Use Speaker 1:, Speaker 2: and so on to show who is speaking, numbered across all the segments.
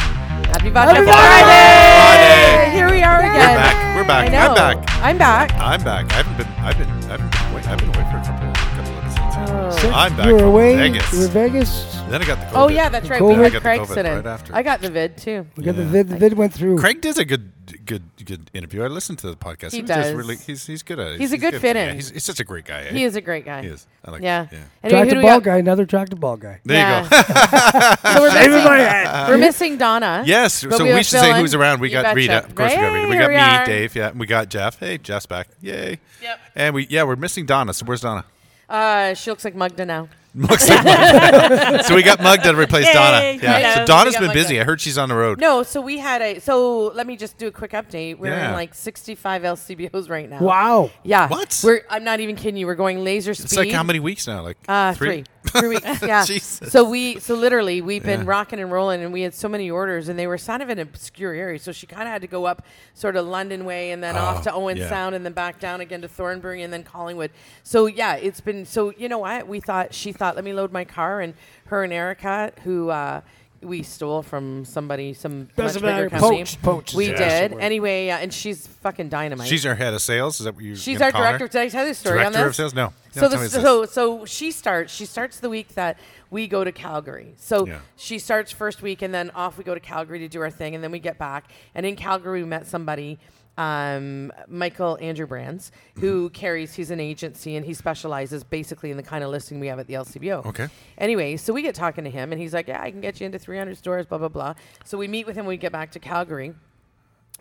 Speaker 1: Happy Vodka
Speaker 2: Happy
Speaker 1: Friday!
Speaker 2: Friday!
Speaker 1: Here we are
Speaker 2: We're
Speaker 1: again.
Speaker 2: back. We're
Speaker 1: I
Speaker 2: back.
Speaker 1: know.
Speaker 2: I'm back.
Speaker 1: I'm back.
Speaker 2: I'm back. I haven't been. I've been. I've been away. I've been away for a couple. couple episodes.
Speaker 1: Oh.
Speaker 2: I'm back.
Speaker 3: you were
Speaker 2: from
Speaker 3: away.
Speaker 2: Vegas.
Speaker 3: You were Vegas.
Speaker 2: Then I got the. COVID.
Speaker 1: Oh yeah, that's right.
Speaker 3: COVID.
Speaker 1: We
Speaker 3: I
Speaker 1: had
Speaker 2: got the
Speaker 1: Craig's
Speaker 2: COVID
Speaker 1: in.
Speaker 2: right after.
Speaker 1: I got the vid too.
Speaker 3: We got the
Speaker 2: Yeah.
Speaker 3: vid. The vid went through.
Speaker 2: Craig does a good, good, good interview. I listened to the podcast.
Speaker 1: He
Speaker 2: does.
Speaker 1: does.
Speaker 2: really, he's he's good at it.
Speaker 1: He's a good fit-in.
Speaker 2: Yeah, he's, he's such a great guy. eh?
Speaker 1: He is a great guy.
Speaker 2: He is. I like.
Speaker 1: Yeah.
Speaker 2: Yeah.
Speaker 1: Anyway,
Speaker 3: Tractor
Speaker 1: who do we
Speaker 3: ball
Speaker 1: have-
Speaker 3: guy. Another tractor ball guy.
Speaker 2: There you go.
Speaker 1: Yeah. so we're missing,
Speaker 3: Everybody-
Speaker 1: we're missing Donna.
Speaker 2: yes.
Speaker 1: But
Speaker 2: So
Speaker 1: we
Speaker 2: we,
Speaker 1: have
Speaker 2: should say
Speaker 1: Dylan.
Speaker 2: who's around. We
Speaker 1: You
Speaker 2: got
Speaker 1: betcha.
Speaker 2: Rita. Of course, we got Rita. We
Speaker 1: Hey,
Speaker 2: got
Speaker 1: here
Speaker 2: me,
Speaker 1: are.
Speaker 2: Dave. Yeah. And we got Jeff. Hey, Jeff's back. Yay.
Speaker 1: Yep.
Speaker 2: And we yeah we're missing Donna. So where's Donna?
Speaker 1: Uh, she looks like Magda now.
Speaker 2: Looks like Magda. so we got Magda to replace Donna.
Speaker 1: Yay,
Speaker 2: Yeah.
Speaker 1: hello.
Speaker 2: So Donna's
Speaker 1: We got
Speaker 2: been
Speaker 1: Magda.
Speaker 2: busy. I heard she's on the road.
Speaker 1: No, so we had a. So let me just do a quick update. We're
Speaker 2: Yeah.
Speaker 1: in like 65 LCBOs right now.
Speaker 3: Wow.
Speaker 1: Yeah.
Speaker 2: What?
Speaker 1: We're. I'm not even kidding you. We're going laser speed.
Speaker 2: It's like how many weeks now? Like
Speaker 1: Uh, three. Three, weeks. Yeah.
Speaker 2: Jesus.
Speaker 1: So we. So literally, we've been
Speaker 2: Yeah.
Speaker 1: rocking and rolling, and we had so many orders, and they were kind of in obscure areas. So she kind of had to go up sort of London way, and then off
Speaker 2: Oh,
Speaker 1: to Owen
Speaker 2: yeah.
Speaker 1: Sound, and then back down again to Thornbury, and then Collingwood. So yeah, it's been. So you know what? We thought she thought, let me load my car, and her and Erica, who. uh we stole from somebody, some much
Speaker 3: Doesn't
Speaker 1: bigger
Speaker 3: matter.
Speaker 1: company.
Speaker 3: Poached. Poached is
Speaker 1: We
Speaker 3: the
Speaker 1: did
Speaker 3: actual word.
Speaker 1: anyway, uh, and she's fucking dynamite.
Speaker 2: She's our head of sales. Is that what you?
Speaker 1: She's
Speaker 2: gonna
Speaker 1: our
Speaker 2: call
Speaker 1: director.
Speaker 2: Her?
Speaker 1: Did I tell you the story on
Speaker 2: Director
Speaker 1: this?
Speaker 2: of sales? No. No,
Speaker 1: So
Speaker 2: tell me
Speaker 1: this,
Speaker 2: this.
Speaker 1: so so she starts. She starts the week that we go to Calgary. So
Speaker 2: Yeah.
Speaker 1: she starts first week, and then off we go to Calgary to do our thing, and then we get back. And in Calgary, we met somebody. Um, Michael Andrew Brands,
Speaker 2: Mm-hmm.
Speaker 1: who carries, he's an agency and he specializes basically in the kind of listing we have at the LCBO.
Speaker 2: Okay.
Speaker 1: Anyway, so we get talking to him and he's like, Yeah, I can get you into 300 stores, blah, blah, blah. So we meet with him when we get back to Calgary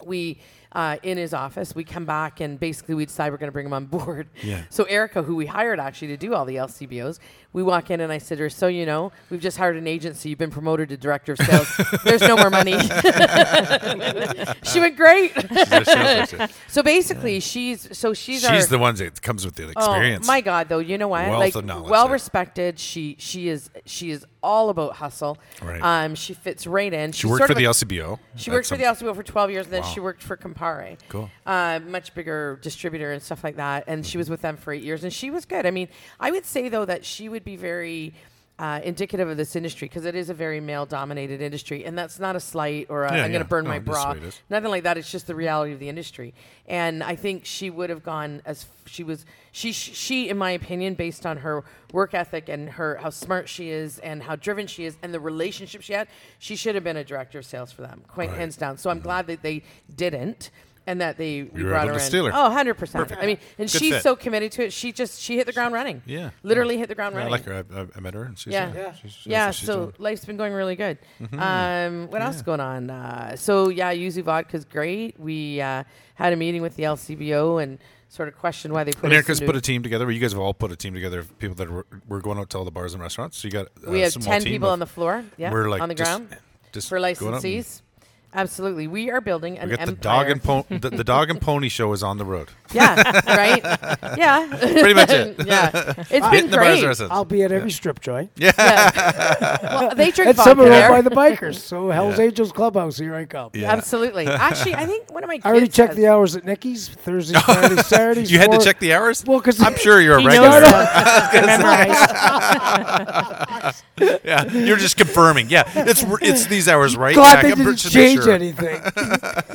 Speaker 1: we uh, in his office we come back and basically we decide we're going to bring him on board
Speaker 2: Yeah.
Speaker 1: so erica who we hired actually to do all the lcbos we walk in and i said to her so you know we've just hired an agency you've been promoted to director of sales there's no more money she went great
Speaker 2: She's our sales director.
Speaker 1: so basically she's so she's our,
Speaker 2: She's the one that comes with the experience.
Speaker 1: Oh, my God, though, you know what?
Speaker 2: Wealth
Speaker 1: like
Speaker 2: of knowledge
Speaker 1: well
Speaker 2: there.
Speaker 1: respected. She she is she is all about hustle.
Speaker 2: Right.
Speaker 1: Um, she fits right in.
Speaker 2: She worked for the LCBO.
Speaker 1: She worked for the LCBO for 12 years, and then
Speaker 2: Wow.
Speaker 1: she worked for Campari.
Speaker 2: Cool. Mm-hmm.
Speaker 1: Uh, much bigger distributor and stuff like that. And she was with them for eight years, and she was good. I mean, I would say, though, that she would be very. Uh, indicative of this industry because it is a very male-dominated industry, and that's not a slight or a,
Speaker 2: Yeah,
Speaker 1: I'm
Speaker 2: yeah.
Speaker 1: going to burn
Speaker 2: No,
Speaker 1: my
Speaker 2: that's the
Speaker 1: bra.
Speaker 2: way it is.
Speaker 1: Nothing like that. It's just the reality of the industry, and I think she would have gone as f- she was. She, she, in my opinion, based on her work ethic and her how smart she is and how driven she is and the relationship she had, she should have been a director of sales for them, quite
Speaker 2: Right. Mm-hmm.
Speaker 1: hands down. So I'm glad that they didn't. And that they we
Speaker 2: were
Speaker 1: brought
Speaker 2: able
Speaker 1: her
Speaker 2: to
Speaker 1: in.
Speaker 2: steal her.
Speaker 1: Oh, 100 percent.
Speaker 2: Perfect.
Speaker 1: I mean, and
Speaker 2: Good
Speaker 1: she's
Speaker 2: fit.
Speaker 1: so committed to it. She just she hit the ground running.
Speaker 2: Yeah.
Speaker 1: literally hit the ground
Speaker 2: Yeah, I
Speaker 1: running.
Speaker 2: like her. I, I- I met her. And she's,
Speaker 1: Yeah.
Speaker 2: Yeah.
Speaker 1: Yeah.
Speaker 2: she's- she's-
Speaker 1: Yeah,
Speaker 2: she's
Speaker 1: so
Speaker 2: doing- Mm-hmm.
Speaker 1: life's been going really good. Um, what else is going on? Uh, so yeah, Yuzu vodka's great. We uh, had a meeting with the LCBO and sort of questioned why they put.
Speaker 2: and
Speaker 1: us
Speaker 2: Erica's
Speaker 1: into-
Speaker 2: put a team together. You guys have all put a team together of people that were, were going out to all the bars and restaurants. So you got uh,
Speaker 1: we have
Speaker 2: a small
Speaker 1: ten
Speaker 2: team
Speaker 1: people
Speaker 2: of-
Speaker 1: on the floor. Yeah,
Speaker 2: we're like
Speaker 1: on the
Speaker 2: just-
Speaker 1: ground
Speaker 2: just
Speaker 1: for
Speaker 2: going out and-
Speaker 1: licensees. Absolutely, we are building an
Speaker 2: We got the
Speaker 1: empire.
Speaker 2: dog and po- the, the dog and pony show is on the road.
Speaker 1: yeah, right. Yeah,
Speaker 2: Pretty much it.
Speaker 1: yeah, it's been
Speaker 2: Hitting the bars
Speaker 1: great.
Speaker 2: and restaurants.
Speaker 3: I'll be at every strip joint.
Speaker 1: Yeah. well, they drink
Speaker 3: And
Speaker 1: vodka
Speaker 3: some are
Speaker 1: there.
Speaker 3: owned by the bikers. So Hell's Angels Clubhouse. Here I come.
Speaker 2: Yeah.
Speaker 1: Absolutely. Actually, I think one of my
Speaker 3: I already
Speaker 1: kids
Speaker 3: checked
Speaker 1: has-
Speaker 3: the hours at Nicky's Thursday, Friday, Saturday.
Speaker 2: You had to check the hours.
Speaker 3: Well, 'cause-
Speaker 2: I'm sure you're a
Speaker 4: He
Speaker 2: regular.
Speaker 4: knows them. Memorized.
Speaker 2: Yeah, you're just confirming. Yeah, it's r- it's these hours right
Speaker 3: God,
Speaker 2: back.
Speaker 3: they
Speaker 2: I'm
Speaker 3: didn't
Speaker 2: just making
Speaker 3: change
Speaker 2: sure.
Speaker 3: anything.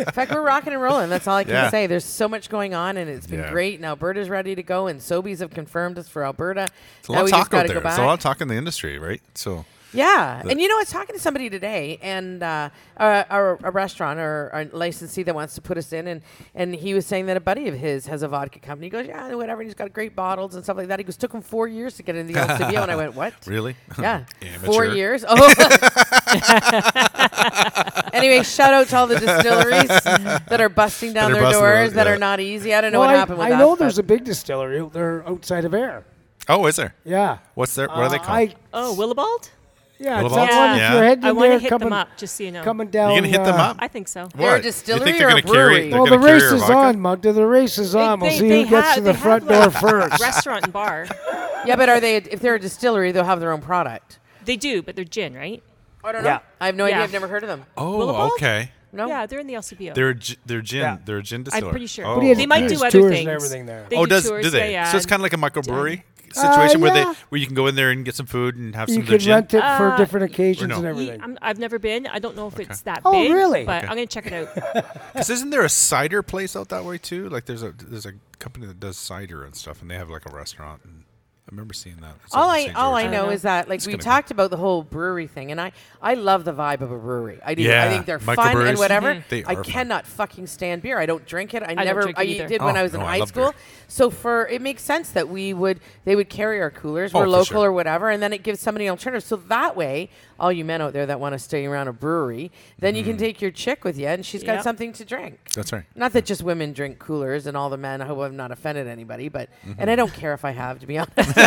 Speaker 1: In fact, we're rocking and rolling. That's all I can
Speaker 2: Yeah.
Speaker 1: say. There's so much going on, and it's been
Speaker 2: Yeah.
Speaker 1: great. And Alberta's ready to go, and Sobeys have confirmed us for Alberta.
Speaker 2: It's a lot of
Speaker 1: we just
Speaker 2: talk out
Speaker 1: gotta
Speaker 2: there.
Speaker 1: go
Speaker 2: It's
Speaker 1: back.
Speaker 2: a lot of talk in the industry, right? So
Speaker 1: yeah, and you know, I was talking to somebody today, and uh, a, a, a restaurant or a licensee that wants to put us in, and and he was saying that a buddy of his has a vodka company. He goes, yeah, whatever. And he's got great bottles and stuff like that. He goes, took him four years to get into the LCBO, and I went, what?
Speaker 2: really,
Speaker 1: Yeah. Four
Speaker 2: Amateur.
Speaker 1: years. Oh. anyway, shout out to all the distilleries that are busting down
Speaker 2: That
Speaker 1: their
Speaker 2: are busting their
Speaker 1: doors
Speaker 2: own-
Speaker 1: that
Speaker 2: yeah.
Speaker 1: are not easy. I don't know
Speaker 3: Well,
Speaker 1: what
Speaker 3: I,
Speaker 1: happened with
Speaker 3: I
Speaker 1: us,
Speaker 3: know
Speaker 1: but-
Speaker 3: there's a big distillery. out there outside of air.
Speaker 2: Oh, is there?
Speaker 3: Yeah.
Speaker 2: What's their? What are they
Speaker 3: Uh,
Speaker 2: called?
Speaker 3: I,
Speaker 4: Oh, Willibald?
Speaker 3: yeah, it's
Speaker 2: Willabong?
Speaker 3: that one. If
Speaker 2: Yeah.
Speaker 3: you're heading
Speaker 4: I want
Speaker 3: there,
Speaker 4: to hit
Speaker 3: coming,
Speaker 4: them up, just so you know.
Speaker 3: coming down.
Speaker 2: you gonna hit them
Speaker 3: uh,
Speaker 2: up?
Speaker 4: I think so.
Speaker 2: What?
Speaker 1: They're a
Speaker 2: You
Speaker 1: distillery
Speaker 2: think they're
Speaker 1: or a
Speaker 2: gonna carry-
Speaker 1: brewery?
Speaker 2: they're
Speaker 3: Well, the
Speaker 2: gonna carry
Speaker 3: race
Speaker 2: our
Speaker 3: is
Speaker 2: vodka?
Speaker 3: on, Mugda. The race is on. We'll see who
Speaker 4: they
Speaker 3: gets
Speaker 4: have-
Speaker 3: to the
Speaker 4: they have,
Speaker 3: front door
Speaker 4: like,
Speaker 3: first.
Speaker 4: Restaurant and bar.
Speaker 1: yeah, but are they? If they're a distillery, they'll have their own product.
Speaker 4: They do, but they're gin, right?
Speaker 1: I don't
Speaker 3: Yeah.
Speaker 1: know. I have no idea.
Speaker 4: Yeah.
Speaker 1: I've never heard of them.
Speaker 2: Oh,
Speaker 4: Willabong?
Speaker 2: okay.
Speaker 3: Oh.
Speaker 1: No.
Speaker 4: Yeah, they're in the LCBO.
Speaker 2: They're a gi- they're gin.
Speaker 3: Yeah.
Speaker 2: They're a gin
Speaker 4: I'm
Speaker 2: distiller.
Speaker 4: pretty sure.
Speaker 2: Oh,
Speaker 3: he has-
Speaker 4: They might
Speaker 3: he has
Speaker 4: do other
Speaker 3: tours and
Speaker 4: things.
Speaker 3: everything there.
Speaker 4: They
Speaker 2: oh, does
Speaker 4: tours,
Speaker 2: do they?
Speaker 1: uh,
Speaker 4: Yeah, yeah.
Speaker 2: So it's kind of like a microbrewery situation where
Speaker 3: yeah.
Speaker 2: they where you can go in there and get some food and have some
Speaker 3: You
Speaker 2: of their
Speaker 3: could
Speaker 2: gin?
Speaker 3: rent it for
Speaker 4: Uh,
Speaker 3: different
Speaker 2: Or
Speaker 3: occasions
Speaker 2: no.
Speaker 3: and
Speaker 2: Ye-
Speaker 3: everything.
Speaker 4: I'm, I've never been. I don't know if it's that
Speaker 3: Oh,
Speaker 4: big.
Speaker 3: really?
Speaker 4: But
Speaker 2: Okay.
Speaker 4: I'm gonna check it out.
Speaker 2: Because isn't there a cider place out that way too? Like there's a there's a company that does cider and stuff, and they have like a restaurant. And I remember seeing that. It's
Speaker 1: all
Speaker 2: up
Speaker 1: I
Speaker 2: in St.
Speaker 1: all I
Speaker 2: George.
Speaker 1: know is that like
Speaker 2: It's
Speaker 1: we
Speaker 2: gonna be-
Speaker 1: talked about the whole brewery thing, and I I love the vibe of a brewery. I do. I
Speaker 2: Yeah,
Speaker 1: think they're fun
Speaker 2: microbreweries,
Speaker 1: and whatever.
Speaker 2: Mhm. they
Speaker 1: I
Speaker 2: are fun.
Speaker 1: cannot fucking stand beer. I don't drink it. I,
Speaker 4: don't
Speaker 1: never.
Speaker 4: drink it
Speaker 1: I
Speaker 4: either.
Speaker 1: did when
Speaker 2: Oh,
Speaker 1: I was in
Speaker 2: no, I
Speaker 1: high
Speaker 2: love
Speaker 1: school.
Speaker 2: beer.
Speaker 1: So for it makes sense that we would they would carry our coolers.
Speaker 2: Oh,
Speaker 1: we're
Speaker 2: for
Speaker 1: local
Speaker 2: sure.
Speaker 1: or whatever, and then it gives somebody an alternative. So that way, all you men out there that want to stay around a brewery, then you can
Speaker 2: Mm-hmm.
Speaker 1: take your chick with you, and she's got
Speaker 4: Yep.
Speaker 1: something to drink.
Speaker 2: That's right.
Speaker 1: Not that just women drink coolers and all the men. I hope I've not offended anybody, but and I don't care if I have, to be honest.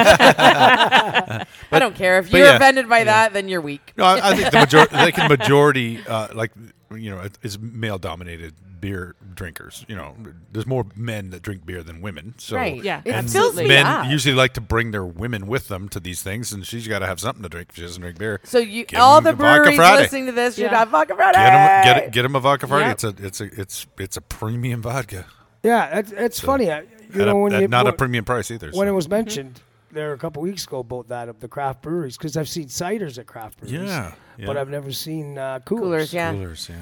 Speaker 1: I don't care if
Speaker 2: but
Speaker 1: you're
Speaker 2: yeah.
Speaker 1: offended by that, then you're weak.
Speaker 2: No, I, I think the majority, like the majority, uh, like you know, it- is male dominated beer drinkers. You know, there's more men that drink beer than women. So
Speaker 1: Right.
Speaker 4: Yeah,
Speaker 1: It
Speaker 2: and
Speaker 1: fills me
Speaker 2: men
Speaker 1: up.
Speaker 2: usually like to bring their women with them to these things, and she's got to have something to drink. If she doesn't drink beer.
Speaker 1: so you,
Speaker 2: Give
Speaker 1: all
Speaker 2: 'em
Speaker 1: the
Speaker 2: a vodka
Speaker 1: breweries
Speaker 2: Friday.
Speaker 1: listening to this should
Speaker 4: Yeah.
Speaker 1: have vodka Friday.
Speaker 2: Get him, get, get him a vodka party.
Speaker 4: Yep.
Speaker 2: It's a, it's a, it's, it's a premium vodka.
Speaker 3: yeah, that's, that's funny. I, you
Speaker 2: At
Speaker 3: know,
Speaker 2: a-
Speaker 3: when
Speaker 2: at
Speaker 3: you
Speaker 2: not a
Speaker 3: when,
Speaker 2: premium price either.
Speaker 3: when it
Speaker 2: so.
Speaker 3: was
Speaker 1: Mm-hmm.
Speaker 3: mentioned there a couple weeks ago about that of the craft breweries, because I've seen ciders at craft breweries.
Speaker 2: Yeah,
Speaker 3: But
Speaker 2: yeah.
Speaker 3: I've never seen uh,
Speaker 1: coolers, yeah.
Speaker 2: coolers, yeah.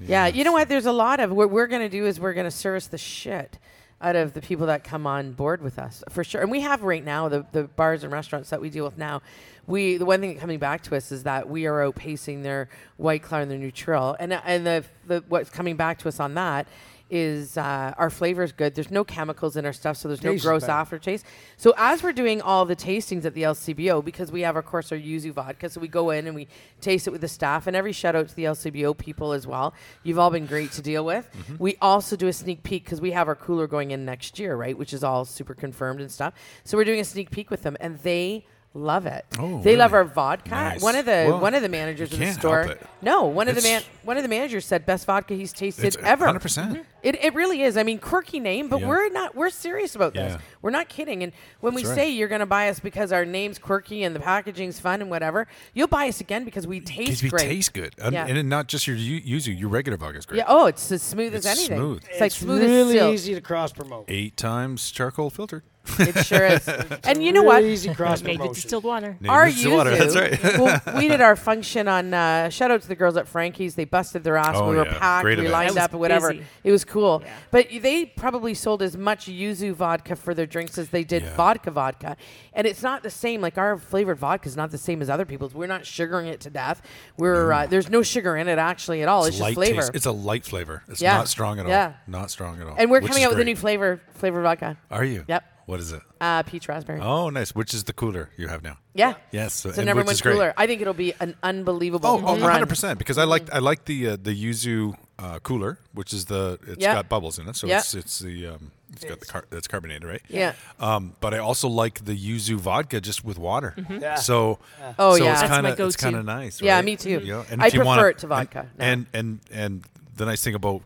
Speaker 1: Yeah, you know what? There's a lot of what we're going to do is we're going to service the shit out of the people that come on board with us for sure. And we have right now the the bars and restaurants that we deal with now. We the one thing coming back to us is that we are outpacing their White Claw and their Nutrill, and uh, and the, the what's coming back to us on that is uh, our flavor is good. There's no chemicals in our stuff, so there's
Speaker 3: Tastes
Speaker 1: no gross
Speaker 3: better.
Speaker 1: aftertaste. So as we're doing all the tastings at the LCBO, because we have, of course, our yuzu vodka, so we go in and we taste it with the staff. And every shout out to the LCBO people as well. You've all been great to deal with.
Speaker 2: Mm-hmm.
Speaker 1: We also do a sneak peek because we have our cooler going in next year, right? Which is all super confirmed and stuff. So we're doing a sneak peek with them, and they. Love it.
Speaker 2: Oh,
Speaker 1: they love
Speaker 2: really?
Speaker 1: our vodka.
Speaker 2: Nice.
Speaker 1: One of the
Speaker 2: Well,
Speaker 1: one of the managers
Speaker 2: you
Speaker 1: of the
Speaker 2: can't
Speaker 1: store.
Speaker 2: help it.
Speaker 1: No, one of the man
Speaker 2: It's-
Speaker 1: one of the managers said best vodka he's tasted
Speaker 2: It's
Speaker 1: ever. Mm-hmm.
Speaker 2: 100%.
Speaker 1: It, it really is. I mean, quirky name, but
Speaker 2: Yeah.
Speaker 1: we're not we're serious about
Speaker 2: Yeah.
Speaker 1: this. We're not kidding. And when we
Speaker 2: That's right.
Speaker 1: say you're going to buy us because our name's quirky and the packaging's fun and whatever, you'll buy us again because we taste
Speaker 2: Because we
Speaker 1: great.
Speaker 2: taste good, and,
Speaker 1: Yeah.
Speaker 2: and then not just your yu- yuzu, your regular vodka is great.
Speaker 1: yeah. Oh, it's as smooth as
Speaker 2: It's
Speaker 1: anything.
Speaker 2: smooth.
Speaker 1: It's like
Speaker 3: it's
Speaker 1: smooth
Speaker 3: really
Speaker 1: as
Speaker 3: easy to cross promote.
Speaker 2: Eight times charcoal filtered.
Speaker 1: silk. It sure is. and you know what?
Speaker 3: Really easy cross
Speaker 4: Made with
Speaker 3: promotion.
Speaker 4: distilled water.
Speaker 2: Name
Speaker 1: Our
Speaker 2: is the water,
Speaker 1: yuzu.
Speaker 2: That's right.
Speaker 1: well, we did our function on. Uh, shout out to the girls at Frankie's. They busted their ass.
Speaker 2: Oh,
Speaker 1: we were
Speaker 2: yeah.
Speaker 1: packed.
Speaker 2: Great
Speaker 1: we
Speaker 2: event.
Speaker 4: That
Speaker 1: lined
Speaker 4: was
Speaker 1: up. Whatever.
Speaker 4: busy.
Speaker 1: It was cool.
Speaker 4: Yeah.
Speaker 1: But they probably sold as much yuzu vodka for their drinks as they did
Speaker 2: Yeah.
Speaker 1: vodka vodka, and it's not the same. Like our flavored vodka is not the same as other people's. We're not sugaring it to death. We're uh, there's no sugar in it actually at all. It's, just
Speaker 2: light
Speaker 1: flavor.
Speaker 2: Taste. Mm. It's a light flavor. It's
Speaker 1: Yeah.
Speaker 2: not strong at all.
Speaker 1: Yeah.
Speaker 2: Not strong at all.
Speaker 1: and we're
Speaker 2: which
Speaker 1: coming
Speaker 2: is
Speaker 1: out with a
Speaker 2: great.
Speaker 1: new flavor, flavored vodka,
Speaker 2: Are you?
Speaker 1: Yep.
Speaker 2: What is it?
Speaker 1: uh, peach raspberry.
Speaker 2: Oh, nice. Which is the cooler you have now?
Speaker 1: Yeah.
Speaker 2: Yes. So,
Speaker 1: It's a number
Speaker 2: which
Speaker 1: one
Speaker 2: is great.
Speaker 1: cooler. I think it'll be an unbelievable
Speaker 2: Oh, oh,
Speaker 1: home run. Mm-hmm.
Speaker 2: 100 percent. Because I like I like the uh, the yuzu uh, cooler, which is the it's
Speaker 1: Yeah.
Speaker 2: got bubbles in it, so
Speaker 1: Yeah.
Speaker 2: it's it's the um, it's got the car- that's carbonated, right?
Speaker 1: Yeah.
Speaker 2: Um, but I also like the yuzu vodka just with water.
Speaker 3: Yeah.
Speaker 2: So
Speaker 1: Oh,
Speaker 2: so
Speaker 1: yeah.
Speaker 2: it's
Speaker 1: That's my
Speaker 2: kind of it's
Speaker 4: go-to.
Speaker 2: kind of nice.
Speaker 1: Yeah,
Speaker 2: right?
Speaker 1: me too.
Speaker 2: You know,
Speaker 1: I
Speaker 2: if you wanna-
Speaker 1: prefer it to vodka now.
Speaker 2: And, and and and the nice thing about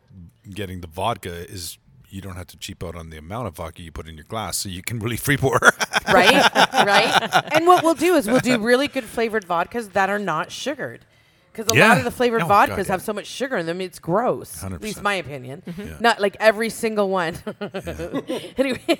Speaker 2: getting the vodka is. You don't have to cheap out on the amount of vodka you put in your glass, so you can really free pour.
Speaker 1: right? right? And what we'll do is we'll do really good flavored vodkas that are not sugared. Because a lot
Speaker 2: Yeah.
Speaker 1: of the flavored
Speaker 2: Oh,
Speaker 1: vodkas
Speaker 2: God, yeah.
Speaker 1: have so much sugar in them, it's gross. At least
Speaker 2: 100%.
Speaker 1: my opinion.
Speaker 2: Yeah.
Speaker 1: Not like every single one. anyway,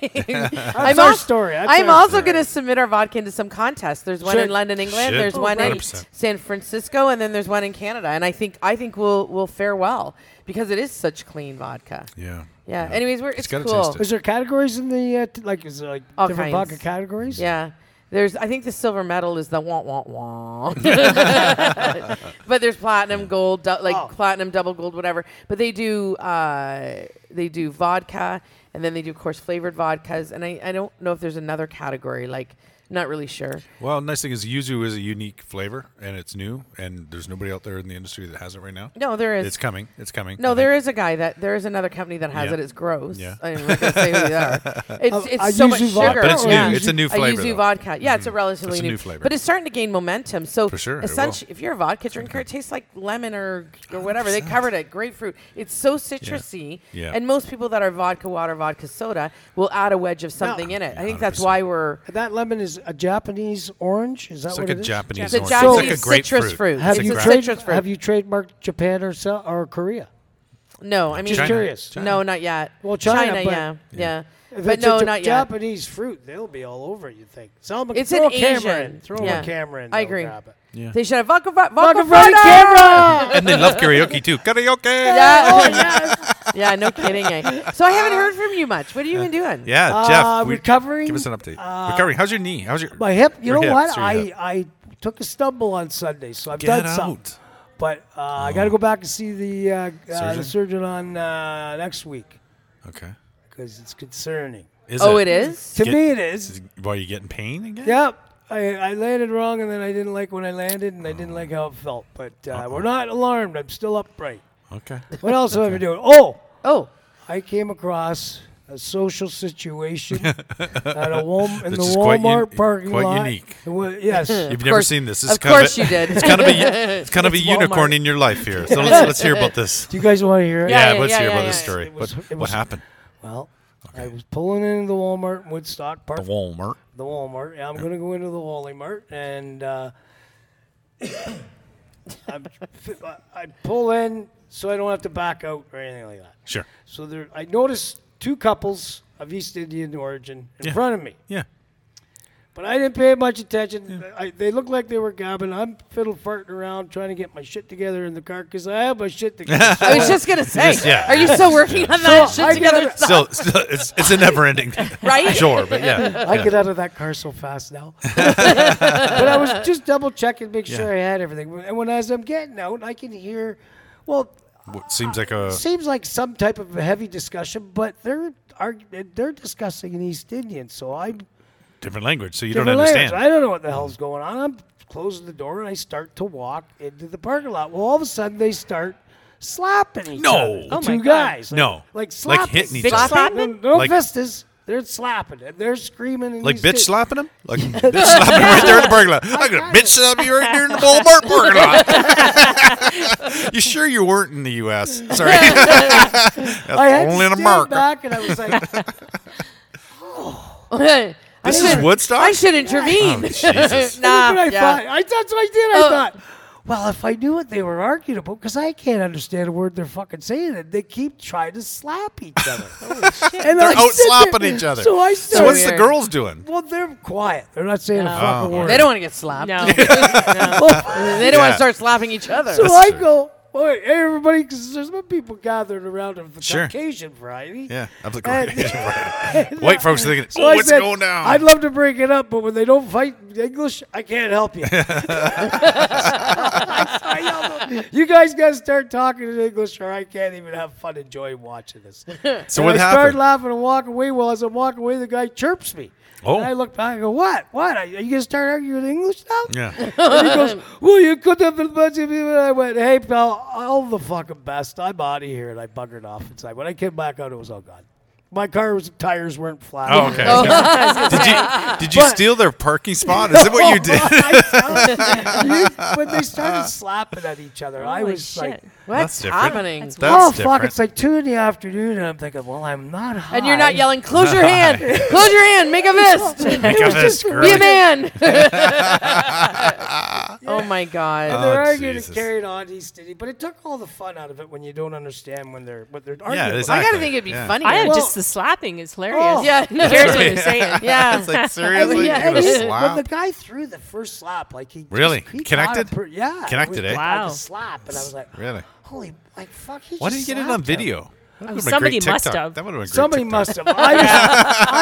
Speaker 1: I'm,
Speaker 3: our
Speaker 1: al-
Speaker 3: story. That's
Speaker 1: I'm
Speaker 3: our
Speaker 1: also
Speaker 3: story.
Speaker 1: going to submit our vodka into some contest. There's one
Speaker 3: Sure.
Speaker 1: in London, England.
Speaker 2: Shit.
Speaker 1: There's
Speaker 2: Oh,
Speaker 1: one in
Speaker 2: 100%.
Speaker 1: San Francisco, and then there's one in Canada. And I think I think we'll we'll fare well because it is such clean vodka.
Speaker 2: yeah.
Speaker 1: Yeah. Anyways, we're, it's,
Speaker 2: gotta
Speaker 1: cool.
Speaker 2: taste it.
Speaker 3: Is there categories in the uh, t- like? Is there like
Speaker 1: All
Speaker 3: different
Speaker 1: kinds.
Speaker 3: vodka categories?
Speaker 1: Yeah. There's, I think the silver medal is the wah wah wah, but there's platinum, gold, du- like
Speaker 3: Oh.
Speaker 1: platinum, double gold, whatever. But they do, uh, they do vodka, and then they do, of course, flavored vodkas. And I, I don't know if there's another category. Like, not really sure.
Speaker 2: Well, nice thing is yuzu is a unique flavor and it's new, and there's nobody out there in the industry that has it right now.
Speaker 1: No, there is.
Speaker 2: It's coming. It's coming.
Speaker 1: no,
Speaker 2: I
Speaker 1: there
Speaker 2: think.
Speaker 1: is a guy that there is another company that has
Speaker 2: Yeah.
Speaker 1: it. It's gross.
Speaker 2: Yeah.
Speaker 1: I'm not gonna say who they are. It's, it's
Speaker 3: a
Speaker 1: so much
Speaker 3: yuzu
Speaker 1: sugar.
Speaker 3: Uh, vodka.
Speaker 2: But it's new.
Speaker 1: Yeah.
Speaker 2: It's a new flavor,
Speaker 1: A
Speaker 2: though. Mm-hmm.
Speaker 1: yuzu vodka. Yeah, it's a relatively
Speaker 2: It's a
Speaker 1: new,
Speaker 2: new flavor.
Speaker 1: But it's starting to gain momentum. So
Speaker 2: For sure, it will.
Speaker 1: essentially, if you're a vodka drinker, it tastes like lemon or
Speaker 3: Oh,
Speaker 1: or whatever. They covered it. Grapefruit. It's so citrusy.
Speaker 2: Yeah.
Speaker 1: And most people that are vodka water, vodka soda, will add a wedge of something in it. I think that's
Speaker 2: 100%.
Speaker 1: why we're.
Speaker 3: That lemon is a Japanese orange. Is that
Speaker 2: It's
Speaker 3: what
Speaker 2: like a
Speaker 3: it is?
Speaker 1: It's
Speaker 2: Japanese.
Speaker 1: a
Speaker 2: orange.
Speaker 1: Japanese
Speaker 2: it's like a
Speaker 1: citrus
Speaker 2: grapefruit.
Speaker 1: fruit.
Speaker 3: Have
Speaker 2: It's
Speaker 3: you
Speaker 2: a
Speaker 1: Exactly.
Speaker 3: trade,
Speaker 1: Citrus fruit.
Speaker 3: have you trademarked Japan or so, or Korea?
Speaker 1: No, I mean.
Speaker 3: Just
Speaker 2: China.
Speaker 3: curious.
Speaker 2: China.
Speaker 1: No, not yet.
Speaker 3: Well, China, but-
Speaker 1: yeah, yeah.
Speaker 3: If
Speaker 1: But
Speaker 3: it's
Speaker 1: no,
Speaker 3: a
Speaker 1: not yet.
Speaker 3: Japanese fruit, they'll be all over it, you think. Sell them a,
Speaker 1: It's
Speaker 3: throw
Speaker 1: an
Speaker 3: a camera
Speaker 1: Asian.
Speaker 3: in. Throw
Speaker 1: Yeah.
Speaker 3: a camera in.
Speaker 1: I
Speaker 3: they'll
Speaker 1: agree.
Speaker 3: grab it.
Speaker 5: Yeah.
Speaker 1: They should have vodka, vodka,
Speaker 3: Fucking
Speaker 1: vodka
Speaker 3: front camera!
Speaker 2: and they love karaoke too. Karaoke.
Speaker 1: Yeah, oh, yes. yeah, no kidding. eh? So I haven't heard from you much. What have you been doing?
Speaker 2: Yeah,
Speaker 3: Uh,
Speaker 2: Jeff. we-
Speaker 3: recovering,
Speaker 2: Give us an update.
Speaker 3: uh,
Speaker 2: recovering. How's your knee? How's your
Speaker 3: My hip, you
Speaker 2: your
Speaker 3: know
Speaker 2: hip,
Speaker 3: what?
Speaker 2: so your
Speaker 3: I,
Speaker 2: hip.
Speaker 3: I took a stumble on Sunday, so I've
Speaker 2: Get
Speaker 3: done something.
Speaker 2: out.
Speaker 3: But uh, I got to go back and see the, uh, uh,
Speaker 2: Surgeon?
Speaker 3: the surgeon on uh, next week
Speaker 2: Okay.
Speaker 3: because it's concerning.
Speaker 2: Is
Speaker 1: Oh, it is.
Speaker 3: To
Speaker 2: Get-
Speaker 3: me, it is.
Speaker 2: Why you getting pain again?
Speaker 3: Yep. I, I landed wrong, and then I didn't like when I landed, and I didn't like how it felt. But uh, we're not alarmed. I'm still upright.
Speaker 2: Okay.
Speaker 3: What else have I been doing? Oh,
Speaker 1: Oh,
Speaker 3: I came across a social situation at a Walmart, in the
Speaker 2: This is quite
Speaker 3: Walmart
Speaker 2: uni-
Speaker 3: parking
Speaker 2: quite
Speaker 3: lot.
Speaker 2: unique.
Speaker 3: It wa- yes.
Speaker 2: You've
Speaker 1: Of
Speaker 2: never
Speaker 1: course-
Speaker 2: seen this. This is
Speaker 1: of
Speaker 2: kind
Speaker 1: course
Speaker 2: a-
Speaker 1: you did.
Speaker 2: It's kind of a it's kind of a unicorn in your life here. So let's, let's hear about this.
Speaker 3: Do you guys want to hear it?
Speaker 1: Yeah,
Speaker 2: Yeah,
Speaker 1: yeah,
Speaker 2: let's
Speaker 1: yeah,
Speaker 2: hear
Speaker 1: yeah,
Speaker 2: about
Speaker 1: yeah.
Speaker 2: this story.
Speaker 3: It was-
Speaker 2: what,
Speaker 3: it
Speaker 2: what
Speaker 3: was-
Speaker 2: happened?
Speaker 3: Well, I was pulling into the Walmart in Woodstock Park.
Speaker 2: The Walmart.
Speaker 3: the Walmart. Yeah, I'm going to go into the Walmart and uh, I'm, I pull in so I don't have to back out or anything like that.
Speaker 2: Sure.
Speaker 3: So there, I noticed two couples of East Indian origin in
Speaker 2: Yeah.
Speaker 3: front of me,
Speaker 2: Yeah.
Speaker 3: but I didn't pay much attention. I, they looked like they were gabbing. I'm fiddle farting around trying to get my shit together in the car because I have my shit together.
Speaker 1: I was just gonna say.
Speaker 2: yeah.
Speaker 1: Are you still working on that
Speaker 3: So
Speaker 1: shit
Speaker 3: I get
Speaker 1: together?
Speaker 3: it.
Speaker 1: stuff?
Speaker 2: So, so it's it's a never ending.
Speaker 1: Right?
Speaker 2: Sure, but yeah.
Speaker 3: I get out of that car so fast now. but I was just double checking, make sure I had everything. And when as I'm getting out, I can hear, well,
Speaker 2: What seems like a
Speaker 3: seems like some type of a heavy discussion, but they're argu- they're discussing an East Indian, so I'm
Speaker 2: different language, so you don't
Speaker 3: different language.
Speaker 2: understand.
Speaker 3: I don't know what the hell's going on. I'm closing the door and I start to walk into the parking lot. Well, all of a sudden they start slapping each
Speaker 2: No.
Speaker 3: other.
Speaker 2: Oh
Speaker 4: my
Speaker 3: two
Speaker 4: God.
Speaker 3: guys. Like,
Speaker 2: No.
Speaker 3: like
Speaker 2: Like
Speaker 3: slapping,
Speaker 2: hitting each
Speaker 4: Big
Speaker 2: other.
Speaker 4: slap?
Speaker 3: No, no
Speaker 2: Like-
Speaker 3: vistas. They're slapping and they're screaming. And
Speaker 2: Like
Speaker 3: these
Speaker 2: bitch
Speaker 3: things-
Speaker 2: slapping him? Like bitch slapping him right there in the parking lot. I'm gonna bitch slap you right there in the Walmart parking lot. you sure you weren't in the U.S.? Sorry, That's
Speaker 3: I had
Speaker 2: only
Speaker 3: to
Speaker 2: in
Speaker 3: stand
Speaker 2: America.
Speaker 3: back and I was like,
Speaker 1: I
Speaker 2: This
Speaker 1: should-
Speaker 2: is Woodstock.
Speaker 1: I should intervene.
Speaker 2: Oh, Jesus.
Speaker 1: nah,
Speaker 3: That's what I
Speaker 1: yeah.
Speaker 3: thought. I, that's what I did. I
Speaker 1: Oh.
Speaker 3: thought, well, if I knew what they were arguing about, because I can't understand a word they're fucking saying, and they keep trying to slap each other. and
Speaker 2: They're
Speaker 3: I
Speaker 2: out
Speaker 3: sit
Speaker 2: slapping
Speaker 3: there-
Speaker 2: each other.
Speaker 3: So I
Speaker 2: So what's
Speaker 3: started.
Speaker 2: the
Speaker 1: weird.
Speaker 2: girls doing?
Speaker 3: well, they're quiet. They're not saying a
Speaker 4: Oh.
Speaker 3: fucking
Speaker 2: Oh,
Speaker 3: word.
Speaker 1: They don't want to get slapped.
Speaker 4: No.
Speaker 1: They don't want
Speaker 2: Yeah.
Speaker 1: to start slapping each other.
Speaker 3: So
Speaker 2: That's
Speaker 3: I
Speaker 2: true.
Speaker 3: go, boy, everybody, because there's been people gathered around of the
Speaker 2: Sure.
Speaker 3: Caucasian variety.
Speaker 2: Yeah, I'm like,
Speaker 3: And-
Speaker 2: white folks thinking,
Speaker 3: So
Speaker 2: oh,
Speaker 3: I
Speaker 2: what's
Speaker 3: said,
Speaker 2: going down?
Speaker 3: I'd love to break it up, but when they don't fight in English, I can't help you. I yelled at them, you guys got to start talking in English, or I can't even have fun enjoying watching this.
Speaker 2: so
Speaker 3: And
Speaker 2: what
Speaker 3: I start
Speaker 2: happened?
Speaker 3: laughing and walk away. Well, as I'm walking away, the guy chirps me.
Speaker 2: Oh.
Speaker 3: And I look back and go, What? What? Are you going to start arguing in English now?
Speaker 2: yeah.
Speaker 3: And he goes, Well, you could have been much of you. And I went, Hey, pal, all the fucking best. I'm out of here. And I buggered off inside. When I came back out, it was all gone. My car's tires weren't flat.
Speaker 2: Oh, okay. did you did you
Speaker 3: But-
Speaker 2: steal their parking spot? Is that what you did?
Speaker 3: did. when they started slapping at each other, I
Speaker 4: Holy
Speaker 3: was like,
Speaker 4: shit.
Speaker 1: What's
Speaker 2: different.
Speaker 1: happening?
Speaker 4: That's
Speaker 3: oh,
Speaker 2: That's different.
Speaker 3: fuck. It's like 2 in the afternoon. And I'm thinking, Well, I'm not high.
Speaker 1: and you're not yelling, close your hand, close your hand, make a fist,
Speaker 2: Make
Speaker 3: It
Speaker 2: a
Speaker 3: was just
Speaker 2: fist,
Speaker 3: the
Speaker 2: girl.
Speaker 1: be a man. oh my God.
Speaker 3: They're
Speaker 2: Oh,
Speaker 3: arguing and
Speaker 2: Jesus.
Speaker 3: carried on, East City, but it took all the fun out of it when you don't understand when they're what they're arguing. about.
Speaker 1: I
Speaker 2: exactly.
Speaker 1: gotta think it'd be
Speaker 2: Yeah.
Speaker 1: funny.
Speaker 4: I am
Speaker 3: Well-
Speaker 4: just the slapping is hilarious.
Speaker 3: Oh.
Speaker 1: yeah.
Speaker 4: Who cares what you're saying?
Speaker 1: Yeah.
Speaker 2: It's like
Speaker 3: And when
Speaker 2: seriously,
Speaker 3: he-
Speaker 2: you're
Speaker 3: and
Speaker 2: gonna
Speaker 3: he-
Speaker 2: slap?
Speaker 3: When the guy threw the first slap, like he just-
Speaker 2: Really?
Speaker 3: he caught
Speaker 2: Connected?
Speaker 3: it per- yeah,
Speaker 2: Connected,
Speaker 3: it
Speaker 2: eh?
Speaker 3: was
Speaker 4: Wow.
Speaker 3: Like a slap, and I was like,
Speaker 2: Really?
Speaker 3: holy, like fuck, he
Speaker 2: Why
Speaker 3: just
Speaker 2: did you get it
Speaker 3: slapped
Speaker 2: on
Speaker 3: him.
Speaker 2: video? That would've been a
Speaker 4: somebody
Speaker 2: great
Speaker 4: must
Speaker 2: TikTok.
Speaker 4: have.
Speaker 2: That would have been a great.
Speaker 3: Somebody
Speaker 2: TikTok.
Speaker 3: must have. I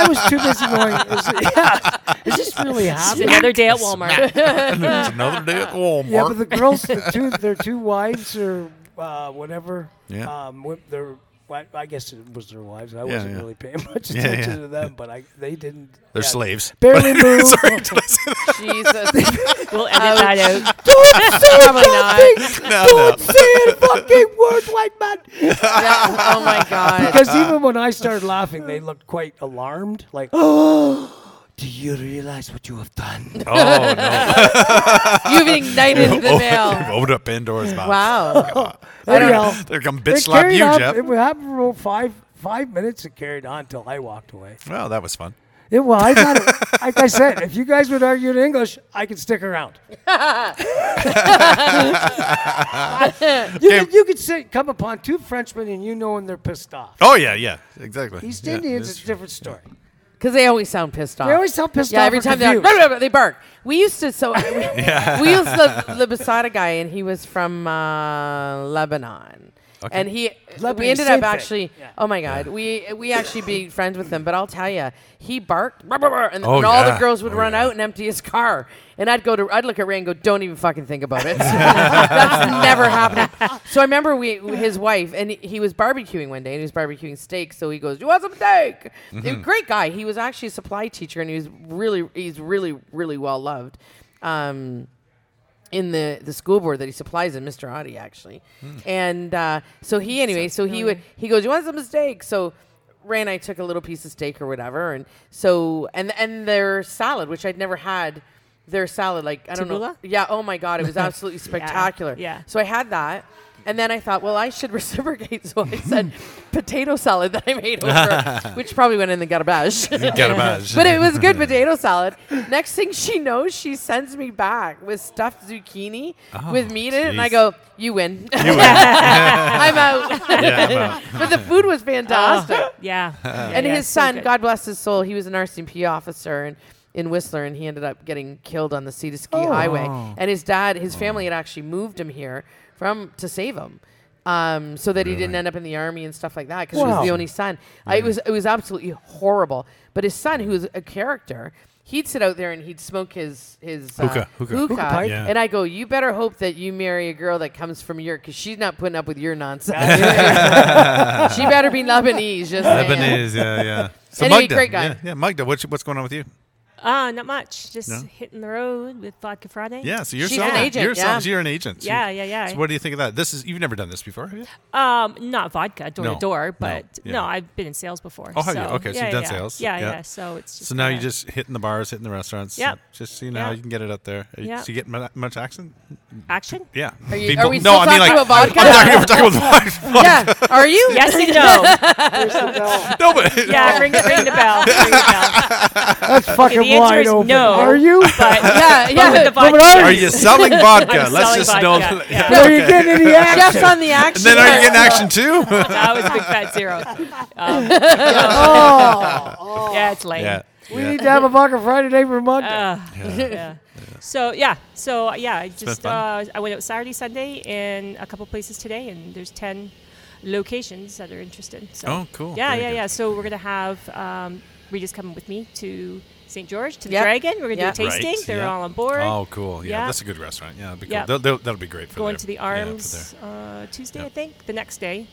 Speaker 3: was, I was too busy going. Is, it- yeah, is this really
Speaker 4: It's
Speaker 3: happening?
Speaker 4: another day at Walmart.
Speaker 2: it's another day at the Walmart.
Speaker 3: Yeah, but the girls, the two, their two wives or uh, whatever.
Speaker 2: Yeah.
Speaker 3: Um, wi- their, wi- I guess it was their wives. I wasn't
Speaker 2: yeah.
Speaker 3: really paying much
Speaker 2: Yeah,
Speaker 3: attention
Speaker 2: yeah.
Speaker 3: to them, but I they didn't.
Speaker 2: They're
Speaker 3: yeah.
Speaker 2: slaves.
Speaker 3: Barely moved.
Speaker 2: Sorry, did I say that?
Speaker 1: Jesus.
Speaker 4: We'll edit
Speaker 3: Oh,
Speaker 4: that out.
Speaker 3: Don't say
Speaker 1: Probably not.
Speaker 3: nothing.
Speaker 2: No,
Speaker 3: Don't
Speaker 2: no.
Speaker 3: say a fucking word like that.
Speaker 1: Yeah. Oh my God.
Speaker 3: Because even when I started laughing, they looked quite alarmed. Like, oh, do you realize what you have done?
Speaker 2: Oh no!
Speaker 1: You've ignited the
Speaker 2: Oh,
Speaker 1: male.
Speaker 2: Opened up Pandora's box.
Speaker 1: Wow.
Speaker 3: Anyhow,
Speaker 2: They're gonna
Speaker 3: it
Speaker 2: bitch slap
Speaker 3: carried
Speaker 2: you,
Speaker 3: on-
Speaker 2: Jeff.
Speaker 3: It happened for about five five minutes. It carried on until I walked away.
Speaker 2: Well, that was fun.
Speaker 3: It, well, I thought, it, like I said, if you guys would argue in English, I could stick around. you,
Speaker 2: Okay.
Speaker 3: could, you could say, come upon two Frenchmen and you know when they're pissed off.
Speaker 2: Oh yeah, yeah, exactly.
Speaker 3: East
Speaker 2: Yeah,
Speaker 3: Indians,
Speaker 2: that's
Speaker 3: it's a different story.
Speaker 1: Because they always sound pissed off.
Speaker 3: always sound pissed
Speaker 1: yeah,
Speaker 3: off
Speaker 1: every
Speaker 3: or
Speaker 1: time they're like,
Speaker 3: confused.
Speaker 1: "Blah, blah, blah," they bark. We used to so we, we used to live beside a guy and he was from uh, Lebanon.
Speaker 2: Okay.
Speaker 1: And he,
Speaker 3: Lebanon,
Speaker 1: we ended
Speaker 3: same
Speaker 1: up
Speaker 3: thing.
Speaker 1: actually.
Speaker 3: Yeah.
Speaker 1: Oh my God, we we actually be friends with him. But I'll tell you, he barked, "Blah, blah, blah," and,
Speaker 2: Oh,
Speaker 1: and all the
Speaker 2: yeah.
Speaker 1: girls would
Speaker 2: Oh,
Speaker 1: run
Speaker 2: yeah.
Speaker 1: out and empty his car. And I'd go to, I'd look at Ray and go, "Don't even fucking think about it." That's never happened. So I remember we, his wife, and he was barbecuing one day, and he was barbecuing steak. So he goes, "You want some steak?"
Speaker 2: Mm-hmm.
Speaker 1: He- Great guy. He was actually a supply teacher, and he was really, he's really, really well loved. Um, in the, the school board that he supplies in Mr. Audi actually, and uh, so he anyway, so he would he goes, "You want some steak?" So Ray and I took a little piece of steak or whatever, and so and and their salad, which I'd never had, their salad like I don't know,
Speaker 4: Tabbouleh?
Speaker 1: yeah, oh my god, it was absolutely spectacular.
Speaker 4: yeah.
Speaker 1: So I had that. And then I thought, well, I should reciprocate. So I said potato salad that I made over, which probably went in the garbage.
Speaker 2: Garbage.
Speaker 1: but it was good potato salad. Next thing she knows, she sends me back with stuffed zucchini with meat in it. And I
Speaker 2: jeez.
Speaker 1: go, Oh, you win. I'm out. Oh.
Speaker 2: Yeah, about-
Speaker 1: but the food was fantastic.
Speaker 4: Yeah.
Speaker 1: And his son, God bless his soul, he was an RCMP officer and in Whistler, and he ended up getting killed on the Sea to Ski
Speaker 2: Oh.
Speaker 1: Highway. And his dad, his family had actually moved him here from to save him, um, so that he didn't end up in the army and stuff like that because he was
Speaker 3: Wow.
Speaker 1: the only son. I, it was it was absolutely horrible. But his son, who was a character. He'd sit out there and he'd smoke his his uh,
Speaker 2: Hookah, hookah. Hookah
Speaker 3: pipe.
Speaker 2: Yeah.
Speaker 1: and I go, "You better hope that you marry a girl that comes from Europe, because she's not putting up with your nonsense. she better be Lebanese." Just saying.
Speaker 2: Lebanese, yeah, yeah. So
Speaker 1: Anyway,
Speaker 2: Magda,
Speaker 1: great guy.
Speaker 2: Yeah, yeah, Magda, what's what's going on with you?
Speaker 4: Uh, not much. Just
Speaker 2: No?
Speaker 4: hitting the road with Vodka Friday.
Speaker 2: Yeah, so you're
Speaker 1: She's
Speaker 2: selling.
Speaker 1: an agent,
Speaker 2: You're selling.
Speaker 1: yeah.
Speaker 2: You're an agent. So-
Speaker 4: Yeah, yeah, yeah.
Speaker 2: So what do you think of that? This is you've never done this before, have you?
Speaker 4: Um, not vodka door
Speaker 2: No.
Speaker 4: to door,
Speaker 2: No.
Speaker 4: but
Speaker 2: Yeah.
Speaker 4: no, I've been in sales before.
Speaker 2: Oh, have you?
Speaker 4: so,
Speaker 2: Okay, so
Speaker 4: yeah,
Speaker 2: you've done
Speaker 4: yeah.
Speaker 2: sales.
Speaker 4: Yeah,
Speaker 2: Yeah.
Speaker 4: yeah. So it's just
Speaker 2: So now you're
Speaker 4: kinda-
Speaker 2: just hitting the bars, hitting the restaurants.
Speaker 4: Yep.
Speaker 2: Just seeing how
Speaker 4: Yeah.
Speaker 2: you can get it up there. Are you,
Speaker 4: Yeah.
Speaker 2: so you get mu- much accent?
Speaker 4: action.
Speaker 2: Yeah.
Speaker 1: Are, you,
Speaker 2: People-
Speaker 1: are we still talking about vodka?
Speaker 2: I'm talking, we're talking about vodka.
Speaker 1: yeah. Are you?
Speaker 4: Yes and no.
Speaker 2: No, but
Speaker 4: yeah, ring, ring the bell. Ring the bell.
Speaker 3: That's fucking
Speaker 4: the answer
Speaker 3: wide
Speaker 4: is
Speaker 3: open.
Speaker 4: no.
Speaker 3: Are you?
Speaker 4: But
Speaker 1: Yeah.
Speaker 4: but with the
Speaker 1: Yeah.
Speaker 4: vodka.
Speaker 3: Are
Speaker 2: are you selling vodka?
Speaker 4: I'm
Speaker 2: Let's
Speaker 4: selling
Speaker 2: just
Speaker 4: vodka,
Speaker 2: know.
Speaker 4: yeah.
Speaker 3: Are you getting any action?
Speaker 1: Jeff's on the action.
Speaker 2: And then are you getting action too?
Speaker 4: That was big fat zero. Um,
Speaker 3: Oh,
Speaker 4: yeah, it's lame.
Speaker 2: yeah.
Speaker 3: we
Speaker 2: yeah.
Speaker 3: need to have a vodka Friday night for Monday.
Speaker 4: Uh,
Speaker 2: Yeah.
Speaker 4: yeah. So yeah, so yeah, I just uh,
Speaker 2: fun.
Speaker 4: I went out Saturday, Sunday, and a couple places today, and there's ten locations that are interested. So.
Speaker 2: Oh, cool.
Speaker 4: Yeah,
Speaker 2: Very
Speaker 4: yeah,
Speaker 2: good.
Speaker 4: yeah. So we're gonna have um, Rita's coming with me to St. George to the
Speaker 1: Yep.
Speaker 4: Dragon. We're gonna
Speaker 1: Yep.
Speaker 4: do a tasting.
Speaker 2: Right,
Speaker 4: They're
Speaker 2: yeah.
Speaker 4: all on board.
Speaker 2: Oh, cool. Yeah,
Speaker 4: Yeah.
Speaker 2: that's a good restaurant. Yeah, that'd be cool.
Speaker 4: Yeah.
Speaker 2: They'll, they'll, that'll be great for
Speaker 4: Going
Speaker 2: their-
Speaker 4: to the
Speaker 2: yeah, for their-
Speaker 4: Arms uh, Tuesday,
Speaker 2: Yeah.
Speaker 4: I think, the next day.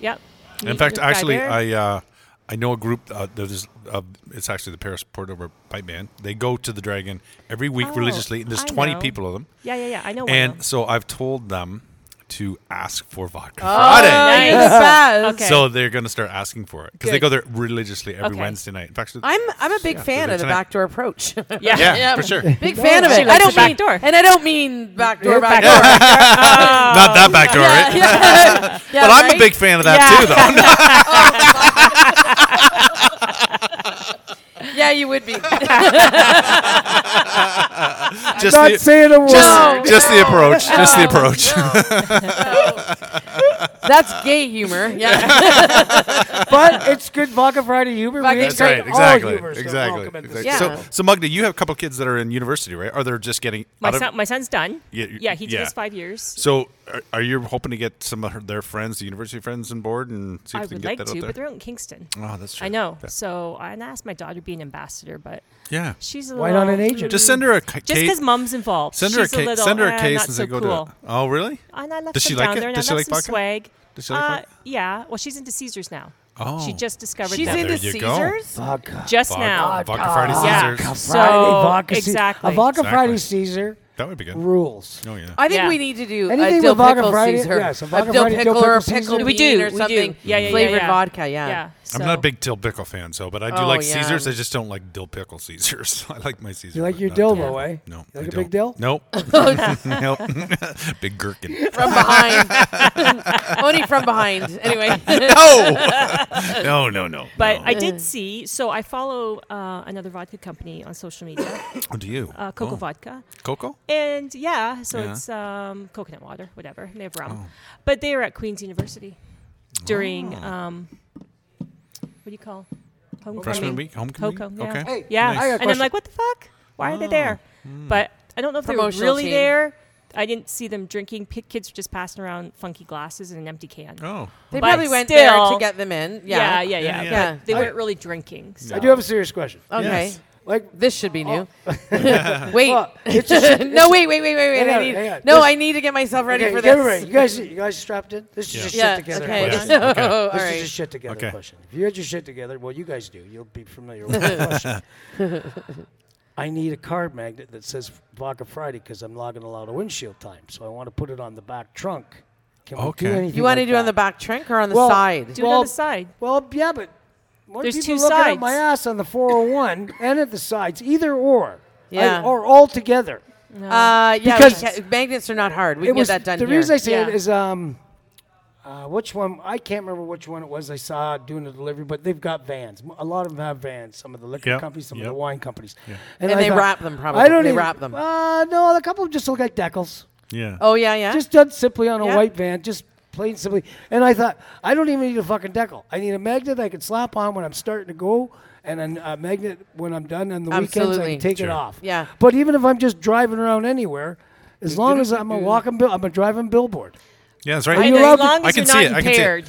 Speaker 4: Yep.
Speaker 2: In
Speaker 4: Meeting
Speaker 2: fact,
Speaker 4: with Guy
Speaker 2: actually,
Speaker 4: Bear.
Speaker 2: I uh, I know a group. Uh, there's uh, it's actually the Paris Portover Pipe Band. They go to the Dragon every week
Speaker 4: Oh,
Speaker 2: religiously. And there's
Speaker 4: I
Speaker 2: 20
Speaker 4: know.
Speaker 2: people of them,
Speaker 4: yeah, yeah, yeah. I know. one
Speaker 2: and
Speaker 4: of
Speaker 2: so I've told them to ask for vodka Friday.
Speaker 1: Oh, you're the best.
Speaker 4: Okay.
Speaker 2: So they're going to start asking for it because they
Speaker 4: Good.
Speaker 2: go there religiously every
Speaker 4: Okay.
Speaker 2: Wednesday night. In fact,
Speaker 1: I'm I'm a big
Speaker 2: Yeah,
Speaker 1: fan
Speaker 2: they're
Speaker 1: of the
Speaker 2: tonight.
Speaker 1: backdoor approach.
Speaker 4: them. yeah.
Speaker 2: yeah,
Speaker 1: yeah.
Speaker 2: for sure.
Speaker 1: big fan of
Speaker 4: She
Speaker 1: it. I
Speaker 4: likes
Speaker 1: don't
Speaker 4: the
Speaker 1: mean
Speaker 4: backdoor.
Speaker 1: and I don't mean backdoor
Speaker 3: Yeah,
Speaker 1: backdoor.
Speaker 2: Not that back door, right?
Speaker 1: yeah. yeah,
Speaker 2: But I'm
Speaker 1: right?
Speaker 2: a big fan of that
Speaker 4: Yeah.
Speaker 2: too, though.
Speaker 1: Yeah, you would be.
Speaker 2: just
Speaker 3: Not
Speaker 2: the,
Speaker 3: saying a word.
Speaker 1: No,
Speaker 2: just, just the
Speaker 1: no,
Speaker 2: approach. Just the
Speaker 1: no,
Speaker 2: approach.
Speaker 1: That's gay humor. Yeah.
Speaker 3: but it's good vodka Friday humor.
Speaker 1: Vodka
Speaker 3: we
Speaker 1: That's
Speaker 2: That's
Speaker 1: Great.
Speaker 2: right.
Speaker 3: expect all
Speaker 2: Exactly.
Speaker 3: humors are
Speaker 2: Exactly.
Speaker 3: welcome at this
Speaker 2: exactly.
Speaker 1: Yeah.
Speaker 2: So, so Magda, you have a couple of kids that are in university, right? Or they're just getting
Speaker 4: My
Speaker 2: out of-
Speaker 4: son, my son's done.
Speaker 2: Yeah, you-
Speaker 4: yeah, he did
Speaker 2: yeah.
Speaker 4: his five years.
Speaker 2: So, are, are you hoping to get some of her, their friends, the university friends, on board and see if
Speaker 4: I
Speaker 2: they can
Speaker 4: would
Speaker 2: get
Speaker 4: like
Speaker 2: that
Speaker 4: to,
Speaker 2: out
Speaker 4: but
Speaker 2: there?
Speaker 4: they're out in Kingston.
Speaker 2: oh, that's true.
Speaker 4: I know.
Speaker 2: Yeah.
Speaker 4: So I and I asked my daughter to be an ambassador, but
Speaker 2: Yeah.
Speaker 4: she's a
Speaker 3: Why
Speaker 4: little,
Speaker 3: not an agent?
Speaker 2: Just send her a ca-
Speaker 4: Just
Speaker 2: case.
Speaker 4: because mom's involved.
Speaker 2: Send her a
Speaker 4: She's
Speaker 2: case.
Speaker 4: little,
Speaker 2: Send her a
Speaker 4: eh,
Speaker 2: case
Speaker 4: not
Speaker 2: and
Speaker 4: so
Speaker 2: say, "Go
Speaker 4: cool.
Speaker 2: to." it. Oh, really?
Speaker 4: And I left
Speaker 2: Does
Speaker 4: some
Speaker 2: she like
Speaker 4: down
Speaker 2: it?
Speaker 4: there, and
Speaker 2: Does she
Speaker 4: I left
Speaker 2: like
Speaker 4: some
Speaker 2: vodka?
Speaker 4: swag.
Speaker 2: Does she like
Speaker 4: uh,
Speaker 2: vodka?
Speaker 4: yeah. Well, she's into Caesars now.
Speaker 2: Oh.
Speaker 4: She just discovered
Speaker 1: She's
Speaker 4: that
Speaker 2: in
Speaker 1: into
Speaker 2: There you go.
Speaker 1: Caesars.
Speaker 3: Vodka.
Speaker 4: just
Speaker 2: Vodka,
Speaker 4: now.
Speaker 2: vodka Friday
Speaker 4: Yeah.
Speaker 2: Caesars.
Speaker 4: So,
Speaker 3: Friday vodka Caesar.
Speaker 4: exactly.
Speaker 3: A vodka
Speaker 2: Exactly.
Speaker 3: Friday Caesar
Speaker 2: That would be good.
Speaker 3: rules.
Speaker 2: Oh, yeah.
Speaker 1: I think
Speaker 4: Yeah.
Speaker 1: we need to do
Speaker 3: Anything
Speaker 1: a dill
Speaker 3: with vodka
Speaker 1: pickle
Speaker 3: Friday-
Speaker 1: Caesar.
Speaker 3: yes, a
Speaker 1: a
Speaker 3: vodka
Speaker 1: dill
Speaker 3: Friday, dill
Speaker 1: pickle or a
Speaker 3: pickle
Speaker 1: pickle
Speaker 3: Caesar.
Speaker 1: bean
Speaker 4: We do,
Speaker 1: or
Speaker 4: we do.
Speaker 1: something.
Speaker 4: Yeah, yeah, yeah,
Speaker 1: flavored
Speaker 4: yeah.
Speaker 1: vodka. Yeah.
Speaker 4: Yeah. So.
Speaker 2: I'm not a big dill pickle fan, so but I do
Speaker 1: Oh,
Speaker 2: like
Speaker 1: yeah.
Speaker 2: Caesars. I just don't like dill pickle Caesars. I like my Caesar.
Speaker 3: You like
Speaker 2: but
Speaker 3: your
Speaker 2: not
Speaker 3: dill,
Speaker 2: dill.
Speaker 3: though, eh?
Speaker 2: No,
Speaker 3: You
Speaker 2: I
Speaker 3: like a
Speaker 2: don't.
Speaker 3: big dill?
Speaker 2: Nope. nope. big gherkin.
Speaker 1: from behind. Only from behind. Anyway.
Speaker 2: No. Oh! no, no, no.
Speaker 4: But
Speaker 2: no.
Speaker 4: I did see, so I follow uh, another vodka company on social media,
Speaker 2: Oh, do you?
Speaker 4: uh, Coco
Speaker 2: Oh.
Speaker 4: Vodka.
Speaker 2: Cocoa?
Speaker 4: And yeah, so
Speaker 2: Yeah. Oh.
Speaker 4: it's um, coconut water, whatever. They have rum. But they were at Queen's University during, um, what do you call? Homecoming.
Speaker 2: Freshman week? Homecoming?
Speaker 4: Coco,
Speaker 2: Okay. Oh.
Speaker 4: yeah.
Speaker 2: Hey,
Speaker 4: yeah.
Speaker 2: nice. I got
Speaker 4: And
Speaker 2: a
Speaker 4: I'm
Speaker 3: question.
Speaker 4: like, what the fuck? Why are they there?
Speaker 2: Hmm.
Speaker 4: But I don't know if they were
Speaker 1: Promotional
Speaker 4: really
Speaker 1: team.
Speaker 4: there. I didn't see them drinking. P- kids were just passing around funky glasses and an empty can.
Speaker 2: Oh.
Speaker 1: They
Speaker 4: But
Speaker 1: probably went there to
Speaker 4: still-
Speaker 1: get them in.
Speaker 4: Yeah,
Speaker 1: Yeah.
Speaker 4: yeah,
Speaker 2: Yeah,
Speaker 4: yeah.
Speaker 2: yeah.
Speaker 1: Yeah.
Speaker 4: But they weren't really drinking. So.
Speaker 3: I do have a serious question.
Speaker 2: Oh.
Speaker 1: Okay.
Speaker 2: Yes.
Speaker 3: Like,
Speaker 1: This should be new. wait.
Speaker 3: Oh. Well, it's a sh- it's
Speaker 1: no, wait, wait, wait, wait, wait.
Speaker 3: Hang
Speaker 1: I
Speaker 3: on,
Speaker 1: need,
Speaker 3: hang on.
Speaker 1: no,
Speaker 3: This-
Speaker 1: I need to get myself ready
Speaker 3: okay,
Speaker 1: for
Speaker 3: get
Speaker 1: this.
Speaker 3: ready. You guys, you guys strapped in? This is
Speaker 2: Yeah.
Speaker 3: just
Speaker 1: Yeah.
Speaker 3: shit together.
Speaker 1: okay.
Speaker 3: question.
Speaker 2: Yeah. Okay.
Speaker 1: Oh, all
Speaker 3: This is
Speaker 1: right.
Speaker 3: a shit together
Speaker 2: Okay.
Speaker 3: question. If you had your shit together, well, you guys do. You'll be familiar with the question. I need a card magnet that says Vodka Friday because I'm logging a lot of windshield time. So I want to put it on the back trunk. Can we
Speaker 2: Okay.
Speaker 3: do anything
Speaker 1: you want to
Speaker 3: like
Speaker 1: do it on
Speaker 3: that?
Speaker 1: the back trunk or on the
Speaker 3: Well,
Speaker 1: side?
Speaker 4: Do it
Speaker 3: Well,
Speaker 4: on the side.
Speaker 3: Well, yeah, but more
Speaker 4: There's
Speaker 3: people
Speaker 4: two
Speaker 3: looking at
Speaker 4: sides.
Speaker 3: my ass on the 401 and at the sides, either or, I-
Speaker 1: Yeah.
Speaker 3: or all together.
Speaker 1: Uh, yeah,
Speaker 3: Because-
Speaker 1: we ca- magnets are not hard. We can get that done
Speaker 3: the
Speaker 1: here.
Speaker 3: reason I say it
Speaker 4: Yeah.
Speaker 3: is um, uh, which one I can't remember which one it was I saw doing the delivery, but they've got vans. M- A lot of them have vans. Some of the liquor
Speaker 2: Yep,
Speaker 3: companies, some of
Speaker 2: yep.
Speaker 3: the wine companies,
Speaker 1: And
Speaker 3: I
Speaker 1: they wrap them probably.
Speaker 3: I don't
Speaker 1: They
Speaker 3: even-
Speaker 1: wrap them.
Speaker 3: Uh, no, a couple just look like decals,
Speaker 2: Yeah.
Speaker 1: oh, yeah, yeah.
Speaker 3: just done simply on a
Speaker 1: Yeah.
Speaker 3: white van, just plain simply. And I thought I don't even need a fucking decal. I need a magnet I can slap on when I'm starting to go. And an- a magnet when I'm done on the weekends, I
Speaker 1: Absolutely.
Speaker 3: can take it
Speaker 2: Sure.
Speaker 3: off.
Speaker 1: Yeah.
Speaker 3: But even if I'm just driving around anywhere, as long as I'm a walking bill, I'm a driving billboard.
Speaker 2: Yeah, that's right.
Speaker 3: Are you
Speaker 4: And
Speaker 3: allowed
Speaker 4: as
Speaker 3: to-
Speaker 4: long
Speaker 2: I
Speaker 4: as
Speaker 2: can
Speaker 4: you're
Speaker 2: see
Speaker 4: not
Speaker 2: it, I can see it.
Speaker 4: impaired.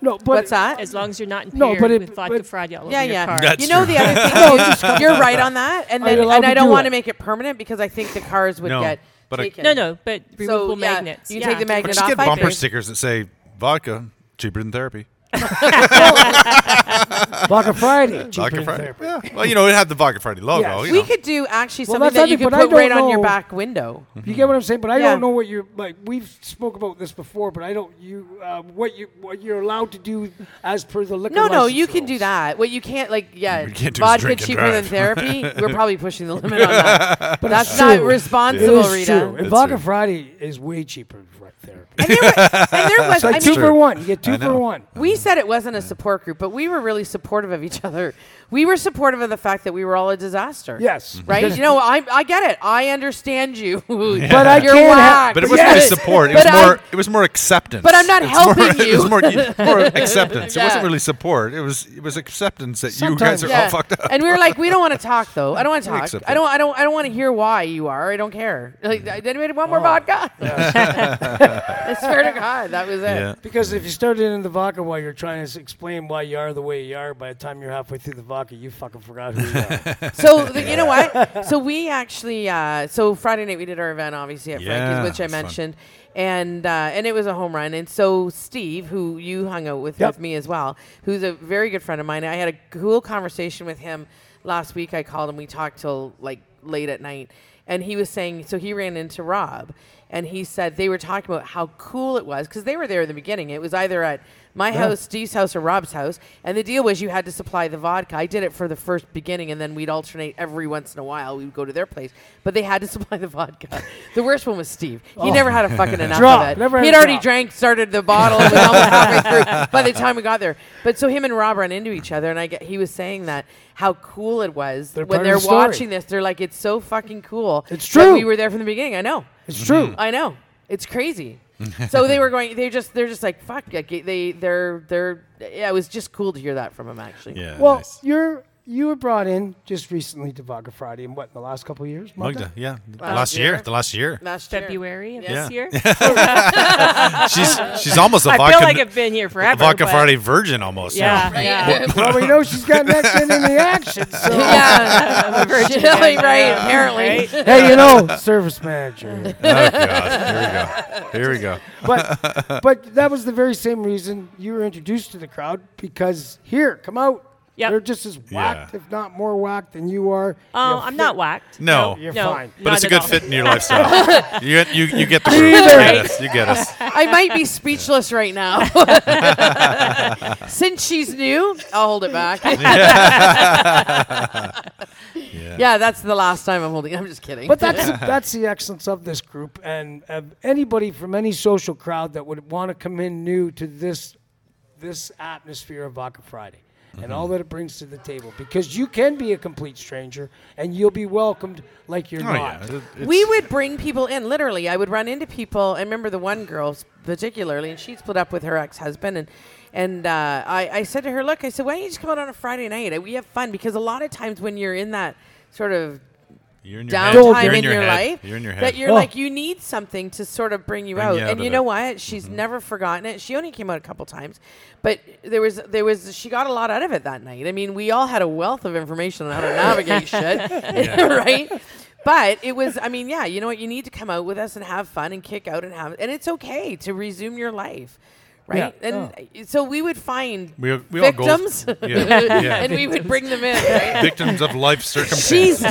Speaker 3: No, but
Speaker 1: What's that?
Speaker 4: As long as you're not impaired
Speaker 3: No, but it-
Speaker 4: with vodka
Speaker 3: but-
Speaker 4: Friday all over
Speaker 1: Yeah,
Speaker 4: your
Speaker 1: yeah.
Speaker 4: car.
Speaker 2: That's
Speaker 1: you know
Speaker 2: true.
Speaker 1: the other thing. is, you're right on that, and
Speaker 3: Are you
Speaker 1: then
Speaker 3: allowed
Speaker 1: and I
Speaker 3: to
Speaker 1: don't
Speaker 3: do
Speaker 1: want to
Speaker 3: it?
Speaker 1: make it permanent because I think the cars would
Speaker 2: No,
Speaker 1: get
Speaker 2: but I-
Speaker 1: taken.
Speaker 4: no, no, but removable
Speaker 1: yeah,
Speaker 4: magnets.
Speaker 1: you
Speaker 4: yeah.
Speaker 1: take the
Speaker 2: But
Speaker 1: magnet
Speaker 2: just
Speaker 1: off.
Speaker 2: get
Speaker 1: I
Speaker 2: bumper
Speaker 1: think.
Speaker 2: stickers that say vodka cheaper than therapy.
Speaker 3: Vodka Friday. cheaper
Speaker 2: Vodka
Speaker 3: than
Speaker 2: Friday.
Speaker 3: therapy.
Speaker 2: Yeah. Well, you know, it'd have the vodka Friday logo.
Speaker 3: Yes.
Speaker 2: You
Speaker 1: We
Speaker 2: know.
Speaker 1: could do actually
Speaker 3: Well,
Speaker 1: something
Speaker 3: that's
Speaker 1: that you
Speaker 3: something,
Speaker 1: could
Speaker 3: but I
Speaker 1: put right
Speaker 3: don't
Speaker 1: on your
Speaker 3: know.
Speaker 1: back window.
Speaker 3: You get what I'm saying? But I
Speaker 1: Yeah.
Speaker 3: don't know what you're like. We've spoke about this before, but I don't. You uh, what you what you're allowed to do as per the liquor.
Speaker 1: No, no,
Speaker 3: license
Speaker 1: you can
Speaker 3: rules.
Speaker 1: do that. What you can't, like, yeah,
Speaker 2: What you can't do is
Speaker 1: vodka
Speaker 2: drink and
Speaker 1: cheaper than
Speaker 2: drive.
Speaker 1: therapy. We're probably pushing the limit on that. But that's
Speaker 3: it's
Speaker 1: not
Speaker 3: true. It
Speaker 1: responsible,
Speaker 3: is
Speaker 1: Rita.
Speaker 3: true. And
Speaker 2: That's
Speaker 3: Vodka
Speaker 2: true.
Speaker 3: Friday is way cheaper than Friday therapy.
Speaker 1: And there was, and there was
Speaker 3: It's like
Speaker 1: I
Speaker 3: two
Speaker 1: mean,
Speaker 2: true.
Speaker 3: for one. You get two
Speaker 2: I
Speaker 3: for
Speaker 2: know.
Speaker 3: one.
Speaker 1: we said it wasn't a support group, but we were really supportive of each other. We were supportive of the fact that we were all a disaster.
Speaker 3: Yes.
Speaker 2: Mm-hmm.
Speaker 1: Right? You know, I I get it. I understand you.
Speaker 3: But I
Speaker 1: You're
Speaker 3: can't have-
Speaker 1: whack.
Speaker 2: But it wasn't really support. It
Speaker 1: But
Speaker 2: was
Speaker 1: I-
Speaker 2: more. it was more acceptance.
Speaker 1: But I'm not
Speaker 2: It's
Speaker 1: helping
Speaker 2: more,
Speaker 1: you.
Speaker 2: It was more, more acceptance. It
Speaker 1: Yeah.
Speaker 2: wasn't really support. It was. It was acceptance that you
Speaker 3: Sometimes.
Speaker 2: guys are all
Speaker 1: Yeah.
Speaker 2: fucked up.
Speaker 1: And we were like, we don't want to talk though. I don't want to talk.
Speaker 2: accept
Speaker 1: I don't. I don't. I don't want to hear why you are. I don't care. Like, "Does anybody want more vodka? I swear to God, that was it.
Speaker 2: yeah.
Speaker 3: Because if you start in the vodka while you're trying to s- explain why you are the way you are, by the time you're halfway through the vodka, you fucking forgot who you are.
Speaker 1: So the, you know what? So we actually, uh, so Friday night we did our event, obviously at
Speaker 2: Yeah,
Speaker 1: Frankie's, which I
Speaker 2: it's fun.
Speaker 1: mentioned, and uh, and it was a home run. And so Steve, who you hung out with
Speaker 3: Yep.
Speaker 1: with me as well, who's a very good friend of mine, I had a cool conversation with him last week. I called him. We talked till like late at night, and he was saying, so he ran into Rob, and he said they were talking about how cool it was because they were there in the beginning. It was either at my house, Steve's house, or Rob's house. And the deal was you had to supply the vodka. I did it for the first beginning, and then we'd alternate every once in a while. We would go to their place, but they had to supply the vodka. the worst one was Steve. He never had a fucking enough
Speaker 3: Oh. Drop.
Speaker 1: of it.
Speaker 3: Never had
Speaker 1: He'd
Speaker 3: a
Speaker 1: already
Speaker 3: drop.
Speaker 1: drank, started the bottle, and was almost halfway through by the time we got there. But so him and Rob ran into each other, and I get, he was saying that how cool it was
Speaker 3: They're part
Speaker 1: when
Speaker 3: of
Speaker 1: they're
Speaker 3: the story.
Speaker 1: watching this. They're like, it's so fucking cool.
Speaker 3: It's
Speaker 1: that
Speaker 3: true.
Speaker 1: we were there from the beginning. I know.
Speaker 3: It's
Speaker 2: Mm-hmm.
Speaker 3: true.
Speaker 1: I know. It's crazy. so they were going. They just. They're just like fuck. Like, they. They're. They're. Yeah. It was just cool to hear that from him. Actually.
Speaker 2: Yeah.
Speaker 3: Well,
Speaker 2: nice.
Speaker 3: you're you were brought in just recently to Vodka Friday, and what in the last couple of years?
Speaker 2: Magda. Yeah.
Speaker 1: Last
Speaker 2: last year.
Speaker 1: year.
Speaker 2: The last year.
Speaker 1: Last year.
Speaker 4: February of
Speaker 1: Yeah.
Speaker 4: this year.
Speaker 2: She's she's almost a
Speaker 4: I
Speaker 2: vodka.
Speaker 4: feel like I've been here
Speaker 2: a
Speaker 4: forever.
Speaker 2: vodka
Speaker 4: but-
Speaker 2: Friday virgin almost.
Speaker 4: Yeah,
Speaker 2: now.
Speaker 4: yeah.
Speaker 3: well, we know she's got next in the action. So.
Speaker 1: yeah. Really, right. Apparently.
Speaker 4: Right?
Speaker 3: Hey, you know, service manager.
Speaker 2: Oh, God. Here we go. Here we go.
Speaker 3: But but that was the very same reason you were introduced to the crowd because here, come out,
Speaker 4: Yep.
Speaker 3: They're just as whacked, if not more whacked, than you are.
Speaker 4: Oh,
Speaker 3: You're
Speaker 4: I'm
Speaker 3: fit-
Speaker 4: not whacked.
Speaker 2: No,
Speaker 3: You're
Speaker 4: No,
Speaker 3: fine.
Speaker 2: but it's a
Speaker 4: not at
Speaker 2: good
Speaker 4: all.
Speaker 2: fit in your lifestyle. you, get- you, you get the group. You get us. You get us.
Speaker 1: I might be speechless right now. Since she's new, I'll hold it back.
Speaker 2: Yeah.
Speaker 1: Yeah, that's the last time I'm holding it. I'm just kidding.
Speaker 3: But that's that's the excellence of this group, and uh, anybody from any social crowd that would want to come in new to this this atmosphere of Vodka Friday and
Speaker 2: Mm-hmm.
Speaker 3: all that it brings to the table, because you can be a complete stranger and you'll be welcomed like you're
Speaker 2: Oh, yeah.
Speaker 3: not.
Speaker 2: It- it's-
Speaker 1: we would bring people in literally i would run into people i remember the one girl s- particularly and she split up with her ex-husband and and uh, I, I said to her look i said why don't you just come out on a friday night we have fun because a lot of times when you're in that sort of
Speaker 2: you're in your head.
Speaker 1: downtime
Speaker 2: You're
Speaker 1: in,
Speaker 2: in your, head.
Speaker 1: life
Speaker 2: You're in your
Speaker 1: that
Speaker 2: head.
Speaker 1: you're
Speaker 3: Oh.
Speaker 1: like you need something to sort of bring you
Speaker 2: Bring
Speaker 1: out
Speaker 2: you out
Speaker 1: and
Speaker 2: of
Speaker 1: you know
Speaker 2: it. Mm-hmm.
Speaker 1: what she's never forgotten it she only came out a couple times but there was there was she got a lot out of it that night i mean we all had a wealth of information on how to navigate shit right but it was i mean yeah you know what you need to come out with us and have fun and kick out and have and it's okay to resume your life right
Speaker 3: Yeah. Oh.
Speaker 1: and so we would find
Speaker 2: We, we
Speaker 1: victims
Speaker 2: all go. Yeah, yeah.
Speaker 1: and we would bring them in right?
Speaker 2: victims of life circumstances.
Speaker 1: She's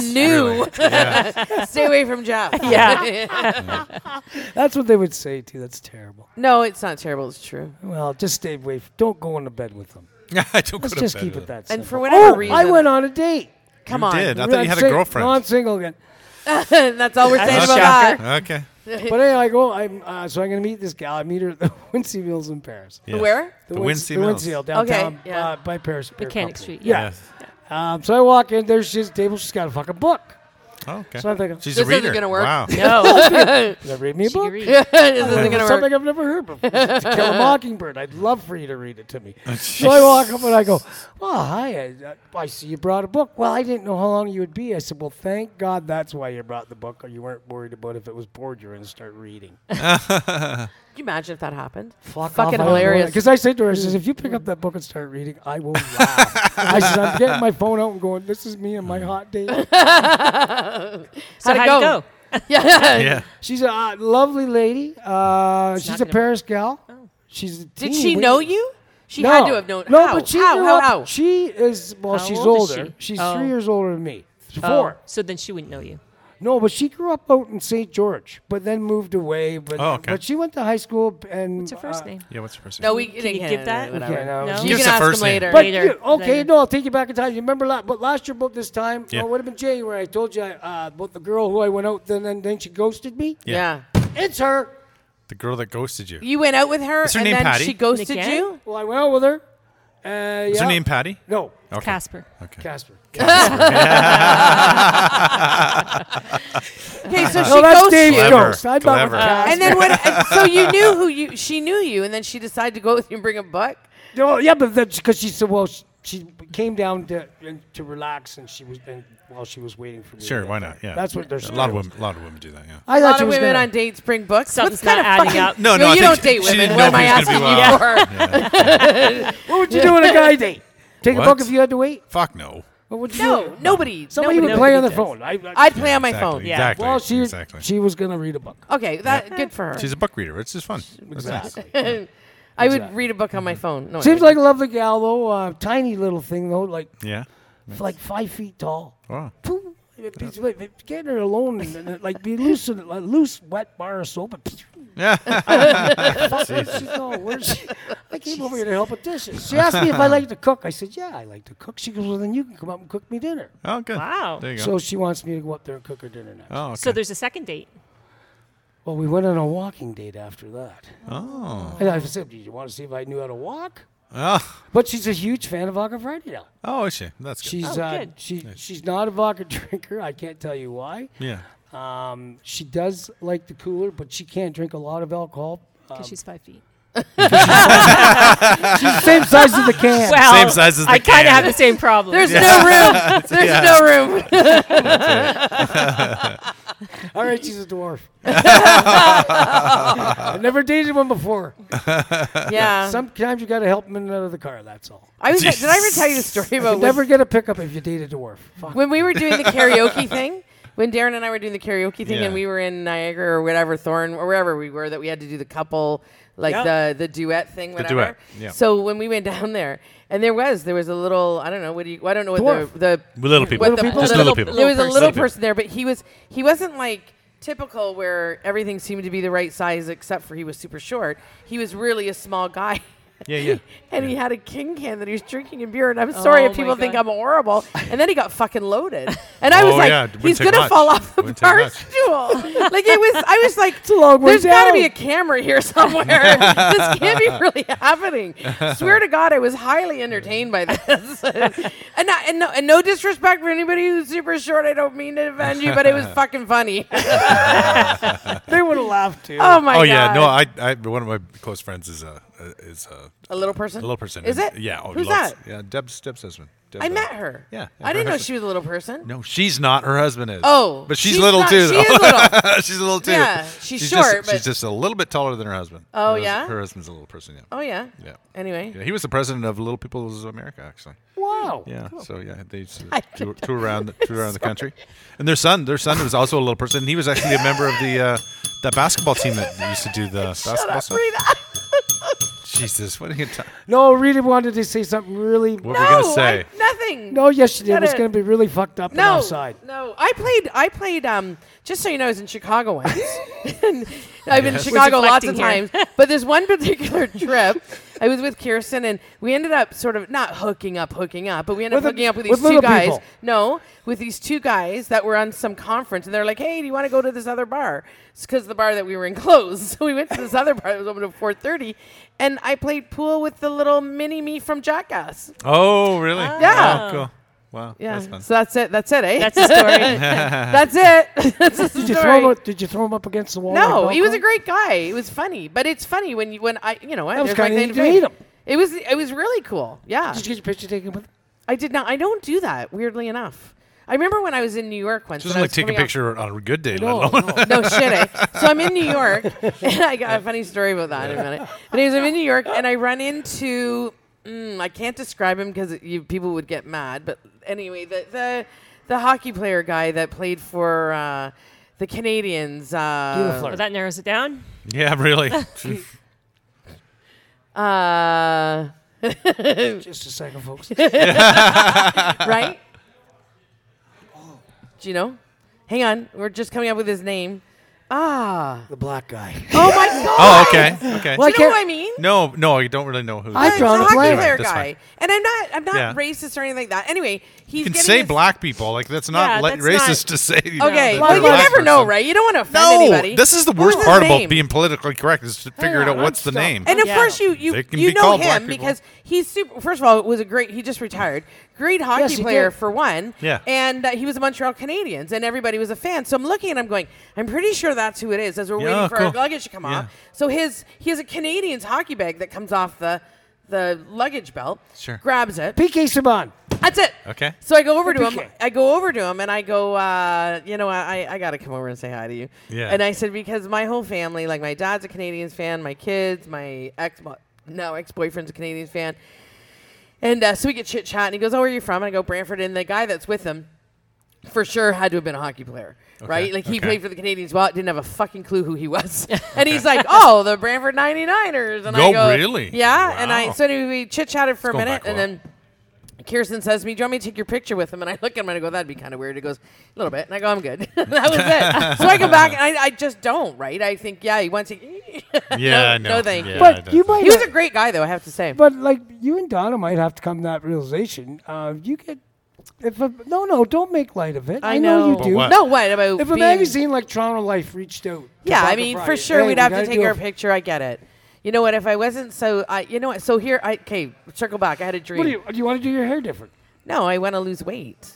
Speaker 2: really.
Speaker 1: new. Stay away from Jeff.
Speaker 4: Yeah.
Speaker 3: That's what they would say to you. That's terrible.
Speaker 1: no, it's not terrible. It's true.
Speaker 3: Well, just stay away. f- Don't go into bed with them.
Speaker 2: Yeah, I don't
Speaker 3: Let's
Speaker 2: go to
Speaker 3: just
Speaker 2: bed
Speaker 3: keep
Speaker 2: with
Speaker 3: it that simple.
Speaker 1: And for whatever
Speaker 3: oh,
Speaker 1: reason,
Speaker 3: I went on a date.
Speaker 1: Come
Speaker 2: You
Speaker 1: on,
Speaker 2: did. I thought you had a
Speaker 3: I'm sing-
Speaker 2: girlfriend.
Speaker 3: No, I'm single again.
Speaker 1: that's all we're saying
Speaker 2: That's
Speaker 1: about
Speaker 2: a
Speaker 1: that.
Speaker 2: Okay.
Speaker 3: But anyway, I go. I'm uh, so I'm gonna meet this gal. I meet her at the Wincy Mills in Paris.
Speaker 2: Yes.
Speaker 1: Where?
Speaker 2: The
Speaker 3: Win-
Speaker 2: Wincy
Speaker 3: the
Speaker 2: Mills.
Speaker 3: Wincy Hill downtown
Speaker 1: yeah.
Speaker 3: uh, by Paris. Beer
Speaker 4: Mechanic
Speaker 3: Company.
Speaker 4: Street. Yeah.
Speaker 2: Yes.
Speaker 3: Um, so I walk in. There's she's at the table. She's got a fucking book.
Speaker 2: Oh, okay.
Speaker 3: So I'm thinking,
Speaker 2: She's a
Speaker 1: This isn't
Speaker 2: reader.
Speaker 1: gonna work.
Speaker 2: Wow.
Speaker 4: No.
Speaker 3: Does that read me a book?
Speaker 1: this isn't gonna
Speaker 3: something
Speaker 1: work.
Speaker 3: I've never heard before. to kill a mockingbird. I'd love for you to read it to me. so I walk up and I go, "Well, hi. I, I see you brought a book. Well, I didn't know how long you would be." I said, "Well, thank God that's why you brought the book, or you weren't worried about if it was bored you were going to start reading."
Speaker 1: Can you imagine if that happened? Fucking hilarious.
Speaker 3: Because I said to her, I says, if you pick up that book and start reading, I will laugh. I said, I'm getting my phone out and going, this is me and my hot date.
Speaker 4: so
Speaker 1: it
Speaker 4: how'd
Speaker 1: go?
Speaker 4: it go?
Speaker 1: yeah.
Speaker 2: Yeah.
Speaker 3: She's a uh, lovely lady. Uh, she's a
Speaker 4: gonna-
Speaker 3: Paris gal. She's a
Speaker 1: Oh. Did
Speaker 3: teen.
Speaker 1: she
Speaker 3: We-
Speaker 1: know you? She
Speaker 3: no.
Speaker 1: had to have known.
Speaker 3: No,
Speaker 1: how?
Speaker 3: but she
Speaker 1: how?
Speaker 3: grew
Speaker 1: how?
Speaker 3: up-
Speaker 1: How?
Speaker 3: She is, well,
Speaker 4: How
Speaker 3: she's
Speaker 4: old is
Speaker 3: older.
Speaker 4: she?
Speaker 3: She's
Speaker 4: Oh.
Speaker 3: three years older than me. She's
Speaker 4: Oh,
Speaker 3: Four.
Speaker 4: so then she wouldn't know you.
Speaker 3: No, but she grew up out in St. George, but then moved away. But,
Speaker 2: Oh, okay.
Speaker 3: but she went to high school and.
Speaker 4: What's her first
Speaker 3: uh,
Speaker 4: name?
Speaker 2: Yeah. What's her first
Speaker 1: No,
Speaker 2: name?
Speaker 1: we
Speaker 4: Can
Speaker 1: they
Speaker 4: you give
Speaker 1: can't,
Speaker 4: that?
Speaker 1: whatever.
Speaker 3: Okay, no.
Speaker 1: You
Speaker 2: Give us
Speaker 1: can
Speaker 2: the
Speaker 1: ask
Speaker 2: first
Speaker 1: them
Speaker 2: name.
Speaker 1: later.
Speaker 3: But
Speaker 4: Later.
Speaker 3: you- okay,
Speaker 4: Later.
Speaker 3: no, I'll take you back in time. You remember la- but last year about this time?
Speaker 2: Yeah.
Speaker 3: Oh, it would have been January. I told you I, uh, about the girl who I went out then and then she ghosted me.
Speaker 1: yeah.
Speaker 3: It's her.
Speaker 2: The girl that ghosted you.
Speaker 1: You went out with her,
Speaker 2: Is her
Speaker 1: and
Speaker 2: name
Speaker 1: then
Speaker 2: Patty?
Speaker 1: she ghosted
Speaker 4: Again?
Speaker 1: you.
Speaker 3: Well, I went out with her. Uh,
Speaker 2: Is
Speaker 3: yeah.
Speaker 2: her name Patty?
Speaker 3: No,
Speaker 2: Okay.
Speaker 4: Casper.
Speaker 2: Okay.
Speaker 3: Casper.
Speaker 1: Okay, so
Speaker 3: no,
Speaker 1: she
Speaker 3: Oh, that's
Speaker 1: ghosted
Speaker 3: Dave's
Speaker 1: you.
Speaker 2: Clever,
Speaker 3: ghost. I met with
Speaker 2: clever.
Speaker 3: Casper.
Speaker 1: And then what? so you knew who you? She knew you, and then she decided to go with you and bring a buck.
Speaker 3: No, yeah, but that's because she said, well, she, she came down to and to relax, and she was and while she was waiting for me. to
Speaker 2: Sure.
Speaker 3: get
Speaker 2: Why
Speaker 3: there.
Speaker 2: not? Yeah.
Speaker 3: That's what there's
Speaker 2: A lot of women. A lot of women do that. Yeah.
Speaker 3: I
Speaker 1: A
Speaker 3: thought
Speaker 1: lot
Speaker 3: she
Speaker 1: of
Speaker 3: was
Speaker 1: women
Speaker 3: gonna-
Speaker 1: on dates bring books.
Speaker 4: Something's
Speaker 1: What's kind
Speaker 4: not
Speaker 1: of
Speaker 4: adding
Speaker 1: fucking,
Speaker 4: up.
Speaker 2: No, no, I
Speaker 1: you
Speaker 2: think
Speaker 1: don't
Speaker 2: she-
Speaker 1: date
Speaker 2: she
Speaker 1: women.
Speaker 2: didn't
Speaker 1: What am
Speaker 2: know
Speaker 1: I
Speaker 2: if he was
Speaker 1: asking
Speaker 2: gonna be
Speaker 1: you for?
Speaker 3: What would you do on a guy date? Take a
Speaker 2: What?
Speaker 3: book if you had to wait.
Speaker 2: Fuck no.
Speaker 3: What would you
Speaker 1: No,
Speaker 3: do?
Speaker 1: nobody.
Speaker 3: Somebody
Speaker 1: nobody
Speaker 3: would play
Speaker 1: did
Speaker 3: on their
Speaker 1: this.
Speaker 3: phone. I, I,
Speaker 1: I'd play on my
Speaker 2: exactly,
Speaker 1: phone.
Speaker 4: Yeah.
Speaker 2: Exactly.
Speaker 3: Well, she
Speaker 2: exactly.
Speaker 3: she was gonna read a book.
Speaker 1: Okay, that good for her.
Speaker 2: She's a book reader. It's just fun. That's nice.
Speaker 1: I would read a book on my phone. No, I
Speaker 3: Seems like
Speaker 1: wouldn't.
Speaker 3: a lovely gal though. Uh, tiny little thing though, like
Speaker 2: Yeah.
Speaker 3: like five feet tall.
Speaker 2: Wow.
Speaker 3: Poof. It- it's like- Getting her alone and, and, like be loose in a loose wet bar of soap. And
Speaker 2: Yeah.
Speaker 3: where's she going? Where's she? I came over here to help with dishes. She asked me if I like to cook. I said, Yeah, I like to cook. She goes, Well, then you can come up and cook me dinner.
Speaker 2: Oh, good.
Speaker 4: Wow.
Speaker 2: There you go.
Speaker 3: So she wants me to go up there and cook her dinner next.
Speaker 2: oh, okay.
Speaker 4: So there's a second date.
Speaker 3: Well, we went on a walking date after that.
Speaker 2: oh.
Speaker 3: And I said, "Did you want to see if I knew how to walk?"
Speaker 2: Oh.
Speaker 3: But she's a huge fan of Vodka Friday now.
Speaker 2: Oh, is she? That's good.
Speaker 3: She's
Speaker 4: Oh,
Speaker 3: uh,
Speaker 4: good.
Speaker 3: she she's not a vodka drinker. I can't tell you why.
Speaker 2: yeah.
Speaker 3: Um, she does like the cooler, but she can't drink a lot of alcohol.
Speaker 4: Because she's five feet.
Speaker 3: She's the same size as the can.
Speaker 4: Well,
Speaker 2: Same size as the
Speaker 4: I kind
Speaker 2: can.
Speaker 4: of have the same problem.
Speaker 1: there's no room. There's no room.
Speaker 3: All right, she's a dwarf. I've never dated one before.
Speaker 1: Yeah.
Speaker 3: Sometimes you got to help them in and out of the car. That's all.
Speaker 1: I was. Did I ever tell you the story about
Speaker 3: You
Speaker 1: when,
Speaker 3: never get a pickup if you date a dwarf. Fuck.
Speaker 1: when we were doing the karaoke thing? when Darren and I were doing the karaoke thing,
Speaker 2: Yeah.
Speaker 1: and we were in Niagara or whatever Thorn or wherever we were that we had to do the couple, like
Speaker 3: Yeah.
Speaker 1: the the duet thing, whatever.
Speaker 2: duet, yeah.
Speaker 1: So when we went down there, and there was there was a little I don't know what do you I don't know what
Speaker 3: Dwarf.
Speaker 1: the the
Speaker 2: Little people.
Speaker 1: what the-
Speaker 2: Just
Speaker 1: the-
Speaker 2: little people.
Speaker 1: There was a
Speaker 4: Little
Speaker 1: little
Speaker 2: person.
Speaker 1: person there, but he was he wasn't like typical where everything seemed to be the right size except for he was super short. He was really a small guy.
Speaker 2: Yeah, yeah.
Speaker 1: And he had a king can that he was drinking in beer. And I'm sorry
Speaker 4: Oh
Speaker 1: if
Speaker 4: my
Speaker 1: people think
Speaker 4: God.
Speaker 1: I'm horrible. And then he got fucking loaded. And I was
Speaker 2: Oh,
Speaker 1: like,
Speaker 2: yeah, it wouldn't
Speaker 1: he's
Speaker 2: take
Speaker 1: gonna
Speaker 2: much.
Speaker 1: fall off the
Speaker 2: Wouldn't take
Speaker 1: bar
Speaker 2: much.
Speaker 1: stool. like it was. I was like, there's got to be a camera here somewhere. this can't be really happening. Swear to God, I was highly entertained by this. and, not, and, no, and no disrespect for anybody who's super short. I don't mean to offend you, but it was fucking funny.
Speaker 3: They would have laughed too.
Speaker 1: oh my
Speaker 2: oh
Speaker 1: god.
Speaker 2: yeah, no, I, I, one of my close friends is a is a,
Speaker 1: a little person.
Speaker 2: a little person.
Speaker 1: Is
Speaker 2: and-
Speaker 1: it?
Speaker 2: Yeah. Oh,
Speaker 1: Who's
Speaker 2: loves-
Speaker 1: that?
Speaker 2: Yeah, Deb's Deb's husband. Deb,
Speaker 1: I
Speaker 2: uh,
Speaker 1: met her.
Speaker 2: Yeah, yeah,
Speaker 1: I
Speaker 2: her
Speaker 1: didn't know
Speaker 2: husband.
Speaker 1: she was a little person.
Speaker 2: No, she's not. Her husband is.
Speaker 1: Oh,
Speaker 2: but she's,
Speaker 1: she's
Speaker 2: little
Speaker 1: not-
Speaker 2: too.
Speaker 1: she
Speaker 2: though.
Speaker 1: is little.
Speaker 2: she's little too.
Speaker 1: Yeah, she's
Speaker 2: just-
Speaker 1: short, but-
Speaker 2: she's just a little bit taller than her husband.
Speaker 1: Oh,
Speaker 2: her, hus-
Speaker 1: yeah?
Speaker 2: her husband's a little person. Yeah.
Speaker 1: Oh yeah.
Speaker 2: Yeah.
Speaker 1: Anyway.
Speaker 2: Yeah, he was the president of Little People's America, actually.
Speaker 3: Wow.
Speaker 2: Yeah. So yeah, they used to tour, tour around the, tour around the country, and their son, their son was also a little person. and He was actually a member of the uh, that basketball team that used to do the basketball stuff. Jesus, what are you? Ta-
Speaker 3: No, Rita wanted to say something really.
Speaker 2: what
Speaker 1: No,
Speaker 2: were you gonna say?
Speaker 1: I, nothing.
Speaker 3: No, yes, she did. It
Speaker 1: Got
Speaker 3: was
Speaker 1: it.
Speaker 3: going to be really fucked up and
Speaker 1: No,
Speaker 3: outside.
Speaker 1: no. I played. I played. Um, just so you know, I was in Chicago once. And I've been in Chicago lots of
Speaker 4: deflecting
Speaker 1: times, but this one particular trip, I was with Kirsten, and we ended up sort of not hooking up, hooking up, but we ended
Speaker 3: With
Speaker 1: up
Speaker 3: the-
Speaker 1: hooking up with
Speaker 3: with
Speaker 1: these two
Speaker 3: little
Speaker 1: guys.
Speaker 3: people.
Speaker 1: No, with these two guys that were on some conference, and they're like, "Hey, do you want to go to this other bar?" It's because the bar that we were in closed, so we went to this other bar that was open at four thirty, and I played pool with the little mini me from Jackass.
Speaker 2: Oh, really?
Speaker 1: Ah. Yeah.
Speaker 2: Oh, cool. Wow.
Speaker 1: Yeah,
Speaker 2: That's fun.
Speaker 1: so that's it. That's it, eh?
Speaker 4: That's the story.
Speaker 1: That's it. That's the
Speaker 3: Did you
Speaker 1: story.
Speaker 3: throw him? Did you throw him up against the wall?
Speaker 1: no,
Speaker 3: like
Speaker 1: he was a
Speaker 3: Velcro?
Speaker 1: great guy. It was funny, but it's funny when you when I you know
Speaker 3: That was
Speaker 1: there's like
Speaker 3: kinda
Speaker 1: that
Speaker 3: neat to
Speaker 1: debate.
Speaker 3: meet him.
Speaker 1: It was it was really cool. Yeah,
Speaker 3: Did you get your picture taken with him?
Speaker 1: I did not. I don't do that. Weirdly enough, I remember when I was in New York once.
Speaker 2: She doesn't
Speaker 1: and I
Speaker 2: like
Speaker 1: was
Speaker 2: take a
Speaker 1: coming off-
Speaker 2: picture on a good day, let alone.
Speaker 3: no.
Speaker 1: no shit. Eh? So I'm in New York, and I got a funny story about that in a minute. But anyways, I'm in New York, and I run into. Mm, I can't describe him because people would get mad. But anyway, the the, the hockey player guy that played for uh, the Canadians. Uh,
Speaker 4: well, that narrows it down.
Speaker 2: Yeah, really.
Speaker 1: uh,
Speaker 3: Just a second, folks.
Speaker 1: right? Do you know? Hang on, we're just coming up with his name. Ah!
Speaker 3: the black guy.
Speaker 1: Oh my god!
Speaker 2: oh, okay. Okay.
Speaker 1: Do
Speaker 3: Well,
Speaker 1: you know what I mean?
Speaker 2: no, no, I don't really know who.
Speaker 3: I
Speaker 1: It's
Speaker 3: drawn
Speaker 1: a
Speaker 3: a
Speaker 1: hockey
Speaker 3: blank.
Speaker 1: player
Speaker 2: That's
Speaker 1: guy,
Speaker 2: fine.
Speaker 1: and I'm not. I'm not
Speaker 2: Yeah.
Speaker 1: racist or anything like that. Anyway, he's
Speaker 2: You can
Speaker 1: getting
Speaker 2: say
Speaker 1: his-
Speaker 2: black people like that's not
Speaker 4: Yeah,
Speaker 2: li-
Speaker 4: that's
Speaker 2: racist
Speaker 4: not-
Speaker 2: to say. Okay,
Speaker 1: Okay,
Speaker 4: No,
Speaker 1: well,
Speaker 4: they're
Speaker 1: you
Speaker 4: black
Speaker 1: never know,
Speaker 2: person.
Speaker 1: right? You don't want to offend
Speaker 2: No,
Speaker 1: anybody.
Speaker 2: this is the
Speaker 1: What was
Speaker 2: worst
Speaker 1: his
Speaker 2: part
Speaker 1: name?
Speaker 2: about being politically correct is to figure
Speaker 3: on,
Speaker 2: out
Speaker 3: I'm
Speaker 2: what's the
Speaker 3: stuck.
Speaker 2: name.
Speaker 1: And of
Speaker 4: Yeah.
Speaker 1: course, you you
Speaker 2: They can
Speaker 1: you
Speaker 2: be
Speaker 1: know
Speaker 2: called black
Speaker 1: him
Speaker 2: people.
Speaker 1: because he's super. First of all, was a great. He just retired. Great hockey
Speaker 3: he
Speaker 1: player
Speaker 3: did.
Speaker 1: for one.
Speaker 2: Yeah.
Speaker 1: And uh, he was a Montreal Canadians, and everybody was a fan. So I'm looking and I'm going. I'm pretty sure that's who it is. As we're
Speaker 2: Yeah,
Speaker 1: waiting for our
Speaker 2: cool.
Speaker 1: luggage to come
Speaker 2: Yeah.
Speaker 1: off. So his he has a Canadians hockey bag that comes off the the luggage belt.
Speaker 2: Sure.
Speaker 1: Grabs it.
Speaker 3: PK Saban.
Speaker 1: That's it.
Speaker 2: Okay.
Speaker 1: So I go over to him.
Speaker 3: PK.
Speaker 1: I go over to him and I go, uh, you know, I, I got to come over and say hi to you.
Speaker 2: Yeah.
Speaker 1: And I said, because my whole family, like my dad's a Canadians fan, my kids, my ex, now ex boyfriend's a Canadians fan. And uh, so we get chit chat and he goes, oh, where are you from? And I go, Brantford. And the guy that's with him for sure had to have been a hockey player. Right, like he
Speaker 2: okay.
Speaker 1: played for the Canadians. Well, didn't have a fucking clue who he was, and he's like, "Oh, the Brantford 99ers." And I
Speaker 2: Oh,
Speaker 1: go,
Speaker 2: really?
Speaker 1: Yeah. And I
Speaker 2: Wow.
Speaker 1: so anyway, we chit chatted for a
Speaker 2: going
Speaker 1: minute,
Speaker 2: back a
Speaker 1: and
Speaker 2: while.
Speaker 1: then Kirsten says to me, "Do you want me to take your picture with him?" And I look at him and I go, "That'd be kind of weird." He goes, "A little bit," and I go, "I'm good." that was it. so I go back and I, I just don't. Right? I think, yeah, he wants to. no,
Speaker 2: Yeah, no,
Speaker 1: no, thank
Speaker 2: yeah,
Speaker 1: you.
Speaker 2: I
Speaker 3: But
Speaker 2: don't
Speaker 3: you
Speaker 2: think-
Speaker 3: might.
Speaker 1: He was a great guy, though. I have to say.
Speaker 3: But like you and Donna might have to come to that realization. Uh, you get if a, no, no, don't make light of it. I, know.
Speaker 2: But
Speaker 3: you do.
Speaker 2: what?
Speaker 1: No, what about
Speaker 3: If a
Speaker 1: being-
Speaker 3: magazine like Toronto Life reached out, to
Speaker 1: Yeah, I
Speaker 3: Black
Speaker 1: mean, for
Speaker 3: Friday,
Speaker 1: sure,
Speaker 3: hey,
Speaker 1: we'd
Speaker 3: we
Speaker 1: have to
Speaker 3: gotta
Speaker 1: take
Speaker 3: do
Speaker 1: our
Speaker 3: a-
Speaker 1: picture. I get it. You know what? If I wasn't so, I you know what? So here, I okay. Circle back. I had a dream.
Speaker 3: What do you, do you want to do your hair different?
Speaker 1: No, I want to lose weight.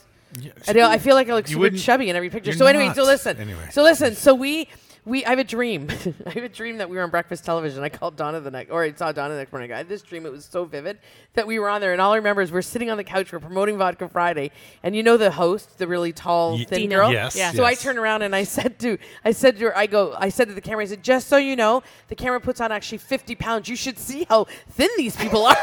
Speaker 1: I, do, I feel like I look
Speaker 2: You
Speaker 1: super
Speaker 2: wouldn't-
Speaker 1: chubby in every picture.
Speaker 2: you're
Speaker 1: So anyway,
Speaker 2: not.
Speaker 1: so listen.
Speaker 2: Anyway.
Speaker 1: So listen. So we we I have a dream. I have a dream that we were on breakfast television. I called Donna the next, or I saw Donna the next morning. I had this dream. It was so vivid that we were on there, and all I remember is we're sitting on the couch, we're promoting Vodka Friday, and you know the host, the really tall,
Speaker 2: Ye-
Speaker 1: thin
Speaker 4: Dina.
Speaker 1: girl.
Speaker 2: Yes,
Speaker 4: Yeah.
Speaker 1: So I
Speaker 2: yes.
Speaker 1: turned around and I said to I said to her, I go, I said to the camera, I said, just so you know, the camera puts on actually 50 pounds. You should see how thin these people are.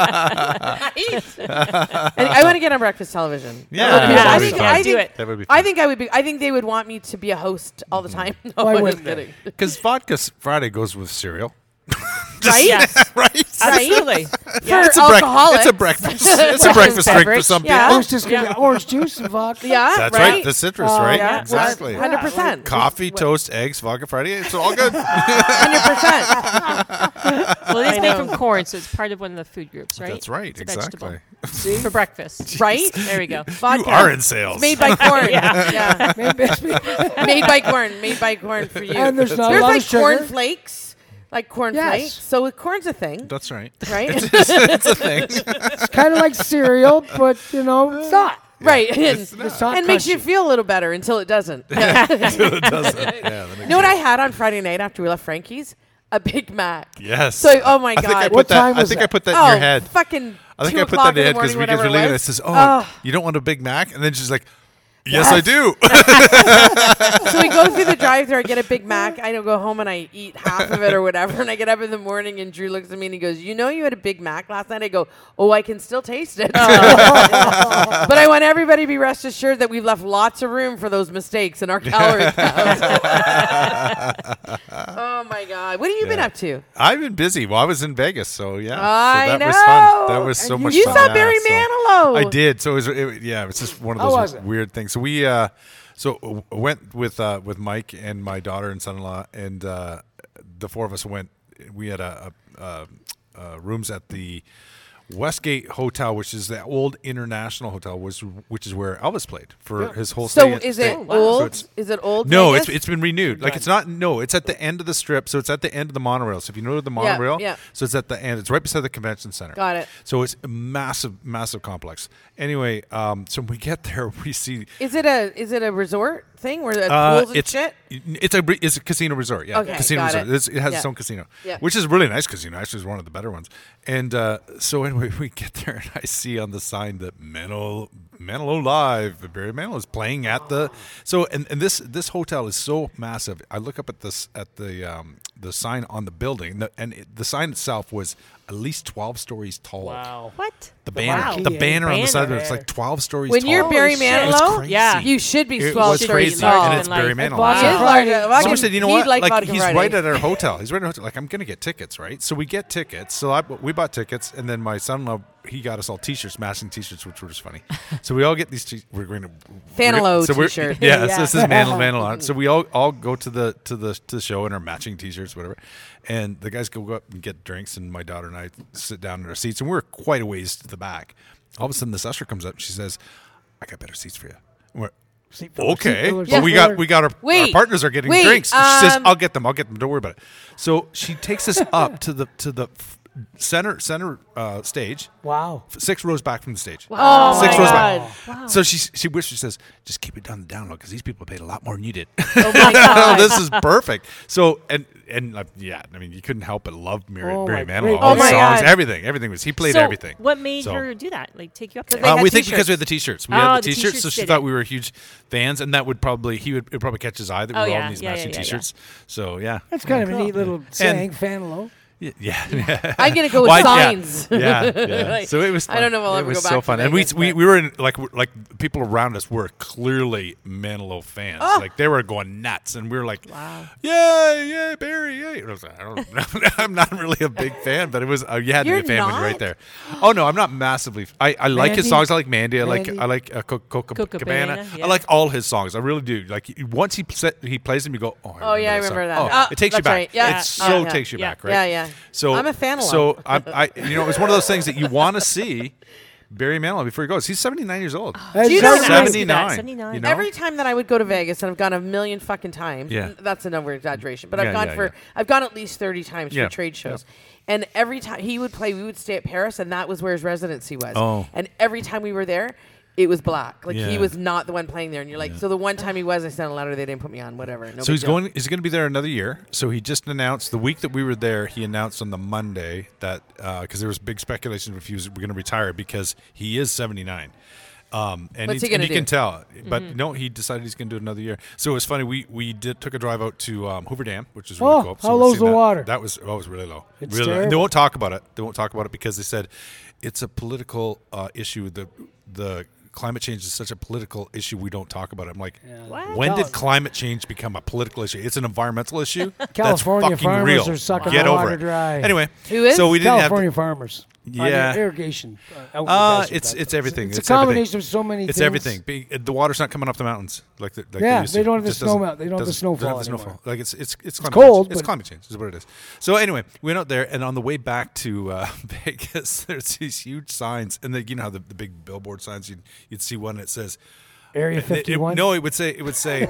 Speaker 1: Right? and I want to get on breakfast television.
Speaker 2: Yeah,
Speaker 1: That would be
Speaker 2: Yeah,
Speaker 1: awesome. I
Speaker 2: that'd be
Speaker 1: think,
Speaker 2: fun.
Speaker 1: I
Speaker 4: Do
Speaker 1: think-
Speaker 4: it.
Speaker 2: That would be
Speaker 1: I
Speaker 2: fun. Mm-hmm.
Speaker 1: think I would be. I think they would want me to be a host all the time. No,
Speaker 3: Why
Speaker 1: I'm just
Speaker 3: wouldn't they?
Speaker 1: kidding.
Speaker 2: Because Vodka s- Friday goes with cereal.
Speaker 1: Right?
Speaker 4: Yes.
Speaker 2: right?
Speaker 4: Absolutely.
Speaker 1: For
Speaker 2: It's a, break-
Speaker 1: alcoholics.
Speaker 2: it's a breakfast. It's a breakfast drink for
Speaker 1: beverage,
Speaker 2: some
Speaker 1: Uh, yeah.
Speaker 2: people.
Speaker 3: It's just gonna be orange juice and vodka.
Speaker 1: Yeah,
Speaker 2: That's right.
Speaker 1: right. Oh,
Speaker 2: The citrus, right?
Speaker 1: yeah. Well,
Speaker 2: Exactly.
Speaker 1: Hundred percent.
Speaker 2: Coffee, toast, eggs, Vodka Friday. It's all good.
Speaker 1: Hundred percent.
Speaker 4: Well, it
Speaker 1: I
Speaker 4: is made
Speaker 1: know.
Speaker 4: from corn, so it's part of one of the food groups, right?
Speaker 2: That's right.
Speaker 4: It's a vegetable.
Speaker 2: Exactly.
Speaker 4: For breakfast.
Speaker 1: Right?
Speaker 4: There we go.
Speaker 1: Vodka.
Speaker 2: You are in sales.
Speaker 1: Made by corn. yeah.
Speaker 3: Maybe it's me.
Speaker 1: Made by corn. Made by corn for you.
Speaker 3: and there's not
Speaker 1: There's
Speaker 3: a lot
Speaker 1: like
Speaker 3: of sugar.
Speaker 1: corn flakes. Like corn
Speaker 3: Yes.
Speaker 1: flakes. So corn's a thing,
Speaker 2: That's right.
Speaker 1: right?
Speaker 2: it's a thing.
Speaker 3: It's kind of like cereal, but you know, it's not.
Speaker 1: right.
Speaker 2: It's
Speaker 1: And,
Speaker 2: not.
Speaker 3: It's not
Speaker 1: and makes you
Speaker 3: crunchy.
Speaker 1: feel a little better until it doesn't. Yeah.
Speaker 2: it doesn't. Yeah, that
Speaker 1: you
Speaker 2: makes
Speaker 1: know what I
Speaker 2: sense.
Speaker 1: had on Friday night after we left Frankie's? A Big Mac.
Speaker 2: Yes.
Speaker 1: So oh my
Speaker 2: I think I
Speaker 1: god.
Speaker 2: put
Speaker 3: What
Speaker 2: that,
Speaker 3: time
Speaker 2: I
Speaker 3: was
Speaker 2: think I
Speaker 3: that?
Speaker 2: put that
Speaker 1: oh,
Speaker 2: in your head.
Speaker 1: Fucking
Speaker 2: I think
Speaker 1: two
Speaker 2: I put
Speaker 1: o'clock
Speaker 2: that
Speaker 1: in
Speaker 2: in your head
Speaker 1: the
Speaker 2: because
Speaker 1: morning,
Speaker 2: we because
Speaker 1: whatever
Speaker 2: we
Speaker 1: it
Speaker 2: leaving it. It
Speaker 1: was.
Speaker 2: says, "Oh, you don't want a Big Mac," and then she's like, "Yes, I
Speaker 1: Yes.
Speaker 2: do."
Speaker 1: Oh, so we go through the drive-thru. I get a Big Mac. I don't go home and I eat half of it or whatever. And I get up in the morning and Drew looks at me and he goes, "You know, you had a Big Mac last night." I go, "Oh, I can still taste it." but I want everybody to be rest assured that we've left lots of room for those mistakes in our calorie count. oh my God, what have you been
Speaker 2: Yeah.
Speaker 1: up to?
Speaker 2: I've been busy. Well, I was in Vegas, so yeah.
Speaker 1: I
Speaker 2: so that was
Speaker 1: know.
Speaker 2: fun. That was
Speaker 1: And
Speaker 2: so
Speaker 1: you-
Speaker 2: much
Speaker 1: you
Speaker 2: fun.
Speaker 1: saw
Speaker 2: yeah,
Speaker 1: Barry
Speaker 2: so-
Speaker 1: Manilow.
Speaker 2: I did. So it was, it, yeah, it was just one of
Speaker 3: How was
Speaker 2: those
Speaker 3: it?
Speaker 2: weird things. So we, uh, so w- went with uh, with Mike and my daughter and son-in-law, and uh, the four of us went. We had a, a, uh uh rooms at the Westgate Hotel, which is the old International Hotel, which which is where Elvis played for his whole.
Speaker 1: So
Speaker 2: stay-
Speaker 1: is
Speaker 2: stay-
Speaker 1: it
Speaker 2: So
Speaker 1: old?
Speaker 2: it's-
Speaker 1: is it old?
Speaker 2: no,
Speaker 1: Vegas?
Speaker 2: it's it's been renewed. Like it's not no, it's at the end of the strip, so it's at the end of the monorail. So if you know the monorail,
Speaker 1: yeah.
Speaker 2: so it's at the end. It's right beside the convention center.
Speaker 1: Got it.
Speaker 2: So it's a massive, massive complex. Anyway, um, so when we get there, we see
Speaker 1: Is it a is it a resort thing where the
Speaker 2: uh,
Speaker 1: pools and
Speaker 2: it's
Speaker 1: shit?
Speaker 2: it's a re- it's a casino resort, yeah,
Speaker 1: Okay,
Speaker 2: casino
Speaker 1: got
Speaker 2: resort.
Speaker 1: it.
Speaker 2: It's- It, has
Speaker 1: Yeah.
Speaker 2: its own casino,
Speaker 1: Yeah.
Speaker 2: which is a really nice casino. Actually, it's one of the better ones. And uh, so anyway, we get there and I see on the sign that Menlo Menlo Live, Barry Manilow is playing at the. So and, and this this hotel is so massive. I look up at this at the um, the sign on the building, the, and it, the sign itself was at least twelve storeys tall.
Speaker 3: Wow.
Speaker 4: What?
Speaker 2: The banner,
Speaker 4: Wow.
Speaker 2: the banner on the side of it,
Speaker 3: Banner.
Speaker 2: it's like twelve stories.
Speaker 1: When
Speaker 2: tall.
Speaker 1: you're Barry
Speaker 4: Holy shit.
Speaker 2: It was
Speaker 1: Manilow,
Speaker 2: crazy.
Speaker 4: Yeah.
Speaker 1: you should be
Speaker 2: It
Speaker 1: twelve
Speaker 2: was
Speaker 1: stories
Speaker 2: crazy,
Speaker 1: tall.
Speaker 2: and it's Barry
Speaker 4: Like,
Speaker 2: Manilow.
Speaker 3: Vodka
Speaker 1: He is
Speaker 3: Friday.
Speaker 1: larger. Vodka-
Speaker 2: Someone said, you know
Speaker 1: he'd
Speaker 2: what?
Speaker 1: Like,
Speaker 2: Like,
Speaker 1: vodka
Speaker 2: he's
Speaker 1: Friday.
Speaker 2: right at our hotel. He's right at our hotel. Like I'm gonna get tickets, right? So we get tickets. So I, we bought tickets, and then my son-in-law he got us all T-shirts, matching T-shirts, which were just funny. so we all get these. T- we're going to
Speaker 1: Fanilo
Speaker 2: we're-
Speaker 1: T-shirt.
Speaker 2: Yeah,
Speaker 3: Yeah.
Speaker 2: So this is Manil Manilon. So we all all go to the to the to the show in our matching T-shirts, whatever. And the guys go up and get drinks, and my daughter and I sit down in our seats, and we're quite a ways to the back. All of a sudden, this usher comes up. and She says, "I got better seats for you." And we're,
Speaker 3: Seat filler,
Speaker 2: Okay,
Speaker 3: seat filler,
Speaker 2: but
Speaker 3: seat
Speaker 2: we
Speaker 3: filler.
Speaker 2: got we got our, our
Speaker 1: Wait,
Speaker 2: partners are getting
Speaker 1: wait,
Speaker 2: drinks. she says,
Speaker 1: um,
Speaker 2: "I'll get them. I'll get them. Don't worry about it." So she takes us up to the to the f- center center uh, stage,
Speaker 3: Wow.
Speaker 2: f- six rows back from the stage.
Speaker 1: Oh
Speaker 2: Six
Speaker 1: my
Speaker 2: rows
Speaker 1: god!
Speaker 2: back. So she she wishes she says, "Just keep it down the download because these people paid a lot more than you did."
Speaker 1: Oh my god!
Speaker 2: this is perfect. So and and like, yeah, I mean, you couldn't help but love Mary,
Speaker 3: Oh
Speaker 2: Barry
Speaker 3: my
Speaker 2: Manilow.
Speaker 3: great-
Speaker 2: All
Speaker 1: Oh
Speaker 2: the
Speaker 1: my
Speaker 2: songs,
Speaker 1: God.
Speaker 2: everything, everything was he played
Speaker 4: so
Speaker 2: everything.
Speaker 4: What made
Speaker 2: So-
Speaker 4: her do that? Like take you up there?
Speaker 1: They
Speaker 2: uh,
Speaker 1: had
Speaker 2: we think because
Speaker 1: t-shirts.
Speaker 2: we had the t-shirts. We
Speaker 4: Oh,
Speaker 2: had the,
Speaker 4: the
Speaker 2: t-shirts, so
Speaker 4: t-shirts
Speaker 2: she
Speaker 4: did
Speaker 2: thought
Speaker 4: it.
Speaker 2: we were huge fans, and that would probably he would it would probably catch his eye that we
Speaker 4: Oh,
Speaker 2: were all
Speaker 4: yeah.
Speaker 2: in these
Speaker 4: Yeah, yeah,
Speaker 2: matching
Speaker 4: yeah, yeah.
Speaker 2: t-shirts. So yeah,
Speaker 3: That's kind
Speaker 1: Oh
Speaker 3: of a neat little saying, Fanalo.
Speaker 2: yeah, yeah.
Speaker 1: I'm gonna go with
Speaker 2: Why- yeah.
Speaker 1: signs.
Speaker 2: Yeah, yeah.
Speaker 1: Like,
Speaker 2: so it was.
Speaker 1: I don't know if I'll
Speaker 2: It
Speaker 1: ever
Speaker 2: was
Speaker 1: go back
Speaker 2: so
Speaker 1: to
Speaker 2: fun, and
Speaker 1: Vegas,
Speaker 2: we, we
Speaker 1: but-
Speaker 2: we were in like we're- like people around us were clearly Manilow fans.
Speaker 1: Oh.
Speaker 2: Like they were going nuts, and we were like,
Speaker 4: Wow.
Speaker 2: "Yay, yay, Barry, yay!" And I was like, I don't, I'm not really a big fan, but it was uh, you had
Speaker 1: You're
Speaker 2: to be a fan when you were right
Speaker 1: not?
Speaker 2: there. Oh no, I'm not massively. I, I like his
Speaker 3: Mandy?
Speaker 2: songs. I like Mandy. I like
Speaker 3: Mandy?
Speaker 2: I like uh, Coca
Speaker 4: Coca
Speaker 2: Cabana.
Speaker 4: Cabana,
Speaker 2: I
Speaker 4: yeah.
Speaker 2: like all his songs. I really do. Like y- once he pl- he plays them, you go, "Oh,
Speaker 1: Oh, yeah, I
Speaker 2: song."
Speaker 1: remember that.
Speaker 2: Oh,
Speaker 1: Yeah.
Speaker 2: it takes you
Speaker 1: That's
Speaker 2: back.
Speaker 1: right. Yeah. Oh,
Speaker 2: it
Speaker 1: Yeah,
Speaker 2: so
Speaker 1: yeah.
Speaker 2: takes you
Speaker 4: Yeah.
Speaker 2: back, right?
Speaker 1: Yeah, yeah.
Speaker 2: So
Speaker 1: I'm a fan of
Speaker 2: So I, I, you know, it's one of those things that you want to see Barry Manilow before he goes. He's 79 years old.
Speaker 1: Do you
Speaker 3: That's
Speaker 1: know-
Speaker 3: right.
Speaker 1: Seventy-
Speaker 2: 79.
Speaker 4: 79.
Speaker 2: You know?
Speaker 1: Every time that I would go to Vegas, and I've gone a million fucking times.
Speaker 2: Yeah.
Speaker 1: n- that's an over exaggeration, but
Speaker 2: Yeah,
Speaker 1: I've gone
Speaker 2: yeah,
Speaker 1: for
Speaker 2: yeah.
Speaker 1: I've gone at least thirty times
Speaker 2: Yeah,
Speaker 1: for trade
Speaker 2: yeah.
Speaker 1: shows. And every time he would play, we would stay at Paris, and that was where his residency was.
Speaker 2: Oh.
Speaker 1: And every time we were there, it was black. Like he
Speaker 2: Yeah.
Speaker 1: was not the one playing there, and you're like, so the one time he was, I sent a letter. They didn't put me on. Whatever. No
Speaker 2: So
Speaker 1: big
Speaker 2: he's
Speaker 1: deal.
Speaker 2: going. He's going to be there another year. So he just announced the week that we were there. He announced on the Monday that because there was big speculation if he was going to retire because he is seventy nine. Um, and,
Speaker 1: What's he
Speaker 2: he's- and
Speaker 1: gonna
Speaker 2: he can
Speaker 1: do? Mm-hmm.
Speaker 2: tell, but no, he decided he's going to do another year. So it was funny. We we did took a drive out to um, Hoover Dam, which is really
Speaker 3: Oh,
Speaker 2: cool.
Speaker 3: how
Speaker 2: we've
Speaker 3: low's
Speaker 2: seen
Speaker 3: the
Speaker 2: that.
Speaker 3: water?
Speaker 2: That was oh, it was really low.
Speaker 3: It's
Speaker 2: really, low. And they
Speaker 3: terrible.
Speaker 2: won't talk about it. They won't talk about it because they said it's a political uh, issue. The the climate change is such a political issue. We don't talk about it. I'm like,
Speaker 4: What?
Speaker 2: when
Speaker 3: Cali-
Speaker 2: did climate change become a political issue? It's an environmental issue.
Speaker 3: California
Speaker 2: That's fucking
Speaker 3: farmers
Speaker 2: real.
Speaker 3: are sucking
Speaker 2: Get
Speaker 3: the
Speaker 2: over
Speaker 3: water
Speaker 2: it.
Speaker 3: dry.
Speaker 2: Anyway,
Speaker 1: Who is?
Speaker 2: so we didn't
Speaker 3: California
Speaker 2: have.
Speaker 3: farmation.
Speaker 2: To,
Speaker 3: I mean,
Speaker 2: yeah,
Speaker 3: irrigation. uh, out in the
Speaker 2: uh,
Speaker 3: desert,
Speaker 2: it's
Speaker 3: that-
Speaker 2: it's everything.
Speaker 3: It's,
Speaker 2: It's,
Speaker 3: a
Speaker 2: everything.
Speaker 3: combination of so many.
Speaker 2: It's
Speaker 3: things.
Speaker 2: everything. Be- The water's not coming off the mountains like, the, like
Speaker 3: Yeah,
Speaker 2: they used
Speaker 3: they
Speaker 2: to.
Speaker 3: don't
Speaker 2: It
Speaker 3: have the
Speaker 2: just
Speaker 3: snow
Speaker 2: doesn't-
Speaker 3: melt- they don't have the
Speaker 2: doesn't- doesn't have the
Speaker 3: snowfall
Speaker 2: snowfall. Like it's it's it's climate
Speaker 3: cold,
Speaker 2: Change. It's
Speaker 3: but-
Speaker 2: climate change is what it is. So anyway, we went out there, and on the way back to uh, Vegas, there's these huge signs, and they, you know how the, the big billboard signs you'd you'd see one that says
Speaker 3: Area
Speaker 2: it- it-
Speaker 3: 51.
Speaker 2: no, it would say it would say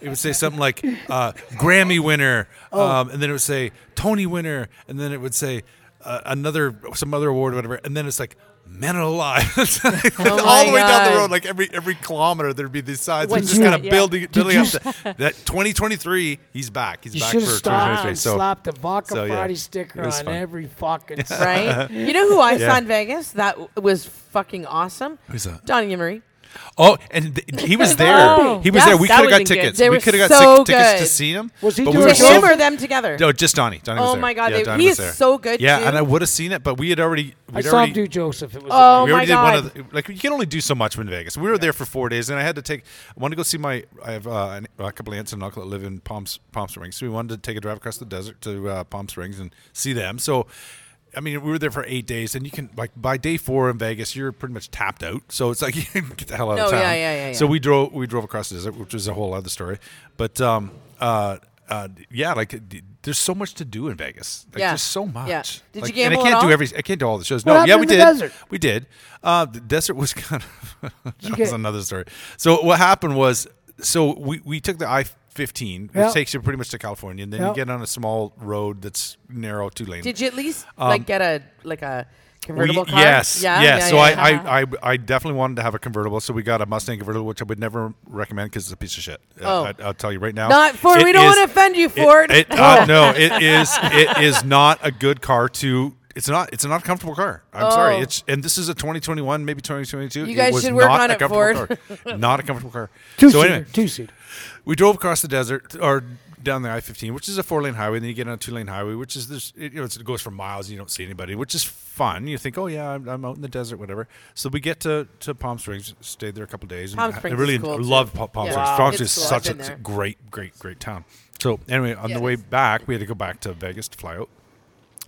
Speaker 2: it would say something like uh, Grammy winner, um, and then it would say Tony winner, and then it would say uh, another some other award, whatever, and then it's like Men Are Alive, all the way down
Speaker 1: God.
Speaker 2: the road, like every every kilometer there'd be these signs,
Speaker 4: What
Speaker 2: and
Speaker 4: you
Speaker 2: just kind of
Speaker 4: got, yeah.
Speaker 2: building building
Speaker 3: you
Speaker 2: up
Speaker 3: s-
Speaker 2: to, that 2023. He's back. He's
Speaker 3: You
Speaker 2: back
Speaker 3: should
Speaker 2: for
Speaker 3: have stopped
Speaker 2: 2023.
Speaker 3: and
Speaker 2: So
Speaker 3: slapped a vodka
Speaker 2: so, yeah,
Speaker 3: Friday sticker
Speaker 2: it
Speaker 3: on
Speaker 2: was fun.
Speaker 3: every fucking. sign.
Speaker 1: right? You know who I saw
Speaker 2: Yeah.
Speaker 1: in Vegas? That w- was fucking awesome.
Speaker 2: Who's that?
Speaker 1: Donnie and Marie.
Speaker 2: oh, and th- he was there.
Speaker 4: Oh,
Speaker 2: he was there. We
Speaker 1: yes, that would've been
Speaker 2: could have got
Speaker 1: good.
Speaker 2: tickets.
Speaker 1: They
Speaker 2: We
Speaker 1: were
Speaker 2: could have got
Speaker 1: so
Speaker 2: sick tickets to
Speaker 1: good.
Speaker 2: see him.
Speaker 3: Was he
Speaker 2: but
Speaker 3: doing
Speaker 2: we
Speaker 1: To
Speaker 2: were
Speaker 3: it
Speaker 2: so
Speaker 1: him or them together?
Speaker 2: No, just Donnie. Donnie was
Speaker 1: Oh
Speaker 2: there.
Speaker 1: my God, they-
Speaker 2: yeah, Donnie
Speaker 1: he
Speaker 2: was
Speaker 1: is
Speaker 2: there.
Speaker 1: so good,
Speaker 2: Yeah,
Speaker 1: too.
Speaker 2: and I would have seen it, but we had already. We'd
Speaker 3: I saw him
Speaker 2: already,
Speaker 3: do Joseph. It was
Speaker 1: Oh,
Speaker 2: we
Speaker 1: my
Speaker 2: already did
Speaker 1: God.
Speaker 2: one of the, like you can only do so much in Vegas. We were there for four days, and I had to take. I wanted to go see my. I have uh, an- a couple of aunts and uncle that live in Palm Palm Springs, so we wanted to take a drive across the desert to uh, Palm Springs and see them. So. I mean, we were there for eight days, and you can like by day four in Vegas, you're pretty much tapped out. So it's like you can get the hell out
Speaker 1: No,
Speaker 2: of town.
Speaker 1: yeah, yeah, yeah, yeah.
Speaker 2: So we drove we drove across the desert, which is a whole other story. But um, uh, uh, yeah, like d- there's so much to do in Vegas. Like,
Speaker 1: Yeah.
Speaker 2: there's so much.
Speaker 1: Yeah. Did you
Speaker 2: Like,
Speaker 1: gamble
Speaker 2: And I
Speaker 1: at
Speaker 2: can't
Speaker 1: all?
Speaker 2: do every. I can't do all the shows. no,
Speaker 3: What
Speaker 2: yeah,
Speaker 3: happened
Speaker 2: we
Speaker 3: in
Speaker 2: did.
Speaker 3: the desert?
Speaker 2: We did. Uh, the desert was kind of that
Speaker 3: get-
Speaker 2: was another story. So what happened was, so we we took the I fifteen, which
Speaker 3: Yeah.
Speaker 2: takes you pretty much to California, and then
Speaker 3: Yeah.
Speaker 2: you get on a small road that's narrow, two lanes.
Speaker 1: Did you at least like get a like a convertible
Speaker 2: Um, We-
Speaker 1: car?
Speaker 2: Yes,
Speaker 1: Yeah.
Speaker 2: yes.
Speaker 1: yeah,
Speaker 2: so
Speaker 1: yeah,
Speaker 2: I,
Speaker 1: yeah.
Speaker 2: I, I, I definitely wanted to have a convertible. So we got a Mustang convertible, which I would never recommend because it's a piece of shit. Uh,
Speaker 1: Oh.
Speaker 2: I, will tell you right now.
Speaker 1: Not Ford.
Speaker 2: It
Speaker 1: We don't
Speaker 2: is-
Speaker 1: wanna offend you,
Speaker 2: it-
Speaker 1: Ford.
Speaker 2: It, uh, no, it is. It is not a good car to. It's not. It's not a comfortable car. I'm sorry.
Speaker 1: Oh.
Speaker 2: It's and this is a 2021, maybe 2022.
Speaker 1: You
Speaker 2: It
Speaker 1: guys
Speaker 2: was
Speaker 1: should work
Speaker 2: not
Speaker 1: on
Speaker 2: a
Speaker 1: it,
Speaker 2: comfortable Car. Not a comfortable car.
Speaker 3: Two
Speaker 2: so
Speaker 3: seater.
Speaker 2: anyway,
Speaker 3: Two seater.
Speaker 2: we drove across the desert or down the I-15, which is a four-lane highway. Then you get on a two-lane highway, which is there's it, you know it's, it goes for miles and you don't see anybody, which is fun. You think, oh yeah, I'm, I'm out in the desert, whatever. So we get to, to Palm Springs, stayed there a couple days.
Speaker 1: Palm
Speaker 2: and
Speaker 1: Springs
Speaker 2: I really
Speaker 1: is cool, too.
Speaker 2: love Pa- Palm
Speaker 1: Yeah.
Speaker 2: Springs.
Speaker 1: Wow.
Speaker 2: Palm
Speaker 1: It's
Speaker 2: Springs is
Speaker 1: cool. I've
Speaker 2: such a
Speaker 1: been
Speaker 2: it's a
Speaker 1: there.
Speaker 2: great, great, great town. So anyway, on
Speaker 1: Yeah,
Speaker 2: the
Speaker 1: it
Speaker 2: way
Speaker 1: is.
Speaker 2: back, we had to go back to Vegas to fly out.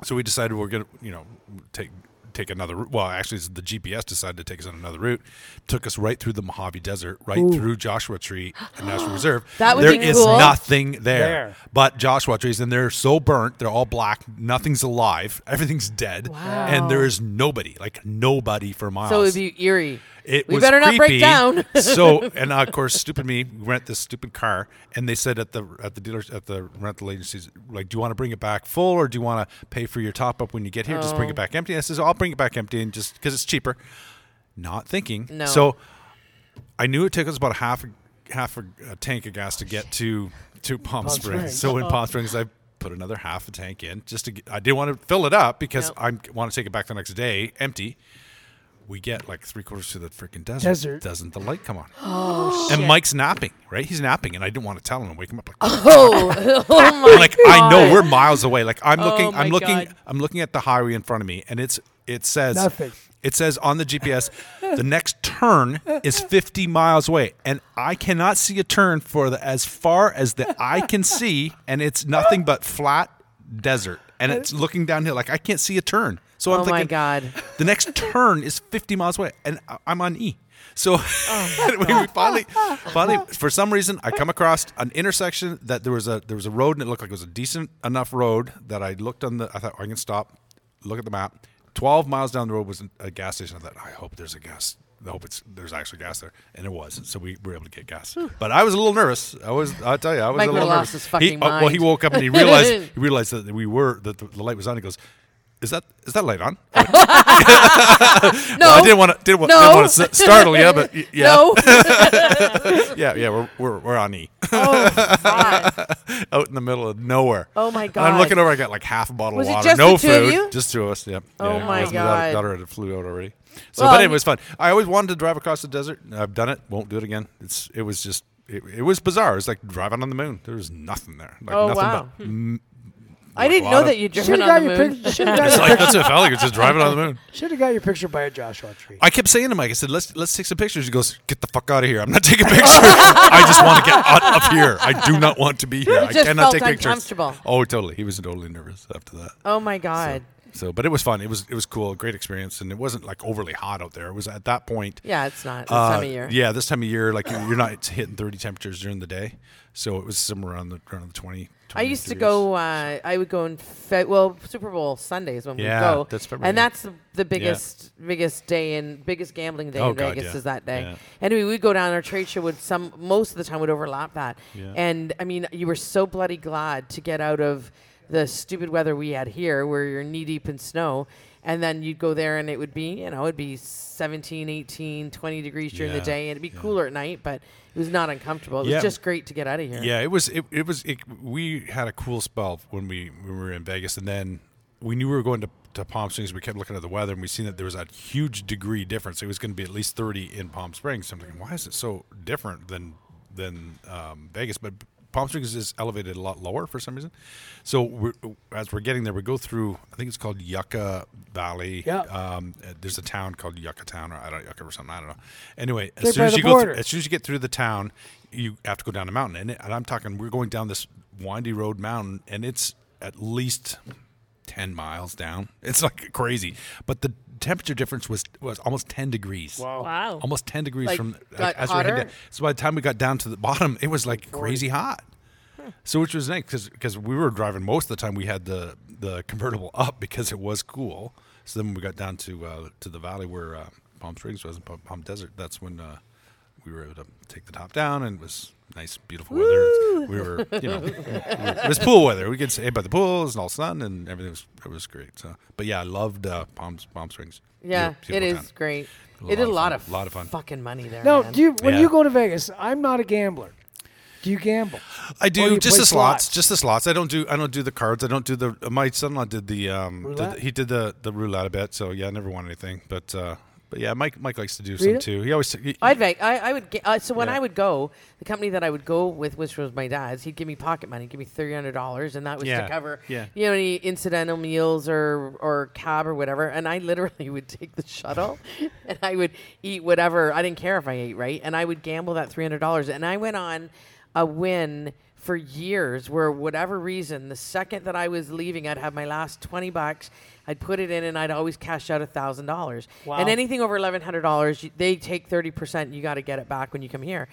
Speaker 2: So we decided we're gonna, you know, take take another. route. Well, actually, it's the GPS decided to take us on another route. Took us right through the Mojave Desert, right through Joshua Tree and National Reserve.
Speaker 1: That would
Speaker 2: There
Speaker 1: be
Speaker 2: is
Speaker 1: cool.
Speaker 2: nothing there,
Speaker 3: There.
Speaker 2: but Joshua trees, and they're so burnt, they're all black. Nothing's alive. Everything's dead, and there is nobody, like nobody for miles.
Speaker 1: So it would be eerie.
Speaker 2: It
Speaker 1: we
Speaker 2: was
Speaker 1: better not break
Speaker 2: creepy.
Speaker 1: down.
Speaker 2: so, and uh, of course, stupid me rent this stupid car, and they said at the at the dealers at the rental agencies, like, do you want to bring it back full or do you want to pay for your top up when you get here? Just bring
Speaker 1: Oh.
Speaker 2: it back empty. And I says, I'll bring it back empty, and just because it's cheaper. Not thinking.
Speaker 1: No.
Speaker 2: So, I knew it took us about half a, half a, a tank of gas to get to to Palm, Springs.
Speaker 3: Springs.
Speaker 2: So in Palm Springs, I put another half a tank in just to. Get, I didn't want to fill it up because
Speaker 1: Nope.
Speaker 2: I want to take it back the next day empty we get like three quarters to the freaking desert.
Speaker 3: Desert.
Speaker 2: Doesn't the light come on? Oh, and Mike's napping, right? He's napping, and I didn't want to tell him and wake him up. Like,
Speaker 1: oh, oh my Oh
Speaker 2: I'm like I know we're miles away. Like I'm looking,
Speaker 4: my
Speaker 2: I'm looking,
Speaker 4: God.
Speaker 2: I'm looking at the highway in front of me, and it's it says
Speaker 3: Nothing.
Speaker 2: It says on the GPS, the next turn is 50 miles away, and I cannot see a turn for the as far as the eye can see, and it's nothing but flat desert, and it's looking downhill. Like I can't see a turn, so I'm
Speaker 1: Oh my
Speaker 2: thinking,
Speaker 1: God.
Speaker 2: the next turn is 50 miles away, and I- I'm on E. So
Speaker 1: Oh
Speaker 2: we finally, finally, for some reason, I come across an intersection that there was a there was a road, and it looked like it was a decent enough road that I looked on the. I thought I can stop, look at the map. 12 miles down the road was a gas station. I thought I hope there's a gas. I hope it's there's actually gas there, and it was. So we were able to get gas. But I was a little nervous. I was. I will tell you, I was
Speaker 1: Mike
Speaker 2: a little
Speaker 1: would've lost
Speaker 2: nervous.
Speaker 1: his fucking
Speaker 2: he, uh, well, he
Speaker 1: mind.
Speaker 2: woke up and he realized he realized that we were that the, the light was on. He goes, is that is that light on?
Speaker 1: No,
Speaker 2: I didn't want to didn't want, didn't
Speaker 1: No.
Speaker 2: want to startle you, but y- yeah,
Speaker 1: No.
Speaker 2: yeah, yeah, we're, we're we're on E,
Speaker 1: oh, God.
Speaker 2: out in the middle of nowhere.
Speaker 1: oh my God.
Speaker 2: I'm looking over. I got like half a bottle
Speaker 1: Was it
Speaker 2: of water.
Speaker 1: just
Speaker 2: no
Speaker 1: the two of
Speaker 2: food.
Speaker 1: you?
Speaker 2: Just two of us. Yeah.
Speaker 1: Oh
Speaker 2: yeah,
Speaker 1: my
Speaker 2: it was- daughter-
Speaker 1: God.
Speaker 2: daughter had flew out already. So,
Speaker 1: Well,
Speaker 2: but it
Speaker 1: you-
Speaker 2: was fun. I always wanted to drive across the desert. I've done it. Won't do it again. It's. It was just. It, it was bizarre. It was like driving on the moon. There was nothing there. Like
Speaker 1: Oh,
Speaker 2: nothing
Speaker 1: wow.
Speaker 2: But, mm,
Speaker 1: I didn't
Speaker 2: Lot
Speaker 1: know
Speaker 2: of-
Speaker 1: that you'd
Speaker 3: Should
Speaker 1: driven
Speaker 3: have got
Speaker 1: on the
Speaker 3: your
Speaker 1: moon.
Speaker 3: picture. Should have got,
Speaker 2: it's
Speaker 3: your
Speaker 2: like that's what I felt like. It's just driving on the moon.
Speaker 3: pic- shoulda got your picture by a Joshua tree.
Speaker 2: I kept saying to Mike, I said, "Let's let's take some pictures." He goes, "Get the fuck out of here! I'm not taking pictures. I just want to get out of here. I do not want to be here.
Speaker 1: You
Speaker 2: I
Speaker 1: just
Speaker 2: cannot
Speaker 1: felt
Speaker 2: take pictures."
Speaker 1: uncomfortable.
Speaker 2: Oh, totally. He was totally nervous after that.
Speaker 1: Oh my God.
Speaker 2: So, but it was fun. It was it was cool. Great experience, and it wasn't like overly hot out there. It was at that point.
Speaker 1: Yeah, it's not this
Speaker 2: uh,
Speaker 1: time of year.
Speaker 2: Yeah, this time of year, like you're not hitting 30 temperatures during the day, so it was somewhere around the around the 20.
Speaker 1: I used to
Speaker 2: 22s.
Speaker 1: go. Uh, I would go in. Fe- well, Super Bowl Sundays when
Speaker 2: Yeah,
Speaker 1: we go.
Speaker 2: that's February.
Speaker 1: and that's the, the biggest, biggest day in biggest gambling day
Speaker 2: Oh,
Speaker 1: in
Speaker 2: God,
Speaker 1: Vegas
Speaker 2: yeah.
Speaker 1: is that day.
Speaker 2: Yeah.
Speaker 1: And we would go down. Our trade show would some most of the time would overlap that.
Speaker 2: Yeah.
Speaker 1: And I mean, you were so bloody glad to get out of the stupid weather we had here, where you're knee deep in snow. And then you'd go there and it would be, you know, it'd be 17, 18, 20 degrees during
Speaker 2: Yeah,
Speaker 1: the day. And it'd be
Speaker 2: yeah.
Speaker 1: cooler at night, but it was not uncomfortable. It was
Speaker 2: Yeah.
Speaker 1: just great to get out of here.
Speaker 2: Yeah, it was. It, it was. It, we had a cool spell when we when we were in Vegas, and then we knew we were going to, to Palm Springs. We kept looking at the weather, and we seen that there was a huge degree difference. It was going to be at least thirty in Palm Springs. I'm thinking, why is it so different than than um, Vegas? But Palm Springs is elevated a lot lower for some reason. So we're, as we're getting there, we go through. I think it's called Yucca Valley.
Speaker 3: Yeah.
Speaker 2: Um, uh, there's a town called Yucca Town, or I don't Yucca or something. I don't know. Anyway, as
Speaker 3: Right
Speaker 2: soon
Speaker 3: by
Speaker 2: as
Speaker 3: the
Speaker 2: you go,
Speaker 3: border.
Speaker 2: through, as soon as you get through the town, you have to go down a mountain, and, it, and I'm talking we're going down this windy road mountain, and it's at least ten miles down. It's like crazy, but the temperature difference was was almost ten degrees.
Speaker 4: Wow.
Speaker 2: Almost ten degrees
Speaker 1: Like,
Speaker 2: from
Speaker 1: got
Speaker 2: as we're heading
Speaker 1: hotter?
Speaker 2: down. So by the time we got down to the bottom, it was like crazy hot. So which was nice because we were driving most of the time. We had the the convertible up because it was cool. So then when we got down to uh, to the valley where uh, Palm Springs was, Palm, Palm Desert. That's when uh, we were able to take the top down, and it was nice, beautiful weather. We were, you know, it was pool weather. We could stay by the pool, it was all sun, and everything was it was great. So, but yeah, I loved uh, Palm Palm Springs.
Speaker 1: Yeah,
Speaker 2: Beautiful
Speaker 1: it is
Speaker 2: town.
Speaker 1: great.
Speaker 2: A
Speaker 1: It did a
Speaker 2: lot
Speaker 1: lot
Speaker 2: of
Speaker 1: of
Speaker 2: fun. Lot of fun.
Speaker 1: fucking money there.
Speaker 3: No,
Speaker 1: man.
Speaker 3: do you, when
Speaker 2: Yeah.
Speaker 3: you go to Vegas, I'm not a gambler. Do you gamble?
Speaker 2: I
Speaker 3: Or
Speaker 2: do
Speaker 3: you
Speaker 2: just
Speaker 3: play
Speaker 2: the slots,
Speaker 3: slots.
Speaker 2: just the slots. I don't do I don't do the cards. I don't do the. uh, My son-in-law did the um. did the-
Speaker 3: Roulette?
Speaker 2: he did the the roulette a bit. So yeah, I never won anything. But uh, but yeah, Mike Mike likes to do some
Speaker 3: it?
Speaker 2: too. He always he,
Speaker 1: I'd make, I, I would get, uh, so when
Speaker 2: Yeah.
Speaker 1: I would go, the company that I would go with, which was my dad's, he'd give me pocket money, give me three hundred dollars, and that was
Speaker 2: Yeah,
Speaker 1: to cover,
Speaker 2: yeah.
Speaker 1: you know, any incidental meals or or cab or whatever. And I literally would take the shuttle, and I would eat whatever. I didn't care if I ate right, and I would gamble that three hundred dollars. And I went on a win for years, where whatever reason, the second that I was leaving, I'd have my last twenty bucks. I'd put it in, and I'd always cash out a thousand dollars.
Speaker 3: Wow.
Speaker 1: And anything over eleven hundred dollars, they take thirty percent. You got to get it back when you come here.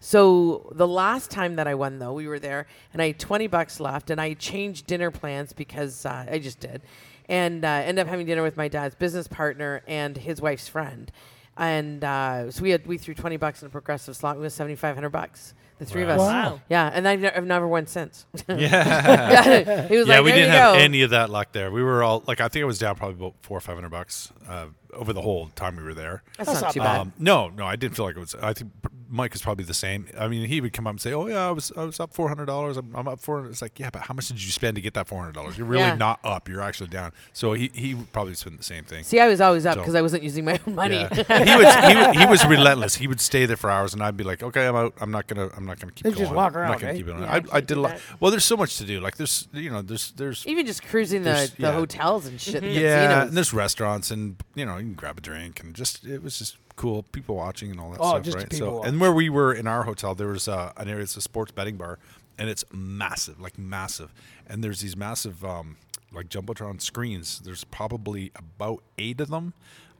Speaker 1: So the last time that I won, though, we were there, and I had twenty bucks left, and I changed dinner plans because uh, I just did, and uh, ended up having dinner with my dad's business partner and his wife's friend, and uh, so we had we threw twenty bucks in a progressive slot. We won seventy five hundred bucks, the three of us.
Speaker 4: Wow.
Speaker 1: Yeah, and I've, ne- I've never won since.
Speaker 2: yeah
Speaker 1: it was like,
Speaker 2: yeah we
Speaker 1: there
Speaker 2: didn't
Speaker 1: you
Speaker 2: have
Speaker 1: go.
Speaker 2: any of that luck there. We were all like I think I was down probably about four or five hundred bucks uh, over the whole time we were there.
Speaker 1: That's, not,
Speaker 3: not
Speaker 1: too bad.
Speaker 2: Um, no, no, I didn't feel like it was. I think Mike is probably the same. I mean, he would come up and say, "Oh yeah, I was I was up four hundred dollars. I'm, I'm up four hundred. It's like, yeah, but how much did you spend to get that four hundred dollars? You're really
Speaker 1: Yeah.
Speaker 2: not up. You're actually down. So he he would probably spend the same thing.
Speaker 1: See, I was always up
Speaker 2: So-
Speaker 1: because I wasn't using my own money.
Speaker 2: Yeah. he was he, wa- he was relentless. He would stay there for hours, and I'd be like, "Okay, I'm out. I'm not gonna. I'm not gonna keep
Speaker 3: They'd
Speaker 2: going.
Speaker 3: just walk
Speaker 2: I'm
Speaker 3: around,
Speaker 2: not gonna
Speaker 3: eh?
Speaker 2: keep it on."
Speaker 4: Yeah,
Speaker 2: I,
Speaker 4: you
Speaker 2: I
Speaker 4: could
Speaker 2: did a
Speaker 4: do
Speaker 2: lot.
Speaker 4: that.
Speaker 2: Well, there's so much to do. Like there's you know there's there's
Speaker 1: Even just cruising the,
Speaker 2: There's-
Speaker 1: the
Speaker 2: yeah.
Speaker 1: hotels and shit. the
Speaker 2: yeah,
Speaker 1: casinos.
Speaker 2: and there's restaurants, and you know, you can grab a drink, and just it was just cool people watching and all that
Speaker 3: Oh,
Speaker 2: stuff,
Speaker 3: just
Speaker 2: right?
Speaker 3: people
Speaker 2: So,
Speaker 3: watch.
Speaker 2: and where we were in our hotel, there was uh, an area. It's a sports betting bar, and it's massive, like massive. And there's these massive, um, like jumbotron screens. There's probably about eight of them,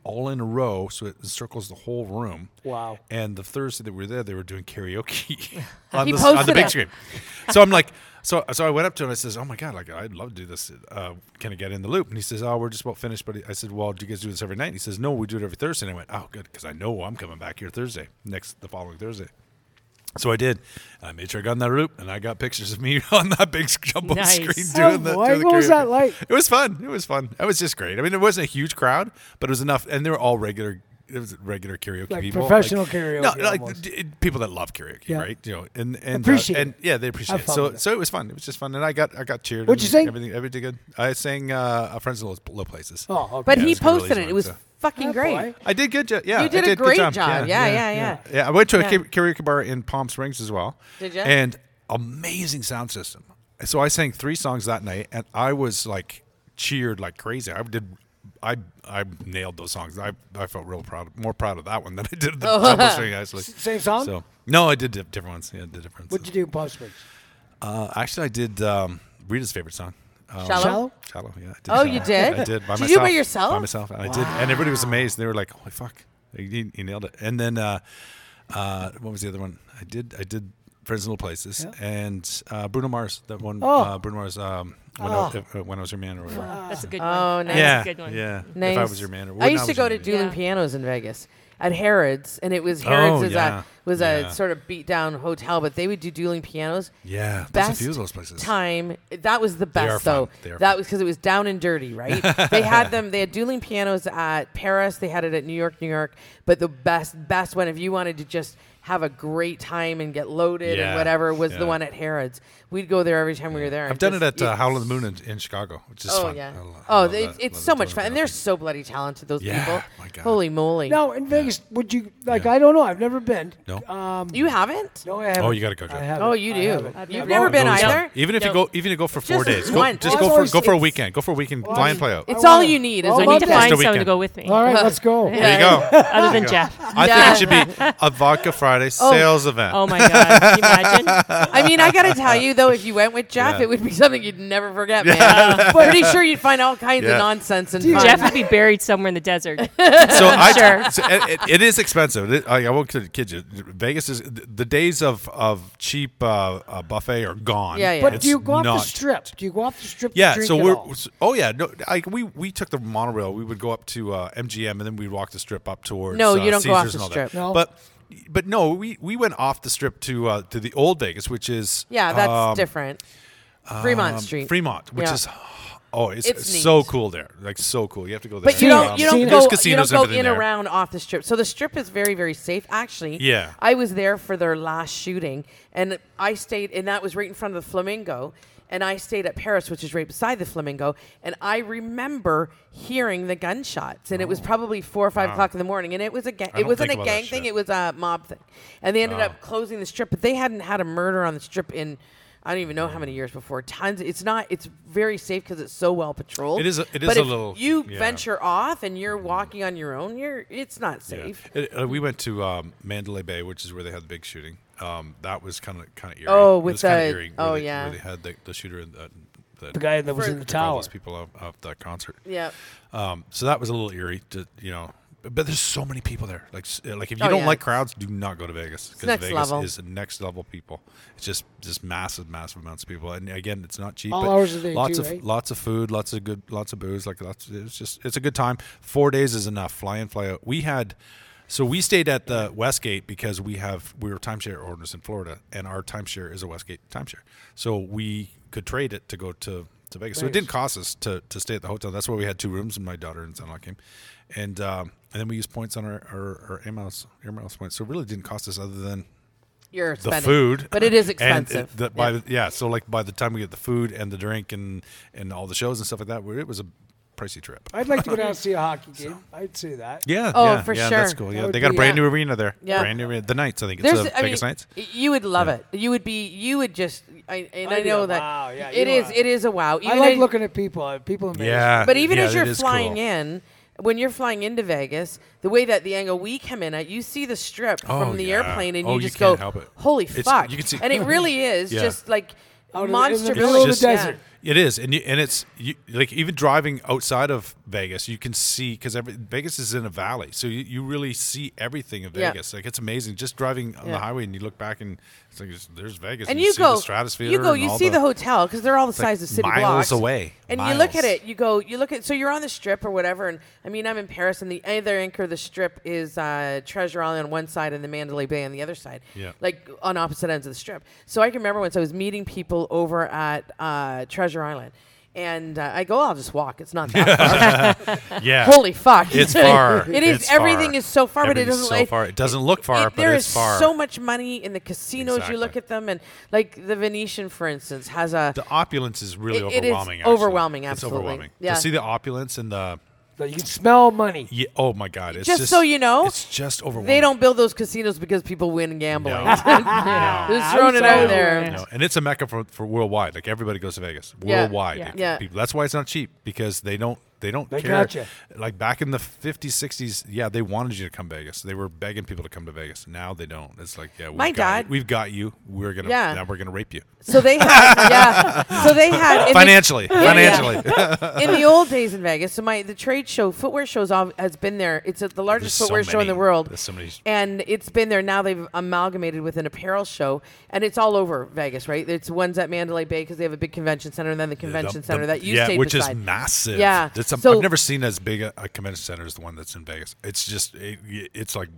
Speaker 2: all in a row, so it circles the whole room.
Speaker 3: Wow.
Speaker 2: And the Thursday that we were there, they were doing karaoke on,
Speaker 1: He
Speaker 2: the, on the
Speaker 1: posted
Speaker 2: big
Speaker 1: it.
Speaker 2: screen. So I'm like, so so I went up to him. I says, "Oh my god, like I'd love to do this. Uh, can I get in the loop?" And he says, "Oh, we're just about finished." But I said, "Well, do you guys do this every night?" And he says, "No, we do it every Thursday." And I went, "Oh, good, because I know I'm coming back here Thursday next the following Thursday." So I did. I made sure I got on that route, and I got pictures of me on that big jumbo
Speaker 4: Nice.
Speaker 2: screen
Speaker 3: Oh,
Speaker 2: doing the.
Speaker 3: boy.
Speaker 2: doing the
Speaker 3: What was that
Speaker 2: karaoke.
Speaker 3: like?
Speaker 2: It was fun. It was fun. It was just great. I mean, it wasn't a huge crowd, but it was enough, and they were all regular. It was regular karaoke
Speaker 3: Like
Speaker 2: people,
Speaker 3: professional
Speaker 2: No,
Speaker 3: karaoke
Speaker 2: like
Speaker 3: almost.
Speaker 2: d- it- people that love karaoke,
Speaker 3: Yeah.
Speaker 2: right? You know, and and uh,
Speaker 3: Appreciate
Speaker 2: and yeah, they appreciate
Speaker 3: Have
Speaker 2: it.
Speaker 3: fun
Speaker 2: So
Speaker 3: with it.
Speaker 2: so it was fun. It was just fun, and I got I got cheered.
Speaker 3: What'd you
Speaker 2: and
Speaker 3: sing?
Speaker 2: Everything everything good. I sang uh, "A Friends in Low, Low Places."
Speaker 3: Oh, okay.
Speaker 1: But
Speaker 2: Yeah,
Speaker 1: he
Speaker 2: it's a really
Speaker 1: posted it.
Speaker 2: easy
Speaker 1: It
Speaker 2: one,
Speaker 1: was
Speaker 2: so.
Speaker 1: fucking
Speaker 3: Oh,
Speaker 1: great.
Speaker 3: boy.
Speaker 2: I did good. Jo- yeah,
Speaker 1: You did
Speaker 2: I
Speaker 1: a
Speaker 2: did good
Speaker 1: great
Speaker 2: job.
Speaker 1: job. Yeah, yeah, yeah.
Speaker 2: Yeah, I went to a
Speaker 1: Yeah.
Speaker 2: ka- karaoke bar in Palm Springs as well.
Speaker 1: Did ya?
Speaker 2: And amazing sound system. So I sang three songs that night, and I was like cheered like crazy. I did. I I nailed those songs. I, I felt real proud, more proud of that one than I did of the
Speaker 1: Oh.
Speaker 2: double string actually.
Speaker 3: Same song?
Speaker 2: So no, I did di- different ones. Yeah, the different.
Speaker 3: What'd you do in Palm Springs?
Speaker 2: uh, actually, I did um, Rita's favorite song. Um,
Speaker 1: Shallow?
Speaker 3: Shallow?
Speaker 2: Shallow, yeah. I did
Speaker 1: Oh, you
Speaker 2: Shallow.
Speaker 1: did?
Speaker 2: I did by myself.
Speaker 1: Did you do it by yourself?
Speaker 2: By myself. And I did, and everybody was amazed. They were like, "Holy fuck, you, you nailed it!" And then, uh, uh, what was the other one? I did, I did Friends in Little Places and uh, Bruno Mars. That one,
Speaker 3: Oh.
Speaker 2: uh, Bruno Mars. Um, when, I,
Speaker 3: Oh.
Speaker 2: if- uh, when I was your man, or whatever.
Speaker 4: That's a good one.
Speaker 1: Oh, nice.
Speaker 2: Yeah,
Speaker 4: That's a good one.
Speaker 2: yeah.
Speaker 1: Nice.
Speaker 2: If I was your man, or
Speaker 1: I
Speaker 2: when
Speaker 1: used to
Speaker 2: was
Speaker 1: go
Speaker 2: your
Speaker 1: to
Speaker 2: man.
Speaker 1: Doolin
Speaker 4: Yeah.
Speaker 1: Pianos in Vegas at Harrods, and it was Harrods
Speaker 2: Oh,
Speaker 1: is
Speaker 2: yeah.
Speaker 1: a was
Speaker 2: Yeah.
Speaker 1: a sort of beat down hotel, but they would do Dueling Pianos.
Speaker 2: Yeah, there's a
Speaker 1: Best
Speaker 2: few of those places.
Speaker 1: time that was the
Speaker 2: are
Speaker 1: best
Speaker 2: fun.
Speaker 1: though.
Speaker 2: They are
Speaker 1: That
Speaker 2: fun.
Speaker 1: was because it was down and dirty, right? they had them. They had dueling pianos at Paris. They had it at New York, New York. But the best, best one if you wanted to just have a great time and get loaded
Speaker 2: Yeah,
Speaker 1: and whatever was
Speaker 2: yeah.
Speaker 1: the one at Harrods. We'd go there every time we were there.
Speaker 2: I've done it at uh, Howl of the Moon in, in Chicago, which is
Speaker 1: Oh
Speaker 2: fun.
Speaker 1: yeah.
Speaker 2: I lo- I
Speaker 1: oh,
Speaker 2: love
Speaker 1: they,
Speaker 2: that-
Speaker 1: it's
Speaker 2: love
Speaker 1: so
Speaker 2: the
Speaker 1: much
Speaker 2: Doolin
Speaker 1: fun, and
Speaker 2: Pianos.
Speaker 1: they're so bloody talented. Those
Speaker 2: Yeah,
Speaker 1: people.
Speaker 2: my God.
Speaker 1: Holy moly!
Speaker 3: Now in Vegas, would you like?
Speaker 2: Yeah.
Speaker 3: I don't know. I've never been.
Speaker 2: No.
Speaker 3: Um,
Speaker 1: you haven't.
Speaker 3: no, I haven't.
Speaker 2: you gotta go, Joe.
Speaker 3: I haven't.
Speaker 1: Oh, you
Speaker 3: I
Speaker 1: do.
Speaker 3: haven't.
Speaker 1: You've
Speaker 3: I've
Speaker 1: never
Speaker 3: always-
Speaker 1: been
Speaker 2: No,
Speaker 1: either.
Speaker 2: yeah. Even if you
Speaker 4: No.
Speaker 2: go, even if you go for four
Speaker 1: Just
Speaker 2: days, go,
Speaker 1: one.
Speaker 2: just
Speaker 1: Well,
Speaker 2: go
Speaker 1: it's
Speaker 2: for
Speaker 3: always-
Speaker 2: go for a
Speaker 3: it's-
Speaker 2: weekend. Go for a weekend
Speaker 3: Well,
Speaker 2: blind
Speaker 3: I
Speaker 2: play out.
Speaker 1: It's
Speaker 3: I
Speaker 1: all
Speaker 3: wanna- Oh,
Speaker 1: you need is
Speaker 3: I
Speaker 1: a
Speaker 4: I
Speaker 3: Well,
Speaker 4: need to
Speaker 1: weekend.
Speaker 2: that's
Speaker 4: find
Speaker 2: the
Speaker 4: someone to
Speaker 2: weekend.
Speaker 4: go with me.
Speaker 3: All right, let's go.
Speaker 2: there you go.
Speaker 4: Other than Jeff.
Speaker 2: I
Speaker 1: Yeah.
Speaker 2: think it should be a vodka Friday sales event.
Speaker 4: Oh my God! Can you imagine?
Speaker 1: I mean, I gotta tell you though, if you went with Jeff,
Speaker 2: Yeah.
Speaker 1: it would be something you'd never forget, man. Pretty sure you'd find all kinds
Speaker 2: Yeah.
Speaker 1: of nonsense and fun.
Speaker 4: Jeff would be buried somewhere in the desert.
Speaker 2: so I,
Speaker 4: Sure.
Speaker 2: so it, it- it is expensive. It- I, I won't kid kid you. Vegas is the the days of of cheap uh, uh, buffet are gone.
Speaker 1: Yeah, yeah.
Speaker 3: But
Speaker 2: It's
Speaker 3: do you go off the
Speaker 2: not-
Speaker 3: strip? Do you go off the strip? to
Speaker 2: Yeah,
Speaker 3: drink
Speaker 2: so
Speaker 3: at
Speaker 2: we're
Speaker 3: all?
Speaker 2: s- oh yeah no like we we took the monorail. We would go up to uh, MGM and then we'd walk the strip up towards
Speaker 1: No,
Speaker 2: uh,
Speaker 1: you don't
Speaker 2: Caesars
Speaker 1: go off the
Speaker 2: and all
Speaker 1: strip.
Speaker 2: That.
Speaker 3: No.
Speaker 2: But but no, we we went off the strip to uh, to the old Vegas, which is
Speaker 1: yeah, that's
Speaker 2: um,
Speaker 1: different. Fremont
Speaker 2: um,
Speaker 1: Street.
Speaker 2: Fremont, which
Speaker 1: Yeah.
Speaker 2: is oh, it's,
Speaker 1: It's neat.
Speaker 2: so cool there. Like so cool. You have to go there.
Speaker 1: But you don't
Speaker 2: Um,
Speaker 1: you don't
Speaker 3: Casinos.
Speaker 1: go you
Speaker 2: casinos
Speaker 1: don't go
Speaker 2: everything
Speaker 1: in
Speaker 2: there.
Speaker 1: around off the strip. So the strip is very very safe actually.
Speaker 2: Yeah.
Speaker 1: I was there for their last shooting and I stayed and that was right in front of the Flamingo and I stayed at Paris which is right beside the Flamingo and I remember hearing the gunshots and it was probably 4 or 5 o'clock in the morning and it was a gang
Speaker 2: Oh. I
Speaker 1: it
Speaker 2: don't
Speaker 1: wasn't a
Speaker 2: think about that
Speaker 1: gang thing
Speaker 2: shit. Oh.
Speaker 1: it was a mob thing. And they ended up closing the strip but they hadn't had a murder on the strip in I don't even know how many years before. Tons. It's not. It's very safe because it's so well patrolled.
Speaker 2: It is a- it is
Speaker 1: but
Speaker 2: a
Speaker 1: if
Speaker 2: little-
Speaker 1: You
Speaker 2: yeah.
Speaker 1: venture off and you're walking on your own. You're. It's not
Speaker 2: Yeah.
Speaker 1: safe.
Speaker 2: It- uh, we went to um, Mandalay Bay, which is where they had the big shooting. Um, that was kind of kind of eerie.
Speaker 1: Oh,
Speaker 2: It
Speaker 1: with
Speaker 2: was kinda
Speaker 1: the-
Speaker 2: eerie where
Speaker 1: oh,
Speaker 2: they,
Speaker 1: yeah.
Speaker 2: where they had the, the shooter and the, the,
Speaker 3: the guy that was
Speaker 1: For-
Speaker 3: in the
Speaker 2: took all
Speaker 3: tower.
Speaker 2: those people off, off that concert.
Speaker 1: Yeah.
Speaker 2: Um, so that was a little eerie, to, you know. But, but there's so many people there. Like s- uh, like if you
Speaker 1: Oh,
Speaker 2: don't
Speaker 1: yeah,
Speaker 2: like
Speaker 1: it's-
Speaker 2: crowds, do not go to Vegas because
Speaker 1: next
Speaker 2: Vegas
Speaker 1: level.
Speaker 2: is next level people. It's just just massive massive amounts of people, and again, it's not cheap.
Speaker 3: All
Speaker 2: but
Speaker 3: hours of the day
Speaker 2: lots
Speaker 3: too,
Speaker 2: of
Speaker 3: right?
Speaker 2: lots of food, lots of good, lots of booze. Like lots, it's just it's a good time. Four days is enough. Fly in, fly out. We had. So we stayed at the Westgate because we have we were timeshare owners in Florida, and our timeshare is a Westgate timeshare. So we could trade it to go to to Vegas. So it
Speaker 3: Nice.
Speaker 2: didn't cost us to, to stay at the hotel. That's why we had two rooms, and my daughter and son-in-law came, and um, and then we used points on our our, our air miles air miles points. So it really didn't cost us other than
Speaker 1: You're
Speaker 2: the
Speaker 1: spending.
Speaker 2: food,
Speaker 1: but it is
Speaker 2: and
Speaker 1: expensive.
Speaker 2: the, by yeah. yeah, so like by the time we get the food and the drink and and all the shows and stuff like that, it was a pricey trip.
Speaker 3: I'd like to go down and see a hockey game. I'd say that.
Speaker 2: Yeah.
Speaker 1: Oh,
Speaker 2: yeah,
Speaker 1: for
Speaker 2: yeah,
Speaker 1: sure.
Speaker 2: That's cool.
Speaker 1: That
Speaker 2: Yeah,
Speaker 3: would
Speaker 2: they got a
Speaker 3: be-
Speaker 2: brand
Speaker 1: Yeah.
Speaker 2: new arena there.
Speaker 1: Yeah.
Speaker 2: brand new arena. The Knights, I think it's
Speaker 1: There's,
Speaker 2: the
Speaker 1: I mean,
Speaker 2: Vegas Knights.
Speaker 1: y- you would love it. You would be, you would just, I, and
Speaker 3: I'd
Speaker 1: I
Speaker 3: be
Speaker 1: know
Speaker 3: a
Speaker 1: that
Speaker 3: wow, yeah,
Speaker 1: it
Speaker 3: you
Speaker 1: is,
Speaker 3: are.
Speaker 1: it is a wow.
Speaker 3: I
Speaker 1: Even
Speaker 3: like
Speaker 1: if-
Speaker 3: looking at people. uh, People in Vegas.
Speaker 2: Yeah.
Speaker 1: But even
Speaker 2: yeah,
Speaker 1: as
Speaker 2: it
Speaker 1: you're
Speaker 2: is
Speaker 1: flying
Speaker 2: cool.
Speaker 1: in, when you're flying into Vegas, the way that the angle we come in at, you see the strip
Speaker 2: Oh,
Speaker 1: from the
Speaker 2: yeah.
Speaker 1: airplane, and
Speaker 2: Oh,
Speaker 1: you
Speaker 2: you
Speaker 1: just go,
Speaker 2: can't help it.
Speaker 1: "Holy
Speaker 2: It's-
Speaker 1: fuck!"
Speaker 2: you can see-
Speaker 1: and it really is
Speaker 2: Yeah.
Speaker 1: just like
Speaker 3: Out in the- in
Speaker 1: monster
Speaker 3: the
Speaker 2: It's
Speaker 3: middle of the
Speaker 1: buildings.
Speaker 2: just-
Speaker 3: desert.
Speaker 2: It is, and you, and it's you, like even driving outside of Vegas. You can see because Vegas is in a valley, so you, you really see everything of
Speaker 1: Yeah.
Speaker 2: Vegas. Like it's amazing just driving on
Speaker 1: Yeah.
Speaker 2: the highway and you look back and it's like there's- there's Vegas
Speaker 1: and you,
Speaker 2: see
Speaker 1: go
Speaker 2: the stratosphere.
Speaker 1: You go,
Speaker 2: and
Speaker 1: you
Speaker 2: all
Speaker 1: see the, hotel because they're all the size of city
Speaker 2: miles
Speaker 1: blocks
Speaker 2: away.
Speaker 1: And you look at
Speaker 2: Miles.
Speaker 1: it, you go, you look at. So you're on the strip or whatever, and I mean, I'm in Paris, and the other anchor of the strip is uh, Treasure Island on one side and the Mandalay Bay on the other side.
Speaker 2: Yeah.
Speaker 1: Like on opposite ends of the strip. So I can remember once I was meeting people over at uh, Treasure Island. And uh, I go, I'll just walk. It's not that far.
Speaker 2: Yeah,
Speaker 1: Holy fuck!
Speaker 2: It's far.
Speaker 1: it is.
Speaker 2: It's
Speaker 1: everything
Speaker 2: far.
Speaker 1: is so far, but it
Speaker 2: Everything's
Speaker 1: doesn't.
Speaker 2: so
Speaker 1: like-
Speaker 2: far. It doesn't look far, but
Speaker 1: there
Speaker 2: it's
Speaker 1: is
Speaker 2: far.
Speaker 1: so much money in the casinos. You look
Speaker 2: Exactly.
Speaker 1: at them, and like the Venetian, for instance, has a.
Speaker 2: the opulence is really
Speaker 1: It- it is
Speaker 2: overwhelming. actually.
Speaker 1: overwhelming, absolutely.
Speaker 2: It's overwhelming.
Speaker 1: Yeah.
Speaker 2: To see the opulence and the
Speaker 3: So you can smell money.
Speaker 2: yeah, oh my god, it's
Speaker 1: Just
Speaker 2: just,
Speaker 1: so you know,
Speaker 2: it's just overwhelming.
Speaker 1: they don't build those casinos because people win gambling.
Speaker 2: No.
Speaker 1: Just throwing it
Speaker 3: sorry.
Speaker 1: out there.
Speaker 2: No, and it's a mecca for, for worldwide. Like everybody goes to Vegas
Speaker 1: Yeah.
Speaker 2: worldwide.
Speaker 4: Yeah.
Speaker 1: Yeah.
Speaker 2: People- that's why it's not cheap because they don't they don't
Speaker 3: They
Speaker 2: care.
Speaker 3: gotcha.
Speaker 2: Like back in the 50s, 60s, yeah, they wanted you to come to Vegas. They were begging people to come to Vegas. Now they don't. It's like yeah, we've
Speaker 1: My
Speaker 2: got
Speaker 1: dad-
Speaker 2: you. we've got you. We're gonna
Speaker 1: Yeah.
Speaker 2: now we're gonna rape you
Speaker 1: So they had, yeah. So they had in the-
Speaker 2: financially. financially,
Speaker 1: in the old days in Vegas. So my the trade show, footwear shows all, has been there. It's at the largest
Speaker 2: There's so
Speaker 1: footwear show in the
Speaker 2: many.
Speaker 1: world,
Speaker 2: There's so many sh-
Speaker 1: and it's been there. Now they've amalgamated with an apparel show, and it's all over Vegas, right? It's ones at Mandalay Bay because they have a big convention center, and then the convention
Speaker 2: The-
Speaker 1: center
Speaker 2: the-
Speaker 1: that you
Speaker 2: yeah,
Speaker 1: stayed
Speaker 2: which
Speaker 1: beside.
Speaker 2: is massive.
Speaker 1: Yeah.
Speaker 2: That's- I've-
Speaker 1: So-
Speaker 2: I've never seen as big a, a convention center as the one that's in Vegas. It's just it, it's like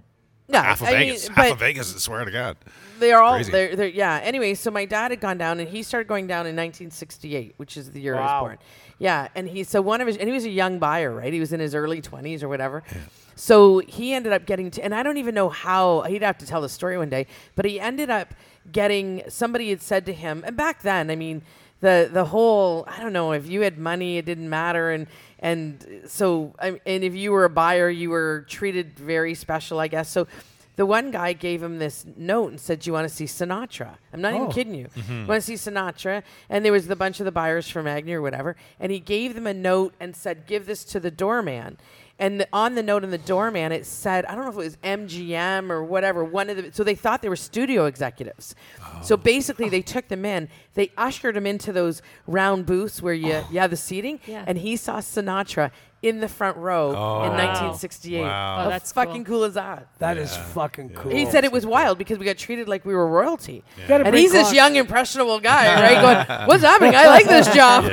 Speaker 1: Yeah,
Speaker 2: half of
Speaker 1: I mean,
Speaker 2: Vegas.
Speaker 1: but-
Speaker 2: half of Vegas. I swear to God.
Speaker 1: They are all
Speaker 2: Crazy.
Speaker 1: they're, they're yeah. Anyway, so my dad had gone down, and he started going down in 1968, which is the year I was
Speaker 3: Wow.
Speaker 1: born. Yeah, and he so one of his and he was a young buyer, right? He was in his early 20s or whatever. So he ended up getting to, and I don't even know how he'd have to tell the story one day, but he ended up getting somebody had said to him, and back then, I mean. The, the whole I don't know if you had money it didn't matter and and so I- and if you were a buyer you were treated very special I guess so the one guy gave him this note and said, "Do you want to see Sinatra?" I'm not
Speaker 2: Oh.
Speaker 1: even kidding you.
Speaker 2: Mm-hmm.
Speaker 1: You want to see Sinatra? And there was the bunch of the buyers from Agnew or whatever, and he gave them a note and said, "Give this to the doorman." And the, on the note in the doorman, it said, I don't know if it was MGM or whatever. One of the so they thought they were studio executives.
Speaker 2: Oh.
Speaker 1: So basically, they took them in, they ushered them into those round booths where
Speaker 2: Oh.
Speaker 1: you you have the seating,
Speaker 4: Yeah.
Speaker 1: and he saw Sinatra in the front row in
Speaker 2: Oh.
Speaker 1: 1968.
Speaker 2: Wow.
Speaker 4: Oh,
Speaker 1: How
Speaker 4: that's cool.
Speaker 1: fucking cool is that?
Speaker 3: That is fucking cool.
Speaker 1: He said it was wild because we got treated like we were royalty.
Speaker 3: Gotta
Speaker 1: And
Speaker 3: bring
Speaker 1: he's this
Speaker 3: Claude-
Speaker 1: young, impressionable guy, right? Going, what's happening? I like this job.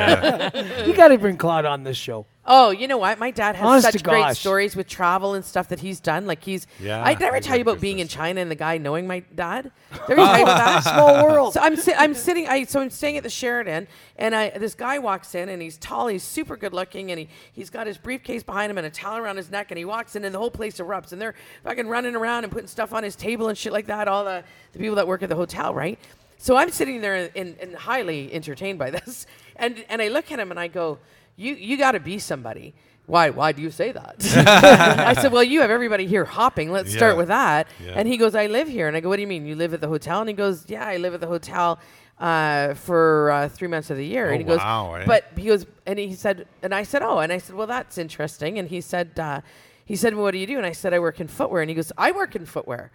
Speaker 3: You got to bring Claude on this show.
Speaker 1: Oh, you know what? My dad has
Speaker 3: Honest
Speaker 1: such
Speaker 3: to
Speaker 1: great
Speaker 3: gosh.
Speaker 1: stories with travel and stuff that he's done. Like he's,
Speaker 2: Yeah,
Speaker 1: I never
Speaker 2: he's
Speaker 1: tell you
Speaker 2: got
Speaker 1: about
Speaker 2: good
Speaker 1: being in
Speaker 2: stuff.
Speaker 1: China and the guy knowing my dad. Did I ever tell you about that? Small world. So I'm, si- I'm sitting, I, so I'm staying at the Sheridan, and I, this guy walks in, and he's tall, he's super good looking, and he, he's got his briefcase behind him and a towel around his neck, and he walks in, and the whole place erupts, and they're fucking running around and putting stuff on his table and shit like that. All the, the people that work at the hotel, right? So I'm sitting there and, and highly entertained by this, and and I look at him and I go, "You you got to be somebody." Why why do you say that? I said, "Well, you have everybody here hopping. Let's start
Speaker 2: Yeah.
Speaker 1: with that."
Speaker 2: Yeah.
Speaker 1: And he goes, "I live here." And I go, "What do you mean? You live at the hotel?" And he goes, "Yeah, I live at the hotel." Uh, for uh, three months of the year,
Speaker 2: Oh,
Speaker 1: and he goes,
Speaker 2: wow, eh?
Speaker 1: but he goes, and he said, and I said, oh, and I said, well, that's interesting, and he said, uh, he said, well, what do you do? And I said, I work in footwear, and he goes, I work in footwear,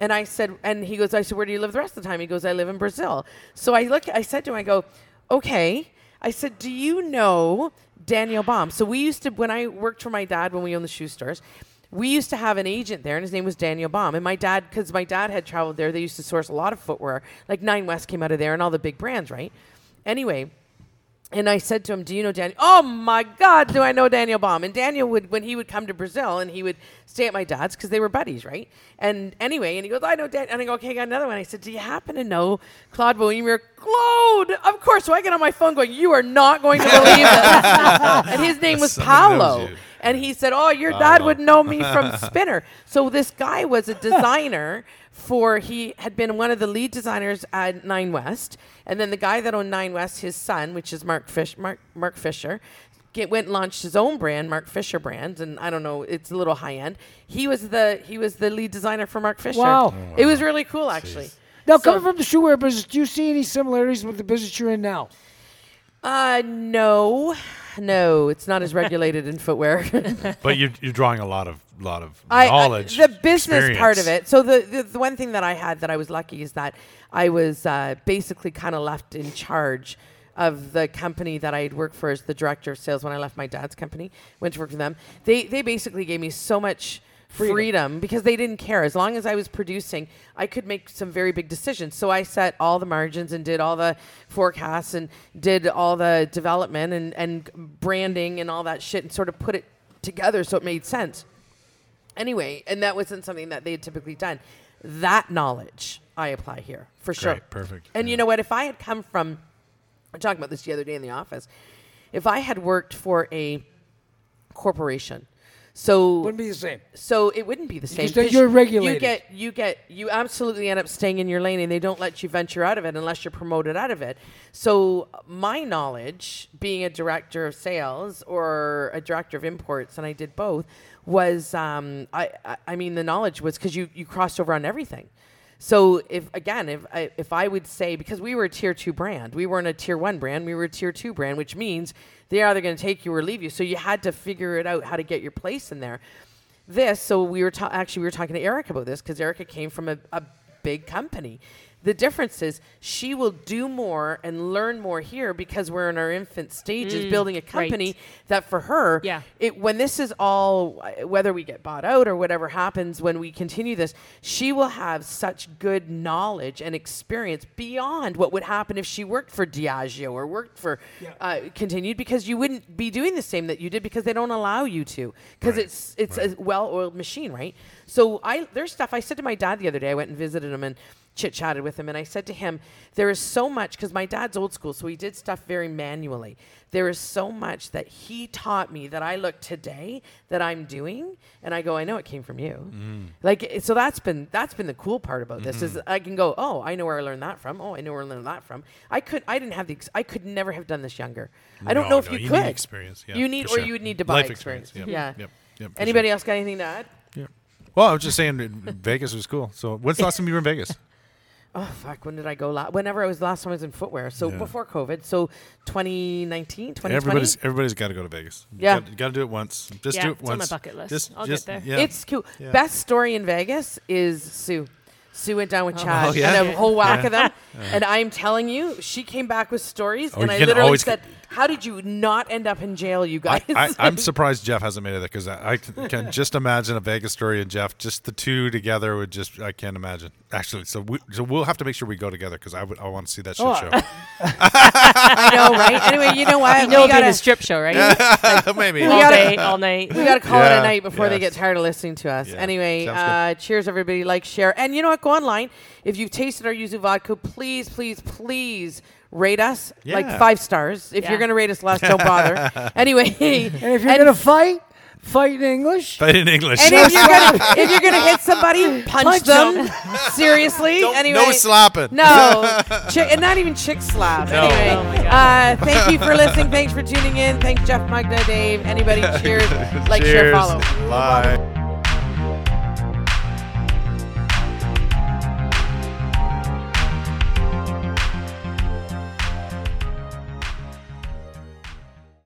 Speaker 1: and I said, and he goes, I said, where do you live the rest of the time? He goes, I live in Brazil. So I look, I said to him, I go, okay. I said, do you know Daniel Baum? So we used to, when I worked for my dad when we owned the shoe stores, we used to have an agent there, and his name was Daniel Baum. And my dad, because my dad had traveled there, they used to source a lot of footwear. Like Nine West came out of there, and all the big brands, right? Anyway, and I said to him, "Do you know Daniel?" Oh my God, do I know Daniel Baum? And Daniel would, when he would come to Brazil, and he would stay at my dad's because they were buddies, right? And anyway, and he goes, "I know Dan," and I go, "Okay, I got another one." I said, "Do you happen to know Claude Bohemier?" Claude, of course. So I get on my phone, going, "You are not going to believe this." and his name was
Speaker 2: Someone knows
Speaker 1: Paolo.
Speaker 2: you.
Speaker 1: And he said, "Oh, your dad
Speaker 2: Paolo.
Speaker 1: would know me from Spinner." So this guy was a designer for he had been one of the lead designers at Nine West, and then the guy that owned Nine West, his son, which is Mark Fish, Mark Mark Fisher, get, went and launched his own brand, Mark Fisher Brands, and I don't know, it's a little high end. He was the he was the lead designer for Mark Fisher.
Speaker 3: Wow. Oh,
Speaker 1: it was really cool actually.
Speaker 3: Now,
Speaker 1: So-
Speaker 3: coming from the shoewear business, do you see any similarities with the business you're in now?
Speaker 1: Uh, no, no, it's not as regulated in footwear.
Speaker 2: But you're, you're drawing a lot of lot of
Speaker 1: I- I-
Speaker 2: knowledge.
Speaker 1: the business part of
Speaker 2: experience.
Speaker 1: it. So the, the the one thing that I had that I was lucky is that I was uh, basically kind of left in charge of the company that I had worked for as the director of sales when I left my dad's company, went to work for them. They they basically gave me so much freedom. because they didn't care. As long as I was producing, I could make some very big decisions. So I set all the margins and did all the forecasts and did all the development and, and branding and all that shit and sort of put it together so it made sense anyway, and that wasn't something that they had typically done. That knowledge I apply here for sure.
Speaker 2: perfect,
Speaker 1: And you know what? If I had come from, I'm talking about this the other day in the office. If I had worked for a corporation, so
Speaker 3: Wouldn't be the same.
Speaker 1: so it wouldn't be the same.
Speaker 3: stay-
Speaker 1: 'cause
Speaker 3: you're
Speaker 1: you- You
Speaker 3: regulated.
Speaker 1: get, you get, you absolutely end up staying in your lane, and they don't let you venture out of it unless you're promoted out of it. So my knowledge, being a director of sales or a director of imports, and I did both, was um, I, I, I mean, the knowledge was because you you crossed over on everything. So if again, if I, if I would say because we were a tier two brand, we weren't a tier one brand, we were a tier two brand, which means they're either going to take you or leave you. So you had to figure it out how to get your place in there this. So we were ta- actually we were talking to Eric about this because Erica came from a, a big company. The difference is she will do more and learn more here because we're in our infant stages building a company
Speaker 4: right.
Speaker 1: that for her
Speaker 4: Yeah.
Speaker 1: it when this is all whether we get bought out or whatever happens when we continue this she will have such good knowledge and experience beyond what would happen if she worked for Diageo or worked for uh, continued because you wouldn't be doing the same that you did because they don't allow you to because
Speaker 2: Right.
Speaker 1: it's it's a well-oiled machine right so I there's stuff I said to my dad the other day I went and visited him and chit chatted with him and I said to him, There is so much, because my dad's old school, so he did stuff very manually. There is so much that he taught me that I look today that I'm doing and I go, I know it came from you.
Speaker 2: Mm.
Speaker 1: Like it- so that's been that's been the cool part about this is
Speaker 2: Mm-hmm.
Speaker 1: I can go, Oh, I know where I learned that from. Oh, I know where I learned that from. I could I didn't have the ex- I could never have done this younger. I don't
Speaker 2: No,
Speaker 1: know if
Speaker 2: no,
Speaker 1: you,
Speaker 2: you need
Speaker 1: could
Speaker 2: experience, yeah,
Speaker 1: you need
Speaker 2: for
Speaker 1: or
Speaker 2: sure.
Speaker 1: you would need to buy
Speaker 2: Life experience, yep,
Speaker 1: Yeah.
Speaker 2: yep, yep, for
Speaker 1: Anybody
Speaker 2: sure.
Speaker 1: else got anything to add?
Speaker 2: Yeah. Well, I was just saying that Vegas was cool. So when's the last time you were in Vegas?
Speaker 1: Oh fuck! When did I go? La- Whenever I was last time I was in footwear, so
Speaker 2: Yeah.
Speaker 1: before COVID, so 2019, 2020.
Speaker 2: Everybody's everybody's got to go to Vegas. You
Speaker 1: Yeah.
Speaker 2: gotta- you got to do it once. Just
Speaker 4: Yeah,
Speaker 2: do it
Speaker 4: it's on my
Speaker 2: once.
Speaker 4: bucket list.
Speaker 2: Just,
Speaker 4: I'll get
Speaker 2: just,
Speaker 4: there.
Speaker 2: Yeah.
Speaker 1: It's cool.
Speaker 2: Yeah.
Speaker 1: Best story in Vegas is Sue. Sue went down with Chad
Speaker 2: Oh, yeah?
Speaker 1: and a whole whack of them, and I'm telling you, she came back with stories,
Speaker 2: Oh,
Speaker 1: and
Speaker 2: you
Speaker 1: I
Speaker 2: can
Speaker 1: literally
Speaker 2: always
Speaker 1: said, "How did you not end up in jail, you guys?"
Speaker 2: I, I, I'm surprised Jeff hasn't made it because I, I can can just imagine a Vegas story and Jeff, just the two together would just I can't imagine actually. So we so we'll have to make sure we go together because I would I want to see that shit
Speaker 3: Oh.
Speaker 2: show.
Speaker 1: I know, right? Anyway, you know what?
Speaker 4: You know,
Speaker 1: we
Speaker 4: it'll be in
Speaker 1: gotta,
Speaker 4: a strip show, right?
Speaker 2: Maybe
Speaker 1: We
Speaker 4: all
Speaker 1: gotta-
Speaker 4: day, all night.
Speaker 1: we gotta call it
Speaker 2: Yeah,
Speaker 1: a night before they
Speaker 2: yes.
Speaker 1: get tired of listening to us.
Speaker 2: Yeah,
Speaker 1: Anyway,
Speaker 2: sounds
Speaker 1: uh, cheers, everybody. Like, share, and you know what? Go online. If you've tasted our yuzu vodka, please, please, please rate us like
Speaker 2: Yeah.
Speaker 1: five stars. If you're
Speaker 4: Yeah.
Speaker 1: gonna rate us less, don't bother. anyway,
Speaker 3: And if you're going to fight, fight in English.
Speaker 2: but in English.
Speaker 1: And if you're gonna if you're gonna hit somebody, punch,
Speaker 3: Punch
Speaker 1: them. Seriously.
Speaker 2: Don't-
Speaker 1: anyway.
Speaker 2: no slapping.
Speaker 1: No, chick, and not even chick slap.
Speaker 2: No.
Speaker 1: Anyway,
Speaker 4: Oh my
Speaker 1: uh, thank you for listening. Thanks for tuning in. Thanks Jeff, Magda, Dave, anybody. Cheers. Like, share,
Speaker 2: Cheers.
Speaker 1: follow.
Speaker 2: Bye.